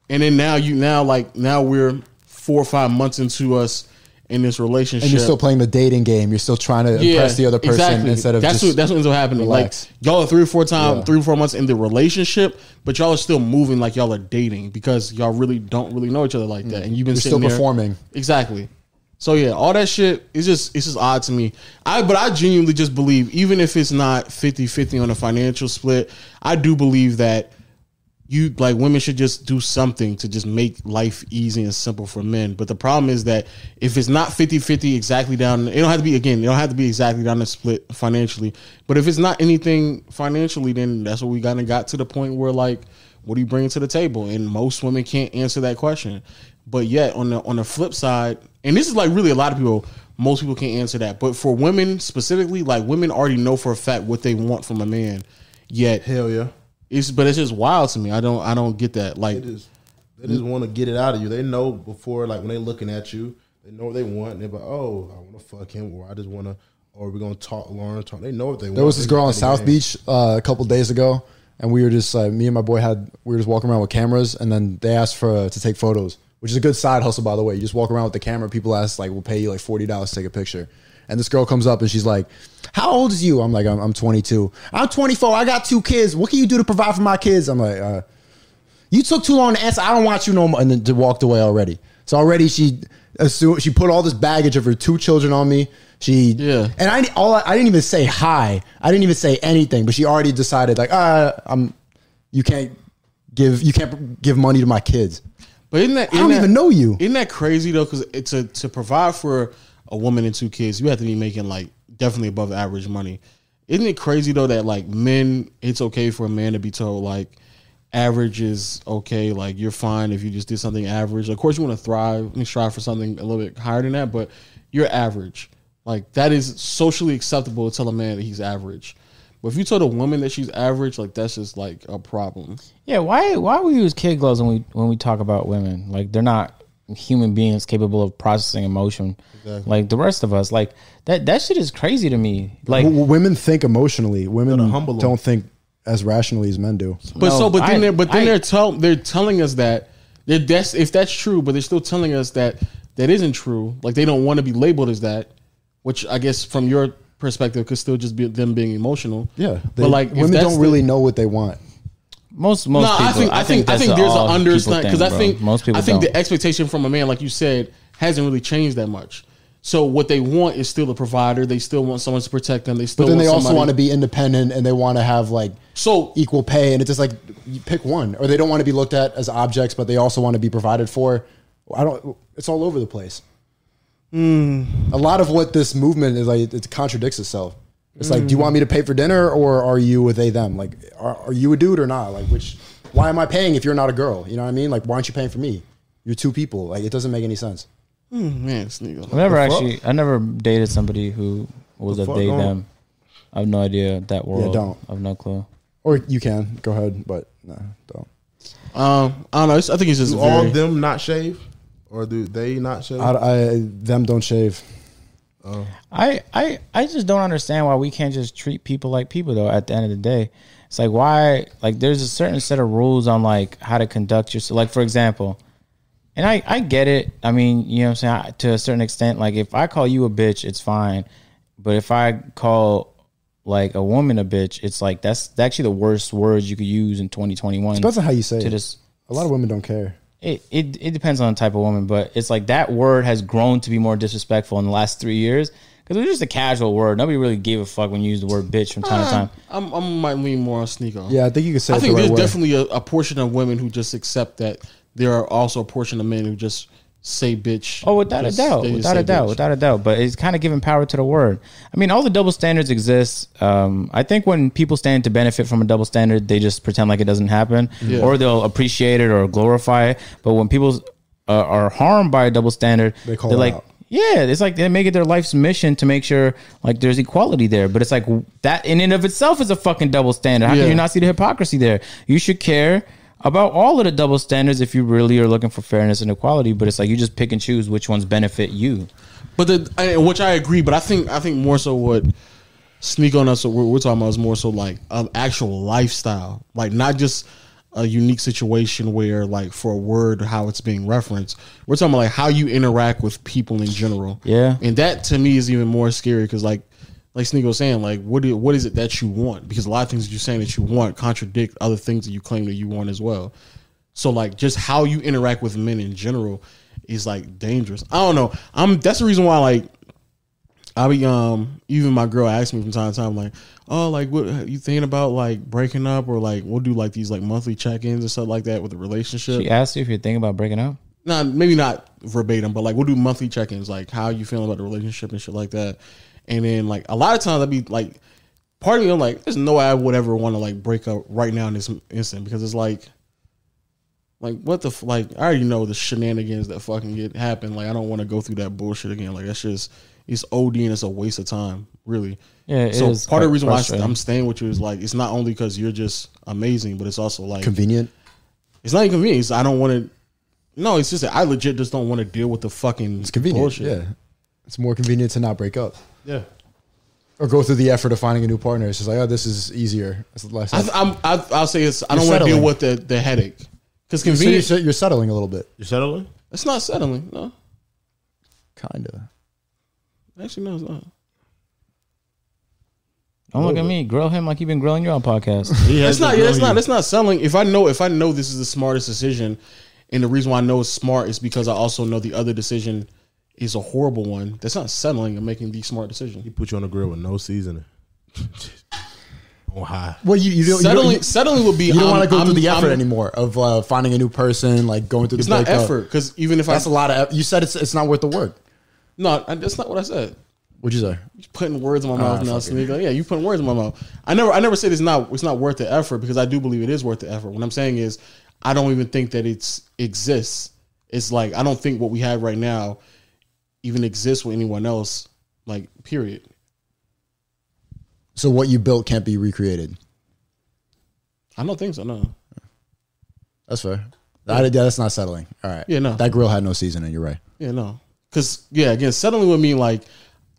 And then now you now like now we're four or five months into us in this relationship,
And you're still playing the dating game. You're still trying to impress the other person instead of
that's
just
what that's what ends up happening.
relax.
Like y'all are three or four time,
Yeah.
three or four months in the relationship, but y'all are still moving like y'all are dating because y'all really don't really know each other like that, and you've been
Mm. You're
sitting
still
there-
performing.
exactly. So yeah, all that shit is just it's just odd to me. I but I genuinely just believe even if it's not 50-50 on a financial split, I do believe that you like women should just do something to just make life easy and simple for men. But the problem is that if it's not 50-50 exactly down, it don't have to be again, it don't have to be exactly down the split financially. But if it's not anything financially, then that's what we kind of got to the point where like, what are you bringing to the table? And most women can't answer that question. But yet on the on the flip side, and this is like really a lot of people, most people can't answer that. But for women specifically, like women already know for a fact what they want from a man. Yet
Hell yeah.
it's but it's just wild to me. I don't I don't get that. Like
They just they just want to get it out of you. They know before, like when they looking at you, they know what they want. And they're like, oh, I want to fuck him, or I just want to, or we're gonna talk, learn, talk. They know what they want.
There was this
They
girl
know
on
the
South
game.
Beach uh, a couple days ago, and we were just uh, me and my boy had we were just walking around with cameras, and then they asked for uh, to take photos, which is a good side hustle by the way. You just walk around with the camera. People ask like, "We'll pay you like forty dollars to take a picture." And this girl comes up and she's like, "How old is you?" I'm like, "I'm, I'm 22. I'm 24. I got two kids. What can you do to provide for my kids?" I'm like, uh, "You took too long to answer. I don't want you no more." And then d- walked away already. So already she assumed she put all this baggage of her two children on me. She
Yeah.
and I all I didn't even say hi. I didn't even say anything. But she already decided like, uh, I'm. You can't give you can't give money to my kids.
But isn't that
I don't
isn't
even
that-
know you.
Isn't that crazy though? Because to to provide for a woman and two kids, you have to be making like definitely above average money. Isn't it crazy though that like men, it's okay for a man to be told like average is okay, like you're fine if you just did something average. Of course, you want to thrive and strive for something a little bit higher than that, but you're average. Like that is socially acceptable to tell a man that he's average. But if you told a woman that she's average, like that's just like a problem.
Yeah, why why we use kid gloves when we when we talk about women? Like they're not human beings capable of processing emotion like the rest of us. Like that that shit is crazy to me. Like
W- women think emotionally. Women
humble 'em.
don't think as rationally as men do.
But
No,
so, but then
I-
they're but then
I-
they're tell they're telling us that they're that's if that's true, but they're still telling us that that isn't true. Like they don't want to be labeled as that, which I guess from your perspective could still just be them being emotional.
They-
but like if
women
that's
don't
the-
really know what they want.
most most
No,
people,
I think I think I
that's
think
a
there's
all
an
people
understand because I
thing, bro.
think
most people
I think
don't.
the expectation from a man, like you said, hasn't really changed that much. So what they want is still a provider. They still want someone to protect them. They still
But then
want
they also
somebody-
want to be independent and they want to have like
so
equal pay, and it's just like you pick one, or they don't want to be looked at as objects, but they also want to be provided for. I don't. It's all over the place. A lot of what this movement is like, it contradicts itself. It's like, do you want me to pay for dinner, or are you a they them? Like, are, are you a dude or not? Like, which? Why am I paying if you're not a girl? You know what I mean? Like, why aren't you paying for me? You're two people. Like, it doesn't make any sense.
man, this nigga.
I never actually I never dated somebody who was a
fuck
they
on?
them. I have no idea that world.
don't.
I have no clue.
Or you can go ahead, but no, don't.
Um, I don't know. It's, I think it's just
Do all
very-
them not shave, or do they not shave?
I, I them don't shave.
I, I I just don't understand why we can't just treat people like people though at the end of the day. It's like why like there's a certain set of rules on like how to conduct yourself. Like for example, and I, I get it. I mean, you know what I'm saying? I, to a certain extent, like if I call you a bitch, it's fine. But if I call like a woman a bitch, it's like that's that's actually the worst words you could use in 2021.
Depends on how you say
to
it.
this
A lot of women don't care.
it, it it depends on the type of woman, but it's like that word has grown to be more disrespectful in the last three years because it was just a casual word. Nobody really gave a fuck when you used the word bitch from time to time.
I'm, I might lean more on sneaker.
Yeah, I think you can say.
I
it
think
the right
there's
way.
definitely a, a portion of women who just accept that there are also a portion of men who just say bitch.
Oh, without
Just-
a doubt,
they just
without
say
a doubt,
bitch.
without a doubt. But it's kind of giving power to the word. I mean, all the double standards exist. Um, I think when people stand to benefit from a double standard, they just pretend like it doesn't happen, or they'll appreciate it or glorify it. But when people uh, are harmed by a double standard,
They call
they're
it
like,
out.
yeah, it's like they make it their life's mission to make sure like there's equality there. But it's like that in and of itself is a fucking double standard. How
Yeah.
can you not see the hypocrisy there? You should care about all of the double standards if you really are looking for fairness and equality. But it's like you just pick and choose which ones benefit you.
But the I, which I agree, but I think I think more so what sneak on us what we're, we're talking about is more so like um, actual lifestyle, like not just a unique situation where like for a word how it's being referenced. We're talking about like how you interact with people in general.
Yeah.
and that to me is even more scary because like. Like Sneak was saying, like what do, what is it that you want? Because a lot of things that you're saying that you want contradict other things that you claim that you want as well. So like just how you interact with men in general is like dangerous. I don't know. I'm that's the reason why like I be um even my girl asks me from time to time like oh like what you thinking about like breaking up or like we'll do like these like monthly check ins and stuff like that with the relationship.
She asked you if you're thinking about breaking up.
Nah, maybe not verbatim, but like we'll do monthly check ins like how you feeling about the relationship and shit like that. And then like a lot of times I'd be like part of me I'm like there's no way I would ever want to like break up right now in this instant because it's like like what the f- like I already know the shenanigans that fucking get happen. Like I don't want to go through that bullshit again. Like that's just it's OD and it's a waste of time, really.
Yeah, it
so
is
part of
quite
the reason why I st-
frustrating.
I'm staying with you is like it's not only because you're just amazing, but it's also like
Convenient.
it's not inconvenient. It's- I don't want to. No, it's just that I legit just don't want to deal with the fucking
It's convenient.
bullshit.
Yeah. It's more convenient to not break up
Yeah.
or go through the effort of finding a new partner. It's just like, oh, this is easier. It's less.
I, I'm, I, I'll say it's. I don't
You're
want to deal
settling.
with the the headache because
so you're,
convenience.
se- you're settling a little bit.
You settling?
it's not settling. No,
Kind of.
actually, no, it's not.
Don't look at me. Grill him like you've been grilling your own podcast.
He has
It's not.
to
Yeah,
know
it's
you.
not. It's not selling. If I know, if I know this is the smartest decision, and the reason why I know it's smart is because I also know the other decision is a horrible one. That's not settling and making the smart
He
decision.
put you on the grill with no seasoning. on high.
Well, you, you don't, you
Settling,
don't,
settling would be.
you don't
I'm-
want to go
I'm-
through the effort
I'm-
anymore of uh, finding a new person, like going through
It's
the
not
breakup.
effort because even if
That's
I
a lot of. eff- You said it's it's not worth the work.
no, I- that's not what I said.
What'd you say?
putting words in my mouth now, Sneak. Like, yeah, you putting words in my mouth. I never, I never said it's not, it's not worth the effort because I do believe it is worth the effort. What I'm saying is, I don't even think that it's exists. It's like I don't think what we have right now even exists with anyone else. Like, period.
So what you built can't be recreated.
I don't think so. No.
That's fair. I, yeah, that's not settling. All right.
Yeah, no.
That grill had no seasoning. You're right.
Yeah, no. Because yeah, again, settling with me like.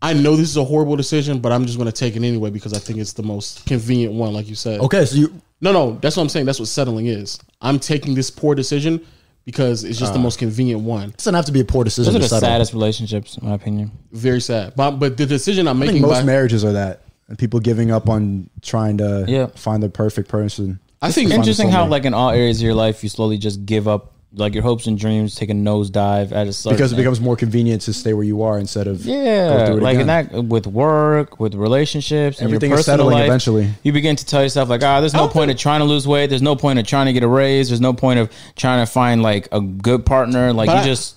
I know this is a horrible decision, but I'm just going to take it anyway because I think it's the most convenient one, like you said.
Okay, so you
No, no, that's what I'm saying. That's what settling is. I'm taking this poor decision because it's just the most convenient one.
doesn't have to be a poor decision
Those are
to
the
settle.
saddest relationships, in my opinion.
Very sad. But, but the decision I'm
I think
making,
most
by,
marriages are that. And people giving up on trying to
Yeah.
find the perfect person.
I think
Interesting how,
somebody.
like, in all areas of your life, you slowly just give up, like, your hopes and dreams take a nosedive at a certain
Because it becomes more convenient to stay where you are instead of
yeah,
go through it
like in
again.
that with work, with relationships, and
Everything
your
is
personal
settling
life,
eventually.
You begin to tell yourself like, ah, there's no point of trying to lose weight. There's no point of trying to get a raise. There's no point of trying to find like a good partner. Like
But
you
I-
just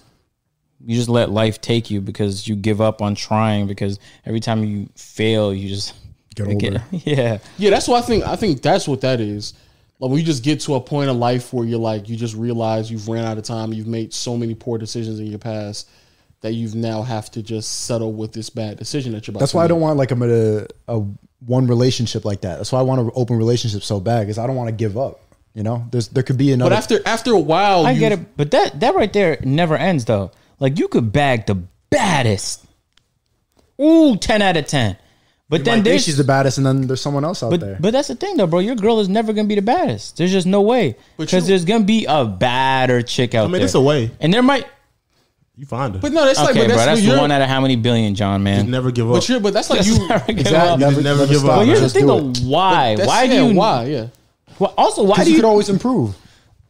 you just let life take you because you give up on trying because every time you fail, you just
Get older.
yeah,
yeah, that's what I think. I think that's what that is. Like when you just get to a point of life where you're like, you just realize you've ran out of time. You've made so many poor decisions in your past that you've now have to just settle with this bad decision that you're about.
That's
to
why I
make.
don't want like I'm a, a one relationship like that. That's why I want an open relationship so bad because I don't want to give up. You know, there's there could be another.
But after after a while,
I
you-
get it. But that that right there never ends though. Like you could bag the baddest, ooh, ten out of ten. But
then
then there's
she's the baddest, and then there's someone else out
But
there.
but that's the thing though, bro. Your girl is never gonna be the baddest. There's just no way
But
because
you-
there's gonna be a badder chick out
I mean,
there.
it's a way.
and there might.
You find her.
But no, that's like,
Okay,
but that's,
bro. That's
you're,
the one out of how many billion, John man.
never give up.
but you're, but that's like
That's
you.
never gonna
Exact-
happen.
never- never give
stop.
up.
But here's the
Just
thing
do
though.
it.
Why?
that's-
Why do
yeah,
you?
Why? Yeah.
Why- Also, why
'Cause
do
you
you?
could always improve.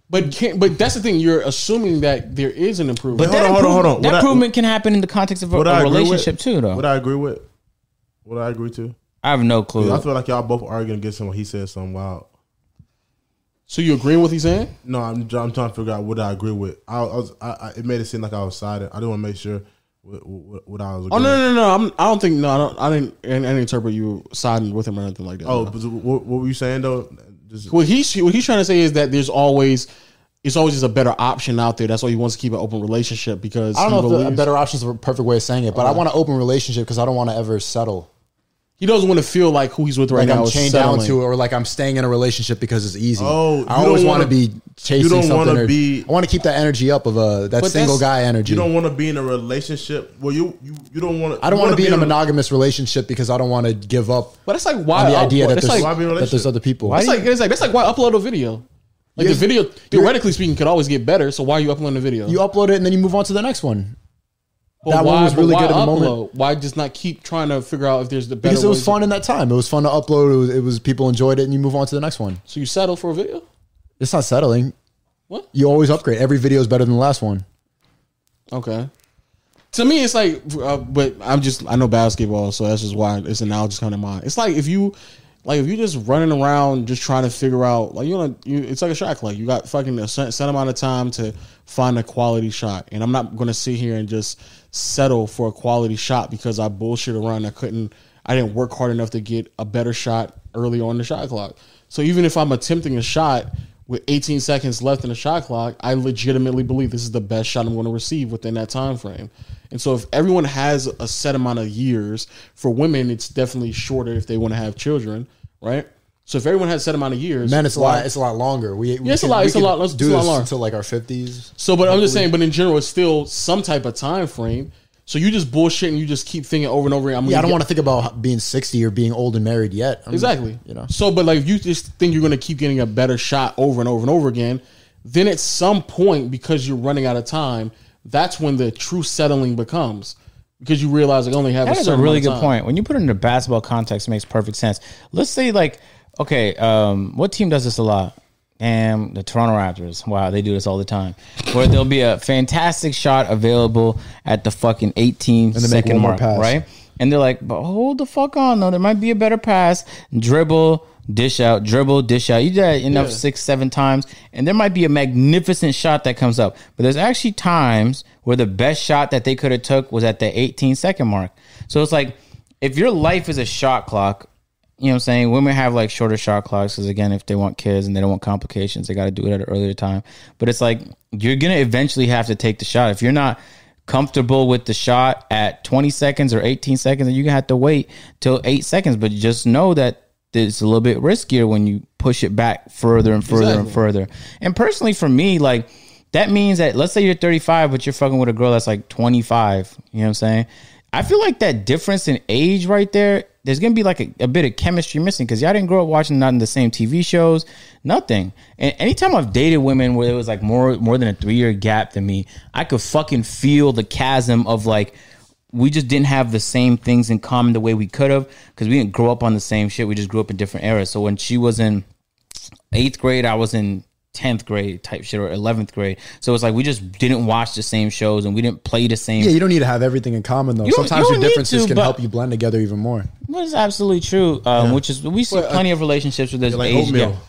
But can not but that's the thing. You're assuming that there is an improvement.
But Hold on, hold on, hold on.
That
What I-
improvement can happen in the context of a,
What
a
I agree
relationship
with,
too,
What
though. I,
I agree with. What I agree to.
have no clue.
I feel like y'all both arguing against him when he said something wild.
so you agree with what he's saying?
No, I'm, I'm trying to figure out what I agree with. I, I was. I, I, it made it seem like I was sided. I didn't want to make sure what, what, what I was.
Oh
Agreeing.
no no no! no. I'm, I don't think no. I don't. I didn't. I didn't interpret you siding with him or anything like that.
Oh,
no.
but what, what were you saying though? Just,
what he's what he's trying to say is that there's always it's always just a better option out there. That's why he wants to keep an open relationship because
I don't
he
know if the, a
believes-
better option is a perfect way of saying it, but I want an open relationship because I don't want to ever settle.
he doesn't want to feel like who he's with right
Like
now
I'm
is
chained
settling.
down to it, or like I'm staying in a relationship because it's easy.
Oh,
I
you
always
don't
want to
wanna-
be chasing
you don't
something.
wanna
Or,
be-
I want to keep that energy up of uh, that
But
single
that's-
guy energy.
You don't want to be in a relationship. Well, you you, you don't want to.
I don't want to be in a
monogamous.
monogamous relationship because I don't want to give up
But that's like
on
why
the idea that
that's
there's,
like
Why be in a
that there's
relationship?
other people.
that's like it's like that's like why upload a video. Like the
You're-
video, theoretically speaking, could always get better. So why are you uploading a video?
you upload it and then you move on to the next one
But
that one was
but
really
why
good in the moment.
Why just not keep trying to figure out if there's the better
because it was
ways
fun in that time. It was fun to upload. It was, it was people enjoyed it and you move on to the next one.
To, so you settle for a video?
It's not settling.
What?
You always upgrade. Every video is better than the last one.
Okay. To me, it's like, uh, but I'm just I know basketball, so that's just why it's analogy just coming to mind. It's like if you, like if you just running around just trying to figure out, like you know, you, it's like a shot clock. You got fucking a set, set amount of time to find a quality shot, and I'm not gonna sit here and just settle for a quality shot because I bullshit around. I couldn't, I didn't work hard enough to get a better shot early on the shot clock. So even if I'm attempting a shot with 18 seconds left in the shot clock, I legitimately believe this is the best shot I'm going to receive within that time frame. And so if everyone has a set amount of years, for women it's definitely shorter if they want to have children, right? So if everyone has a set amount of years,
Man, it's a
why-
lot. It's a lot longer. We, we
Yeah, it's a
can-
lot-
we
it's a
can
lot- let's
do
do a lot
this
longer.
until like our fifties.
So, but I'm just saying, but in general, it's still some type of time frame. So you just bullshit and you just keep thinking over and over. again, I'm
Yeah, I don't
to.
want to think about being sixty or being old and married yet. I'm-
Exactly.
You know.
So, but like, if you just think you're going to keep getting a better shot over and over and over again, then at some point, because you're running out of time, that's when the true settling becomes because you realize I only have
That
a
is
certain
a really good
amount of time.
point. When you put it in the basketball context, it makes perfect sense. Let's say like, okay, um, what team does this a lot? And the Toronto Raptors. Wow, they do this all the time. Where there'll be a fantastic shot available at the fucking 18
they make
second
one more
mark,
pass.
right? And they're like, but hold the fuck on, though. There might be a better pass. Dribble, dish out, dribble, dish out. You do that enough six, seven times, and there might be a magnificent shot that comes up. But there's actually times where the best shot that they could have took was at the 18 second mark. So it's like, if your life is a shot clock, you know what I'm saying? Women have like shorter shot clocks because again, if they want kids and they don't want complications, they got to do it at an earlier time. But it's like you're gonna eventually have to take the shot if you're not comfortable with the shot at 20 seconds or 18 seconds, and you're gonna have to wait till eight seconds. But just know that it's a little bit riskier when you push it back further and further and further. And personally, for me, like that means that let's say you're 35, but you're fucking with a girl that's like 25. You know what I'm saying? I feel like that difference in age right there, there's gonna be like a, a bit of chemistry missing because y'all didn't grow up watching not in the same TV shows, nothing. And anytime I've dated women where it was like more more than a three year gap than me, I could fucking feel the chasm of like we just didn't have the same things in common the way we could have because we didn't grow up on the same shit. We just grew up in different eras. So when she was in eighth grade, I was in tenth grade type shit or eleventh grade. So it's like we just didn't watch the same shows and we didn't play the same.
Yeah, you don't need to have everything in common though.
You don't-
Sometimes your
you don't need
differences
to,
can
but-
help you blend together even more.
That is absolutely true. Um, Which is we see
uh,
plenty of relationships where there's
like
age
oatmeal.
gap.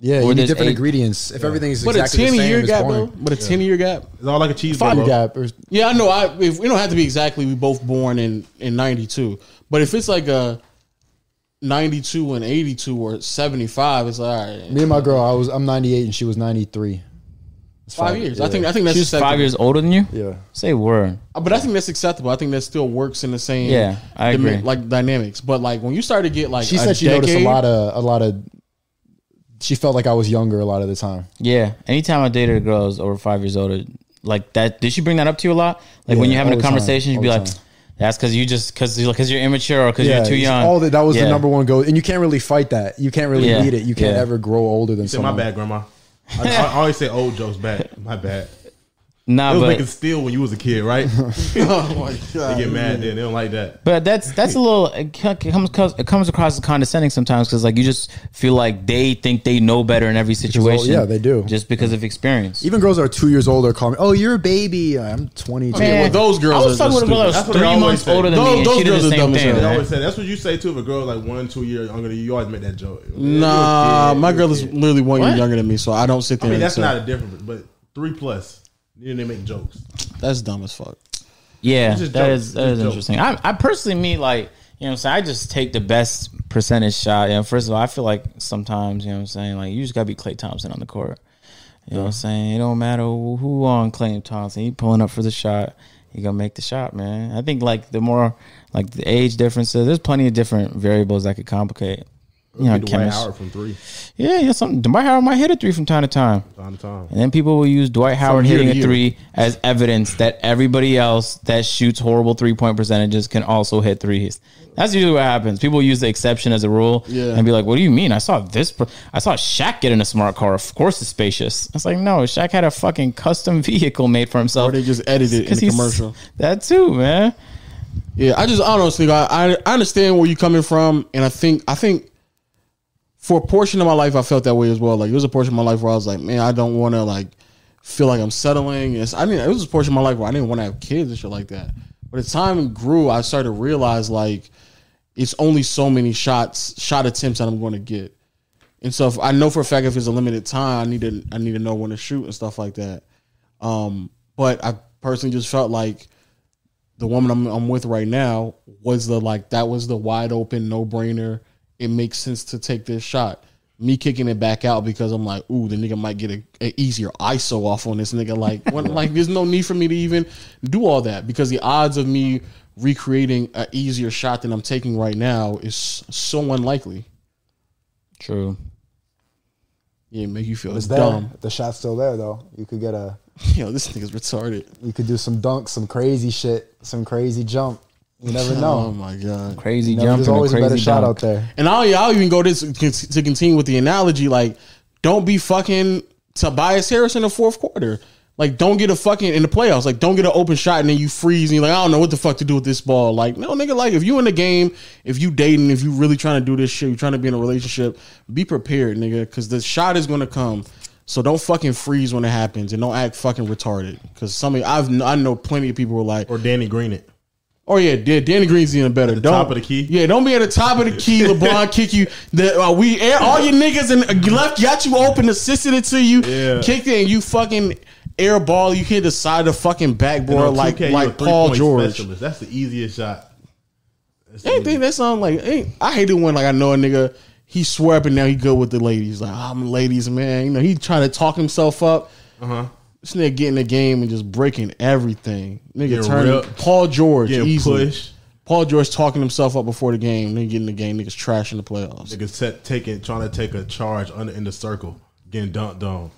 Yeah,
Or
you need
there's
different
eight-
ingredients. If everything is
But
exactly
a
the
ten
same,
year
it's
gap,
boring.
though. But a ten year gap.
It's all like a cheese
Five
bro.
year gap. Or,
Yeah, I know. I if we don't have to be exactly, we both born in in '92. But if it's like a '92 and '82 or '75, it's like all right,
me and my girl, I was I'm 98 and she was 93. It's
five years. I think I think that's
She's
acceptable.
five years older than you.
Yeah.
Say word.
Uh, But I think that's acceptable. I think that still works in the same
Yeah, I
dimi-
agree.
like dynamics. But like when you start to get like
She
a
said she noticed a
decade-
lot of a lot of. She felt like I was younger a lot of the time.
Yeah. Anytime I dated a girl who's over five years older, like that. Did she bring that up to you a lot? Like when
Yeah,
you're having
all the
a
time,
conversation, you'd be
all the
like,
time.
"That's because you just because because you're immature or because you're too
it's
young."
All that that was
Yeah.
the number one goal, and you can't really fight that. You can't really
Yeah.
beat it. You can't
Yeah.
ever grow older than
Say my
someone.
bad, grandma. I, I always say old jokes back. My bad.
Nah,
It was
but
making steel when you was a kid, right?
oh my god!
They get mad then. They don't like that.
But that's that's a little it co- it comes co- it comes across as condescending sometimes because like you just feel like they think they know better in every
well,
situation.
oh, yeah, they do.
just because of experience.
Even girls that are two years older call me, "Oh, you're a baby." I'm 22.
well, those girls
I was
are
fucking
just
with a girl that
stupid. That's
was
what they
three
always
months
say.
older than
Those-
me, and
those
she did
girls
the
are
same
dumb as
thing.
hell.
They
man.
always say that's what you say too. If a girl like one, two years younger than you, you always make that joke.
Nah,
Yeah,
my
yeah,
girl is
yeah.
literally one year
What?
younger than me, so I don't sit there.
I mean,
and
that's
say-
not a difference, but three plus. Then they make jokes.
that's dumb as fuck.
Yeah,
just
that
joke.
is that
Just
is
joke.
interesting. I, I personally mean like you know what I'm saying. I just take the best percentage shot. And first of all, I feel like sometimes you know what I'm saying like you just gotta be Clay Thompson on the court. You know what I'm saying? It don't matter who on Clayton Thompson. He pulling up for the shot. He gonna make the shot, man. I think like the more like the age differences, there's plenty of different variables that could complicate. You know,
Be Dwight
chemistry.
Howard from three
Yeah, yeah. Something Dwight Howard might hit a three from time to time.
time to time.
And then people will use Dwight Howard
year
hitting
to
a
year.
three as evidence that everybody else that shoots horrible three point percentages can also hit threes. That's usually what happens. People use the exception as a rule
Yeah.
and be like, "What do you mean? I saw this. per- I saw Shaq get in a smart car. Of course, it's spacious." It's like, no, Shaq had a fucking custom vehicle made for himself.
Or they just edited in
'Cause
the
he's-
commercial.
That too, man.
Yeah, I just honestly, I, I I understand where you're coming from, and I think I think for a portion of my life, I felt that way as well. Like it was a portion of my life where I was like, man, I don't want to like feel like I'm settling. It's, I mean, it was a portion of my life where I didn't want to have kids and shit like that. But as time grew, I started to realize like it's only so many shots, shot attempts that I'm going to get. And so if, I know for a fact if it's a limited time, I need to I need to know when to shoot and stuff like that. Um, but I personally just felt like the woman I'm, I'm with right now was the like that was the wide open no brainer. It makes sense to take this shot. Me kicking it back out because I'm like, ooh, the nigga might get a, a easier ISO off on this nigga. Like, when, like there's no need for me to even do all that because the odds of me recreating an easier shot than I'm taking right now is so unlikely.
True.
Yeah, it make you feel
It's there.
dumb.
The shot's still there though. You could get a.
Yo, this nigga's retarded.
You could do some dunks, some crazy shit, some crazy jump. You never
Oh
know.
my god.
Crazy
You never-
jump.
there's
and
always a
crazy
better shot
dunk.
out there.
And I'll, I'll even go this to continue with the analogy. Like, don't be fucking Tobias Harris in the fourth quarter. Like, don't get a fucking in the playoffs. Like, don't get an open shot and then you freeze and you're like, I don't know what the fuck to do with this ball. Like, no, nigga. Like, if you in the game, if you dating, if you really trying to do this shit, you trying to be in a relationship, be prepared, nigga, because the shot is gonna come. So don't fucking freeze when it happens and don't act fucking retarded. Because some of I've I know plenty of people who are like,
Or Danny Green it.
Oh yeah, yeah, Danny Green's even better. Don't,
top of the key?
Yeah, don't be at the top of the key. LeBron kick you. The, uh, we and all your niggas and left got you open, assisted it to you,
Yeah.
kicked it, and you fucking air ball. You hit the side of the fucking
And
backboard
on
like
2K, you a
like Paul
three-point
George.
specialist. That's the easiest shot. That's the
Ain't think that sound like? Ain't, I hate it when like I know a nigga he swear up and now he good with the ladies. Like "Oh, I'm ladies man. You know he trying to talk himself up. Uh huh. This nigga getting the game and just breaking everything. Nigga
Getting
turning
ripped.
Paul George
Getting
easily.
pushed.
Paul George talking himself up before the game, then getting the game, niggas trash in the playoffs.
Niggas set, taking, trying to take a charge under in the circle, getting dunked on.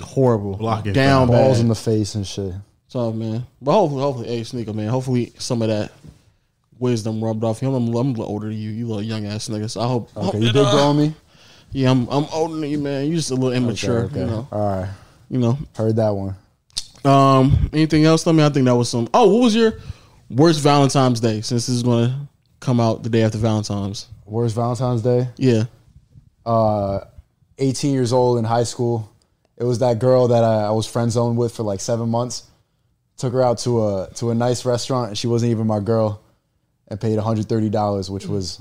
Horrible.
Blocking
Down
foul.
balls.
Balls
Bad.
in the face and shit.
So man, but hopefully, hopefully, hey sneaker man, hopefully some of that wisdom rubbed off him. I'm, I'm a little older than you, you little young ass nigga. So I hope.
Okay, you did grow me.
Yeah, I'm I'm older than you, man. You just a little immature,
Okay,
you
okay.
know.
All right,
You know.
heard that one.
Um, anything else? I mean, I think that was some. Oh, what was your worst Valentine's Day? Since this is gonna come out the day after Valentine's.
Worst Valentine's Day.
Yeah.
uh, 18 years old in high school. It was that girl that I, I was friend zoned with for like seven months. Took her out to a to a nice restaurant, and she wasn't even my girl, and paid 130 dollars, which was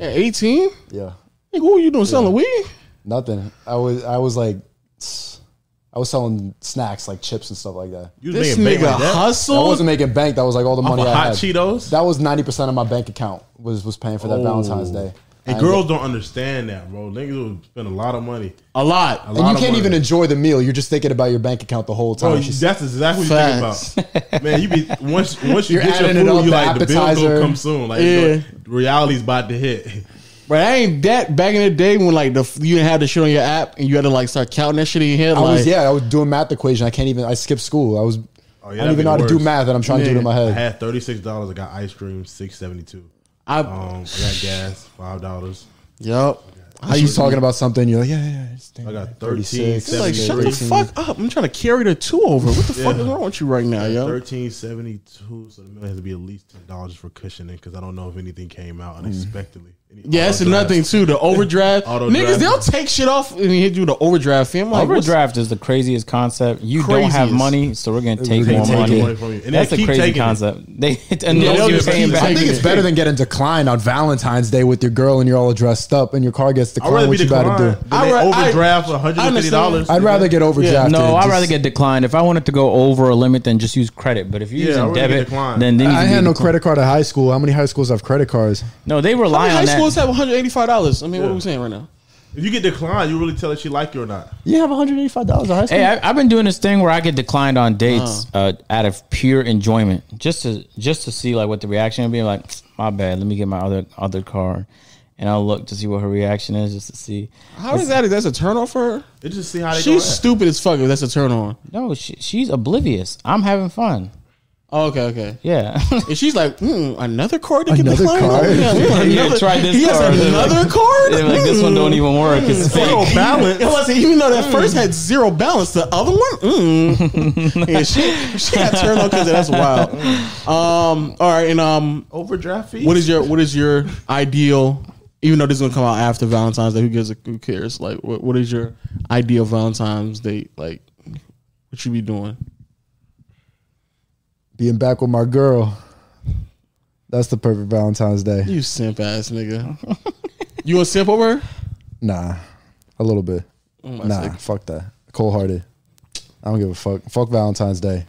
At 18,
yeah
nigga, what were you doing selling weed?
nothing. I was I was like, I was selling snacks like chips and stuff like that.
You
This
making bank
nigga
like that?
I
hustled.
wasn't making bank. That was like all the money
Off of
I
hot
had.
Cheetos?
That was 90 percent of my bank account was was paying for that Valentine's Day.
Oh. And
I-
girls don't understand that, bro. Niggas will spend a lot of money.
A lot.
A
And
lot
you
of
can't
money.
even enjoy the meal. You're just thinking about your bank account the whole time.
Bro, you,
She's-
that's exactly what
Facts.
you think about. Man, you be once once you
You're
get your
adding it
food,
up,
you
the
like the bill's
appetizer.
gonna come soon. Like
Yeah.
you know, reality's about to hit.
But I ain't that back in the day when like the you didn't have the shit on your app and you had to like start counting that shit in your head.
I
like,
was yeah, I was doing math equation. I can't even. I skipped school. I was.
Oh,
I
yeah, that'd
don't
be
even know how
the
to do
worst.
math, and I'm trying to do it in my
I
head.
had thirty six dollars. I got ice cream six seventy two.
I,
Oh,
Um, I got gas five dollars.
yep. How
She's talking about something. You're like, yeah, yeah. yeah just think
I
about
got
it.
13,
It's like shut the
73.
fuck up! I'm trying to carry the two over. What the fuck is wrong with you right now, yo?
Thirteen seventy two. So the meal has to be at least ten dollars for cushioning because I don't know if anything came out unexpectedly. Any
Mm. Yeah, that's
auto
another thing
drafts.
too. The overdraft,
Auto
niggas,
draft.
they'll take shit off and hit you with the overdraft fee. I'm like, what's-
Overdraft is the craziest concept. You don't
Craziest.
have money, so we're gonna take
They
more
take
money.
money from you. And
That's
they
a
keep
crazy
taking it.
concept. They and
Yeah,
those
they'll
you're
just
paying
keep
back.
I think
taking
it's better than getting declined on Valentine's Day with your girl and you're all dressed up and your car gets
I'd rather
declined.
be
What you got
declined.
to do?
than they
I- I-
overdraft for one hundred and fifty dollars.
I
I'd rather get overdrafted.
No, I'd
Just-
rather get declined. If I wanted to go over a limit, then just use credit. But if you're
Yeah,
using
I'd rather get
debit,
declined.
then they need
I
to
had
be
no
declined.
credit card at high school. How many high schools have credit cards?
No, they
How
rely
many
on
high schools
that.
have 185 dollars? I mean, what are we saying right now?
If you get declined, you really tell if she like you or not.
You have $185 in high school?
Hey, I, I've been doing this thing where I get declined on dates uh, out of pure enjoyment, just to just to see like what the reaction would be. Like, my bad. Let me get my other other card, and I'll look to see what her reaction is, just to see.
How is that? That's a turn off for her.
It just see how they
She's
go.
stupid as fuck. If that's a turn on.
No, she, she's oblivious. I'm having fun.
Oh, okay, okay.
Yeah,
And she's like, mm, another card to get
Another
declined. on?
card?
Yeah, we want
Yeah,
another-
try this
He has
card.
another card. Hmm.
They're like this one don't even work. It's
at.
fake.
Zero balance.
Yo, listen, even though that first
Mm.
had zero balance, the other one, mm. yeah, she, she got turned on because that's wild. Um, all right, and um,
Overdraft fees.
what is your what is your ideal? Even though this is gonna come out after Valentine's Day, who gives a who cares? Like, what, what is your ideal Valentine's date? Like, what you be doing?
Being back with my girl. That's the perfect Valentine's Day.
You simp ass nigga. You a simp over? her?
Nah, a little bit. nah, fuck that. Cold hearted. I don't give a fuck. Fuck Valentine's Day.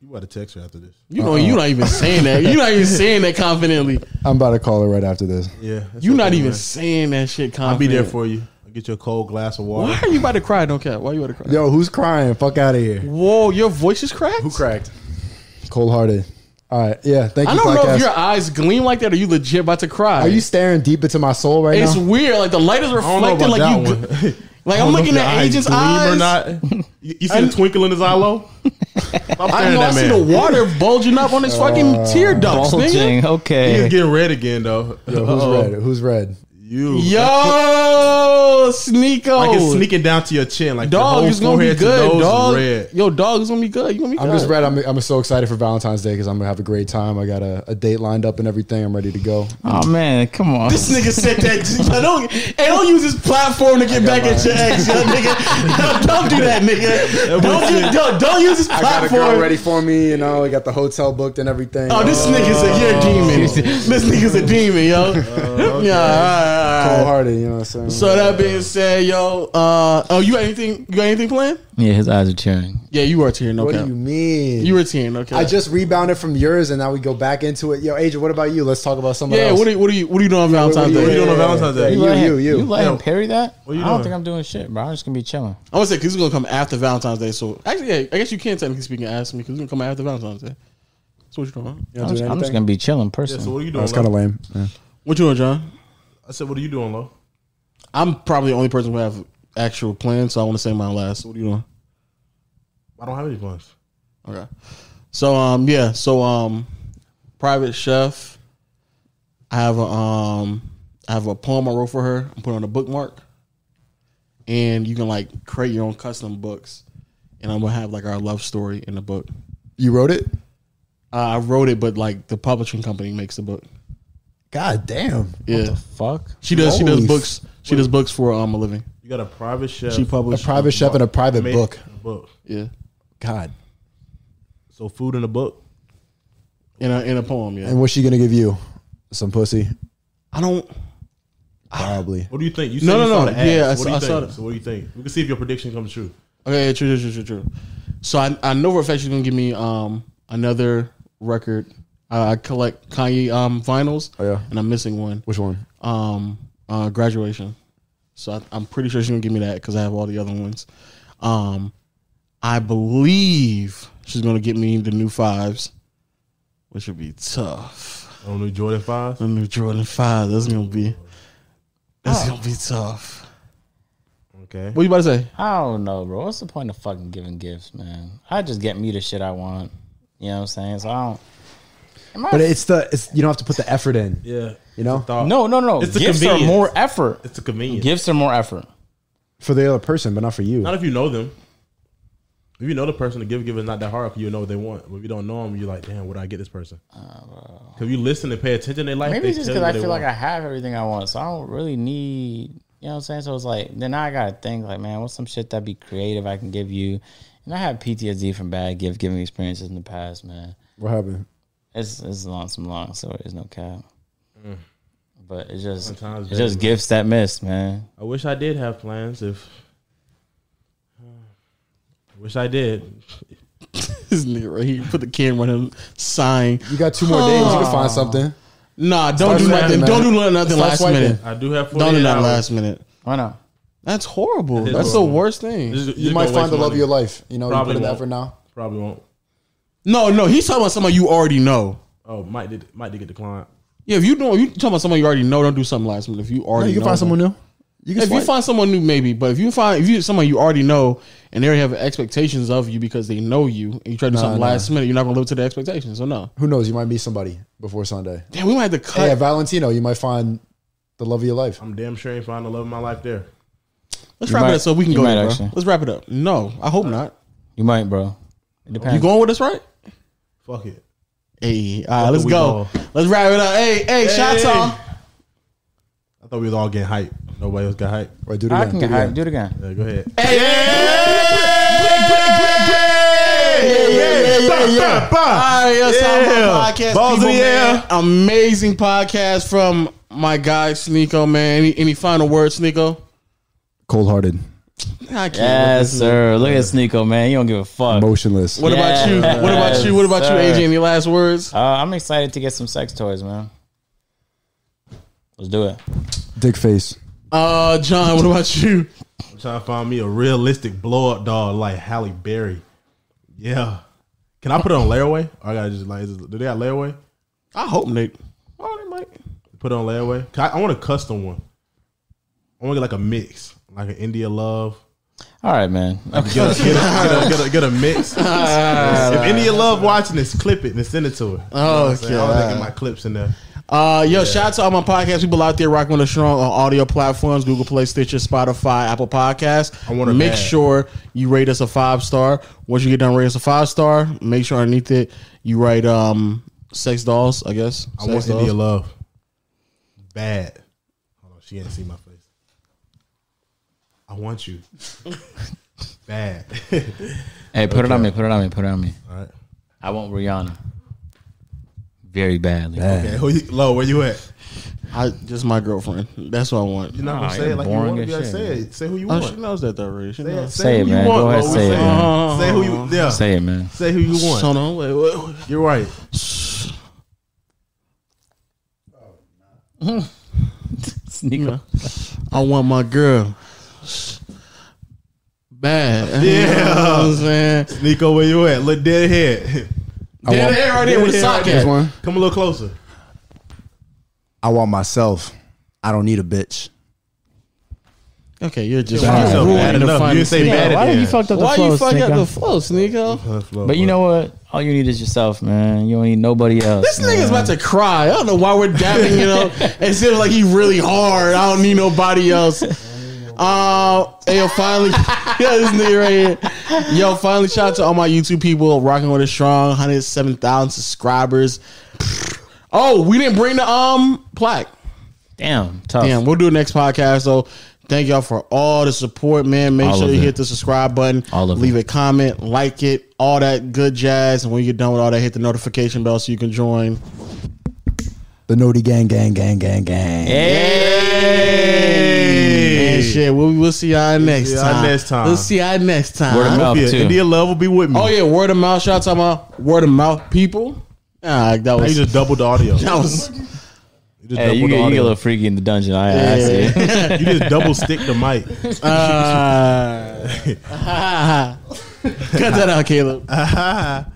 You gotta text her after this.
You know,
Uh-uh.
you're not even saying that. You're not even saying that confidently.
I'm about to call her right after this.
Yeah,
You're not even saying that shit confidently.
I'll be there for you. I'll get you a cold glass of water.
Why are you about to cry? Don't care. Why you about to cry?
Yo, who's crying? Fuck out of here.
Whoa, your voice is cracked.
cracked? Cold hearted. All right. Yeah. Thank
I
you.
don't know
podcast.
if your eyes gleam like that or you legit about to cry.
Are you staring deep into my soul right
It's
now?
weird. Like the light is
I don't know
reflecting.
about
Like you.
that one.
Like
I
I'm
don't know if
looking
your
at
eyes
Agent's
gleam
eyes.
or not. You, you see the twinkle in his eye, low. I'm
I
staring
know. I
at Uh,
see
that
the
man.
water bulging up on his fucking tear ducts, nigga.
Bulging.
He's
Okay.
getting red again, though.
Yo, who's
Uh-oh.
red? Who's red?
You.
Yo, Sneeko.
Like it's sneaking down to your chin, like the
Dog,
whole
it's gonna be
forehead to
good,
nose
dog.
red.
Yo, dog, it's gonna be good. You gonna be
I'm
good.
just red. I'm, I'm so excited for Valentine's Day because I'm gonna have a great time. I got a, a date lined up and everything. I'm ready to go.
Oh man, come on.
This nigga said that. I don't, I don't use this platform to get back at your ex, yo, nigga. Yo, don't do that, nigga. Don't, do, yo, don't use this platform.
for me. You know, I got the hotel booked and everything.
Oh, this nigga's a you're a
Oh.
demon. This nigga's a demon, yo. Yeah, all right, all right, all
cold
right.
hearted. You know what I'm saying?
So that being said, yo, uh, oh, you got anything? You got anything planned?
Yeah, his eyes are tearing.
Yeah, you are tearing.
what
Okay,
do you
you,
mean?
were tearing. Okay,
I just rebounded from yours, and now we go back into it. Yo, Agent, what about you? Let's talk about someone
yeah.
else.
What are you? What are you? What are you doing on Valentine's Day?
what do
What are you doing on
Yeah,
Valentine's Day?
yeah,
You-
yeah.
let him-
you, you.
you let him
Yo.
parry that?
What you
I don't
doing?
think I'm doing shit, bro. I'm just gonna be chilling.
I was say because it's gonna come after Valentine's Day. So actually, yeah, I guess you can technically speaking ask me because it's gonna come after Valentine's Day. So what you doing?
You
I'm
don't do
just, I'm just
anything?
gonna be chilling
Yeah,
personally.
so what are you
Oh,
doing?
it's kind
Lo?
of lame. Yeah.
What you doing, John?
I said, what are you doing, low?
I'm probably the only person who have actual plans, so I want to say mine last. So what are you doing?
I don't have any plans.
Okay. So um yeah, so um private chef. I have a um I have a poem I wrote for her. I'm putting on a bookmark. And you can like create your own custom books. And I'm gonna have like our love story in the book.
You wrote it?
Uh, I wrote it, but like the publishing company makes the book.
God damn.
Yeah.
Fuck.
She does. she
Holy
does books. She does books for um a living.
You got a private chef.
She
A
published.
private chef and a private
made-
book.
book.
yeah.
God.
So food in a book.
In a in a poem. Yeah.
And what's she gonna give you? Some pussy,
I don't. Ah.
probably.
What do you think? You
No,
said
no,
you saw
no.
the ads.
Yeah, I
what
saw-
do you
I
think?
saw that.
So what do you think? We can see if your prediction comes true.
Okay. Yeah, true. True. True. True. True. So I I know for a fact she's gonna give me um another record. I, I collect Kanye um vinyls.
Oh, yeah.
And I'm missing one.
Which one?
Um, uh, graduation. So I, I'm pretty sure she's gonna give me that because I have all the other ones. Um, I believe she's gonna get me the new fives, which would be tough.
I don't know, Jordan Five.
The new Jordan Five. That's gonna be.
Ah.
That's gonna be tough.
Okay.
What you about to say?
I don't know, bro. What's the point of fucking giving gifts, man? I just get me the shit I want. You know what I'm saying? So I don't. Am I,
But it's the it's you don't have to put the effort in.
Yeah.
You know,
no, no, no.
It's the
gifts are
convenience.
more effort.
It's a convenience.
Gifts are more effort.
for the other person, but not for you.
Not if you know them. If you know the person, the give give is not that hard because you know what they want. But if you don't know them, you're like, damn, what do I get this person? Because you listen and pay attention to their life.
Uh, Maybe
they
it's just
tell you
because I
what they
feel like
want.
I have everything I want, so I don't really need. You know what I'm saying? So it's like then I gotta think like, man, what's some shit that be creative I can give you? And I have PTSD from bad gift giving experiences in the past, man.
what happened?
It's it's long some long stories, no cap. But it's just
Mm. Sometimes,
it's just
baby.
gifts that miss, man.
I wish I did have plans. If I wish I did.
This nigga right here put the camera on him, sighing.
You got two more days. You can find something.
Nah, don't
Start
do
sweating,
nothing.
man.
Don't do nothing
Start
last
sweating.
minute.
I do have 48
Don't do nothing
hours.
last minute.
Why not?
That's horrible.
is
That's the
horrible.
worst thing.
Just- just
You
gonna
might
waste
find the love
money.
of your life. You know, you
Probably
put in the
won't.
effort now.
Probably won't.
No, no, he's talking about somebody you already know.
Oh, Mike did Mike did get declined.
Yeah, if you don't, you talking about someone you already know. Don't do something last minute. If you already,
you can
know them.
find someone new. You can
If you find someone new, maybe. But if you find if you someone you already know and they already have expectations of you because they know you, and you try to do something
nah.
last minute, you're not gonna live up to the expectations. So no.
who knows? You might meet somebody before Sunday.
Damn, we might have to
Hey,
cut.
at Valentino, you might find the love of your life.
I'm damn sure I ain't find the love of my life there.
Let's wrap it
might-
up so we can
you
go.
might
There, bro.
actually.
Let's wrap it up. No, I hope not.
You might, bro. It depends.
You going with us, right?
Fuck it.
Hey, all right, let's
we
go. Let's wrap it up. Hey, hey, shots off.
I thought we was all getting hype. Nobody else got hype.
Right, do it
I
again.
can
do
get
it
hyped.
again.
Do it again.
Yeah, go ahead.
All right, yo, Sound Pop podcast.
Balls
people,
in the
man.
air.
Amazing podcast from my guy Sneeko, man. Any, any final words, Sneeko?
Cold hearted,
I can't.
Yes, sir. Look at Sneeko, man. You don't give a fuck. Uh,
emotionless.
What about you?
Yes,
What about you? What about you,
sir.
AJ? Any last words?
Uh, I'm excited to get some sex toys, man. Let's do it.
Dick face.
Uh, John, what about you?
I'm trying to find me a realistic blow up dog like Halle Berry. Yeah. Can I put it on layaway? Or I gotta just like, is it, do they got layaway?
I hope Nick. Oh, they might.
Put it on layaway. 'Cause I, I want a custom one. I want to get like a mix, like an India Love.
All right, man.
Get a, get a, get a, get a, get a mix. if India Love watching this, clip it and send it to her.
Uh, Oh, Okay.
I was making my clips in there.
Uh, yo, shout out to all my podcast people out there rocking with us strong on audio platforms, Google Play, Stitcher, Spotify, Apple Podcasts.
I want a
make
bag.
sure you rate us a five star. Once you get done rating us a five star, make sure underneath it you write um sex dolls, I guess.
I
Sex
want
dolls.
India Love. Bad. Hold on, she ain't see my face. I want you. Bad.
Hey, put it on me. Put it on me. Put it on me.
All right.
I want Rihanna. Very badly.
Okay, who you, Lo, where you at?
I just my girlfriend. That's what I want.
You're not
Nah,
gonna say
you're
it like you
boring
want to
as
be like,
shit.
say it. Say who you
Oh,
want.
she knows that though, already. She
Say it.
knows.
Say,
Say
who
it,
you
man.
want.
Go ahead,
Lo. We
say it, man.
Say who you yeah. Say,
Say it, man.
who you want.
Hold on, wait, wait, wait.
You're right.
Sneeko.
I want my girl. Bad. Yeah. I'm saying?
Nico, where you at? Look dead ahead.
Dead
want-
air right there with a sock
Here's
hat.
one.
Come a little closer.
I want myself. I don't need a bitch.
Okay, you're just
Wow.
you're
So
ruining
bad
the
enough.
fun
You didn't say
scene.
bad
Why
Yeah.
did you fucked up the
Why
flow,
you fuck up
Sneeko?
the flow, Sneeko?
But you know what? All you need is yourself, man. You don't need nobody else.
This
man.
nigga's about to cry. I don't know why we're dabbing it up. It seems like he really hard. I don't need nobody else. Uh, and yo, finally, yeah, this nigga right here. Yo, finally, shout out to all my YouTube people rocking with us strong, 107,000 subscribers. Oh, we didn't bring the um plaque.
Damn, tough.
Damn, we'll do the next podcast though. Thank y'all for all the support, man. Make
All
sure
of
you
it.
hit the subscribe button.
All of
leave a comment, like it, all that good jazz. And when you're done with all that, hit the notification bell so you can join.
The Nody gang, gang, gang, gang, gang.
Hey, and shit. We'll, we'll see y'all next
see y'all
time.
next time.
We'll see y'all next time.
Word of mouth,
Yeah,
too.
India Love will be with me.
Oh yeah, word of mouth. Shout out to my word of mouth people. Ah, that
Now you
was
just doubled the audio.
that was
You just
Hey, you get,
doubled the
you get a
audio.
little freaky in the dungeon. I, I see it.
You just double stick the mic.
uh, cut that out, Caleb.
Ha ha.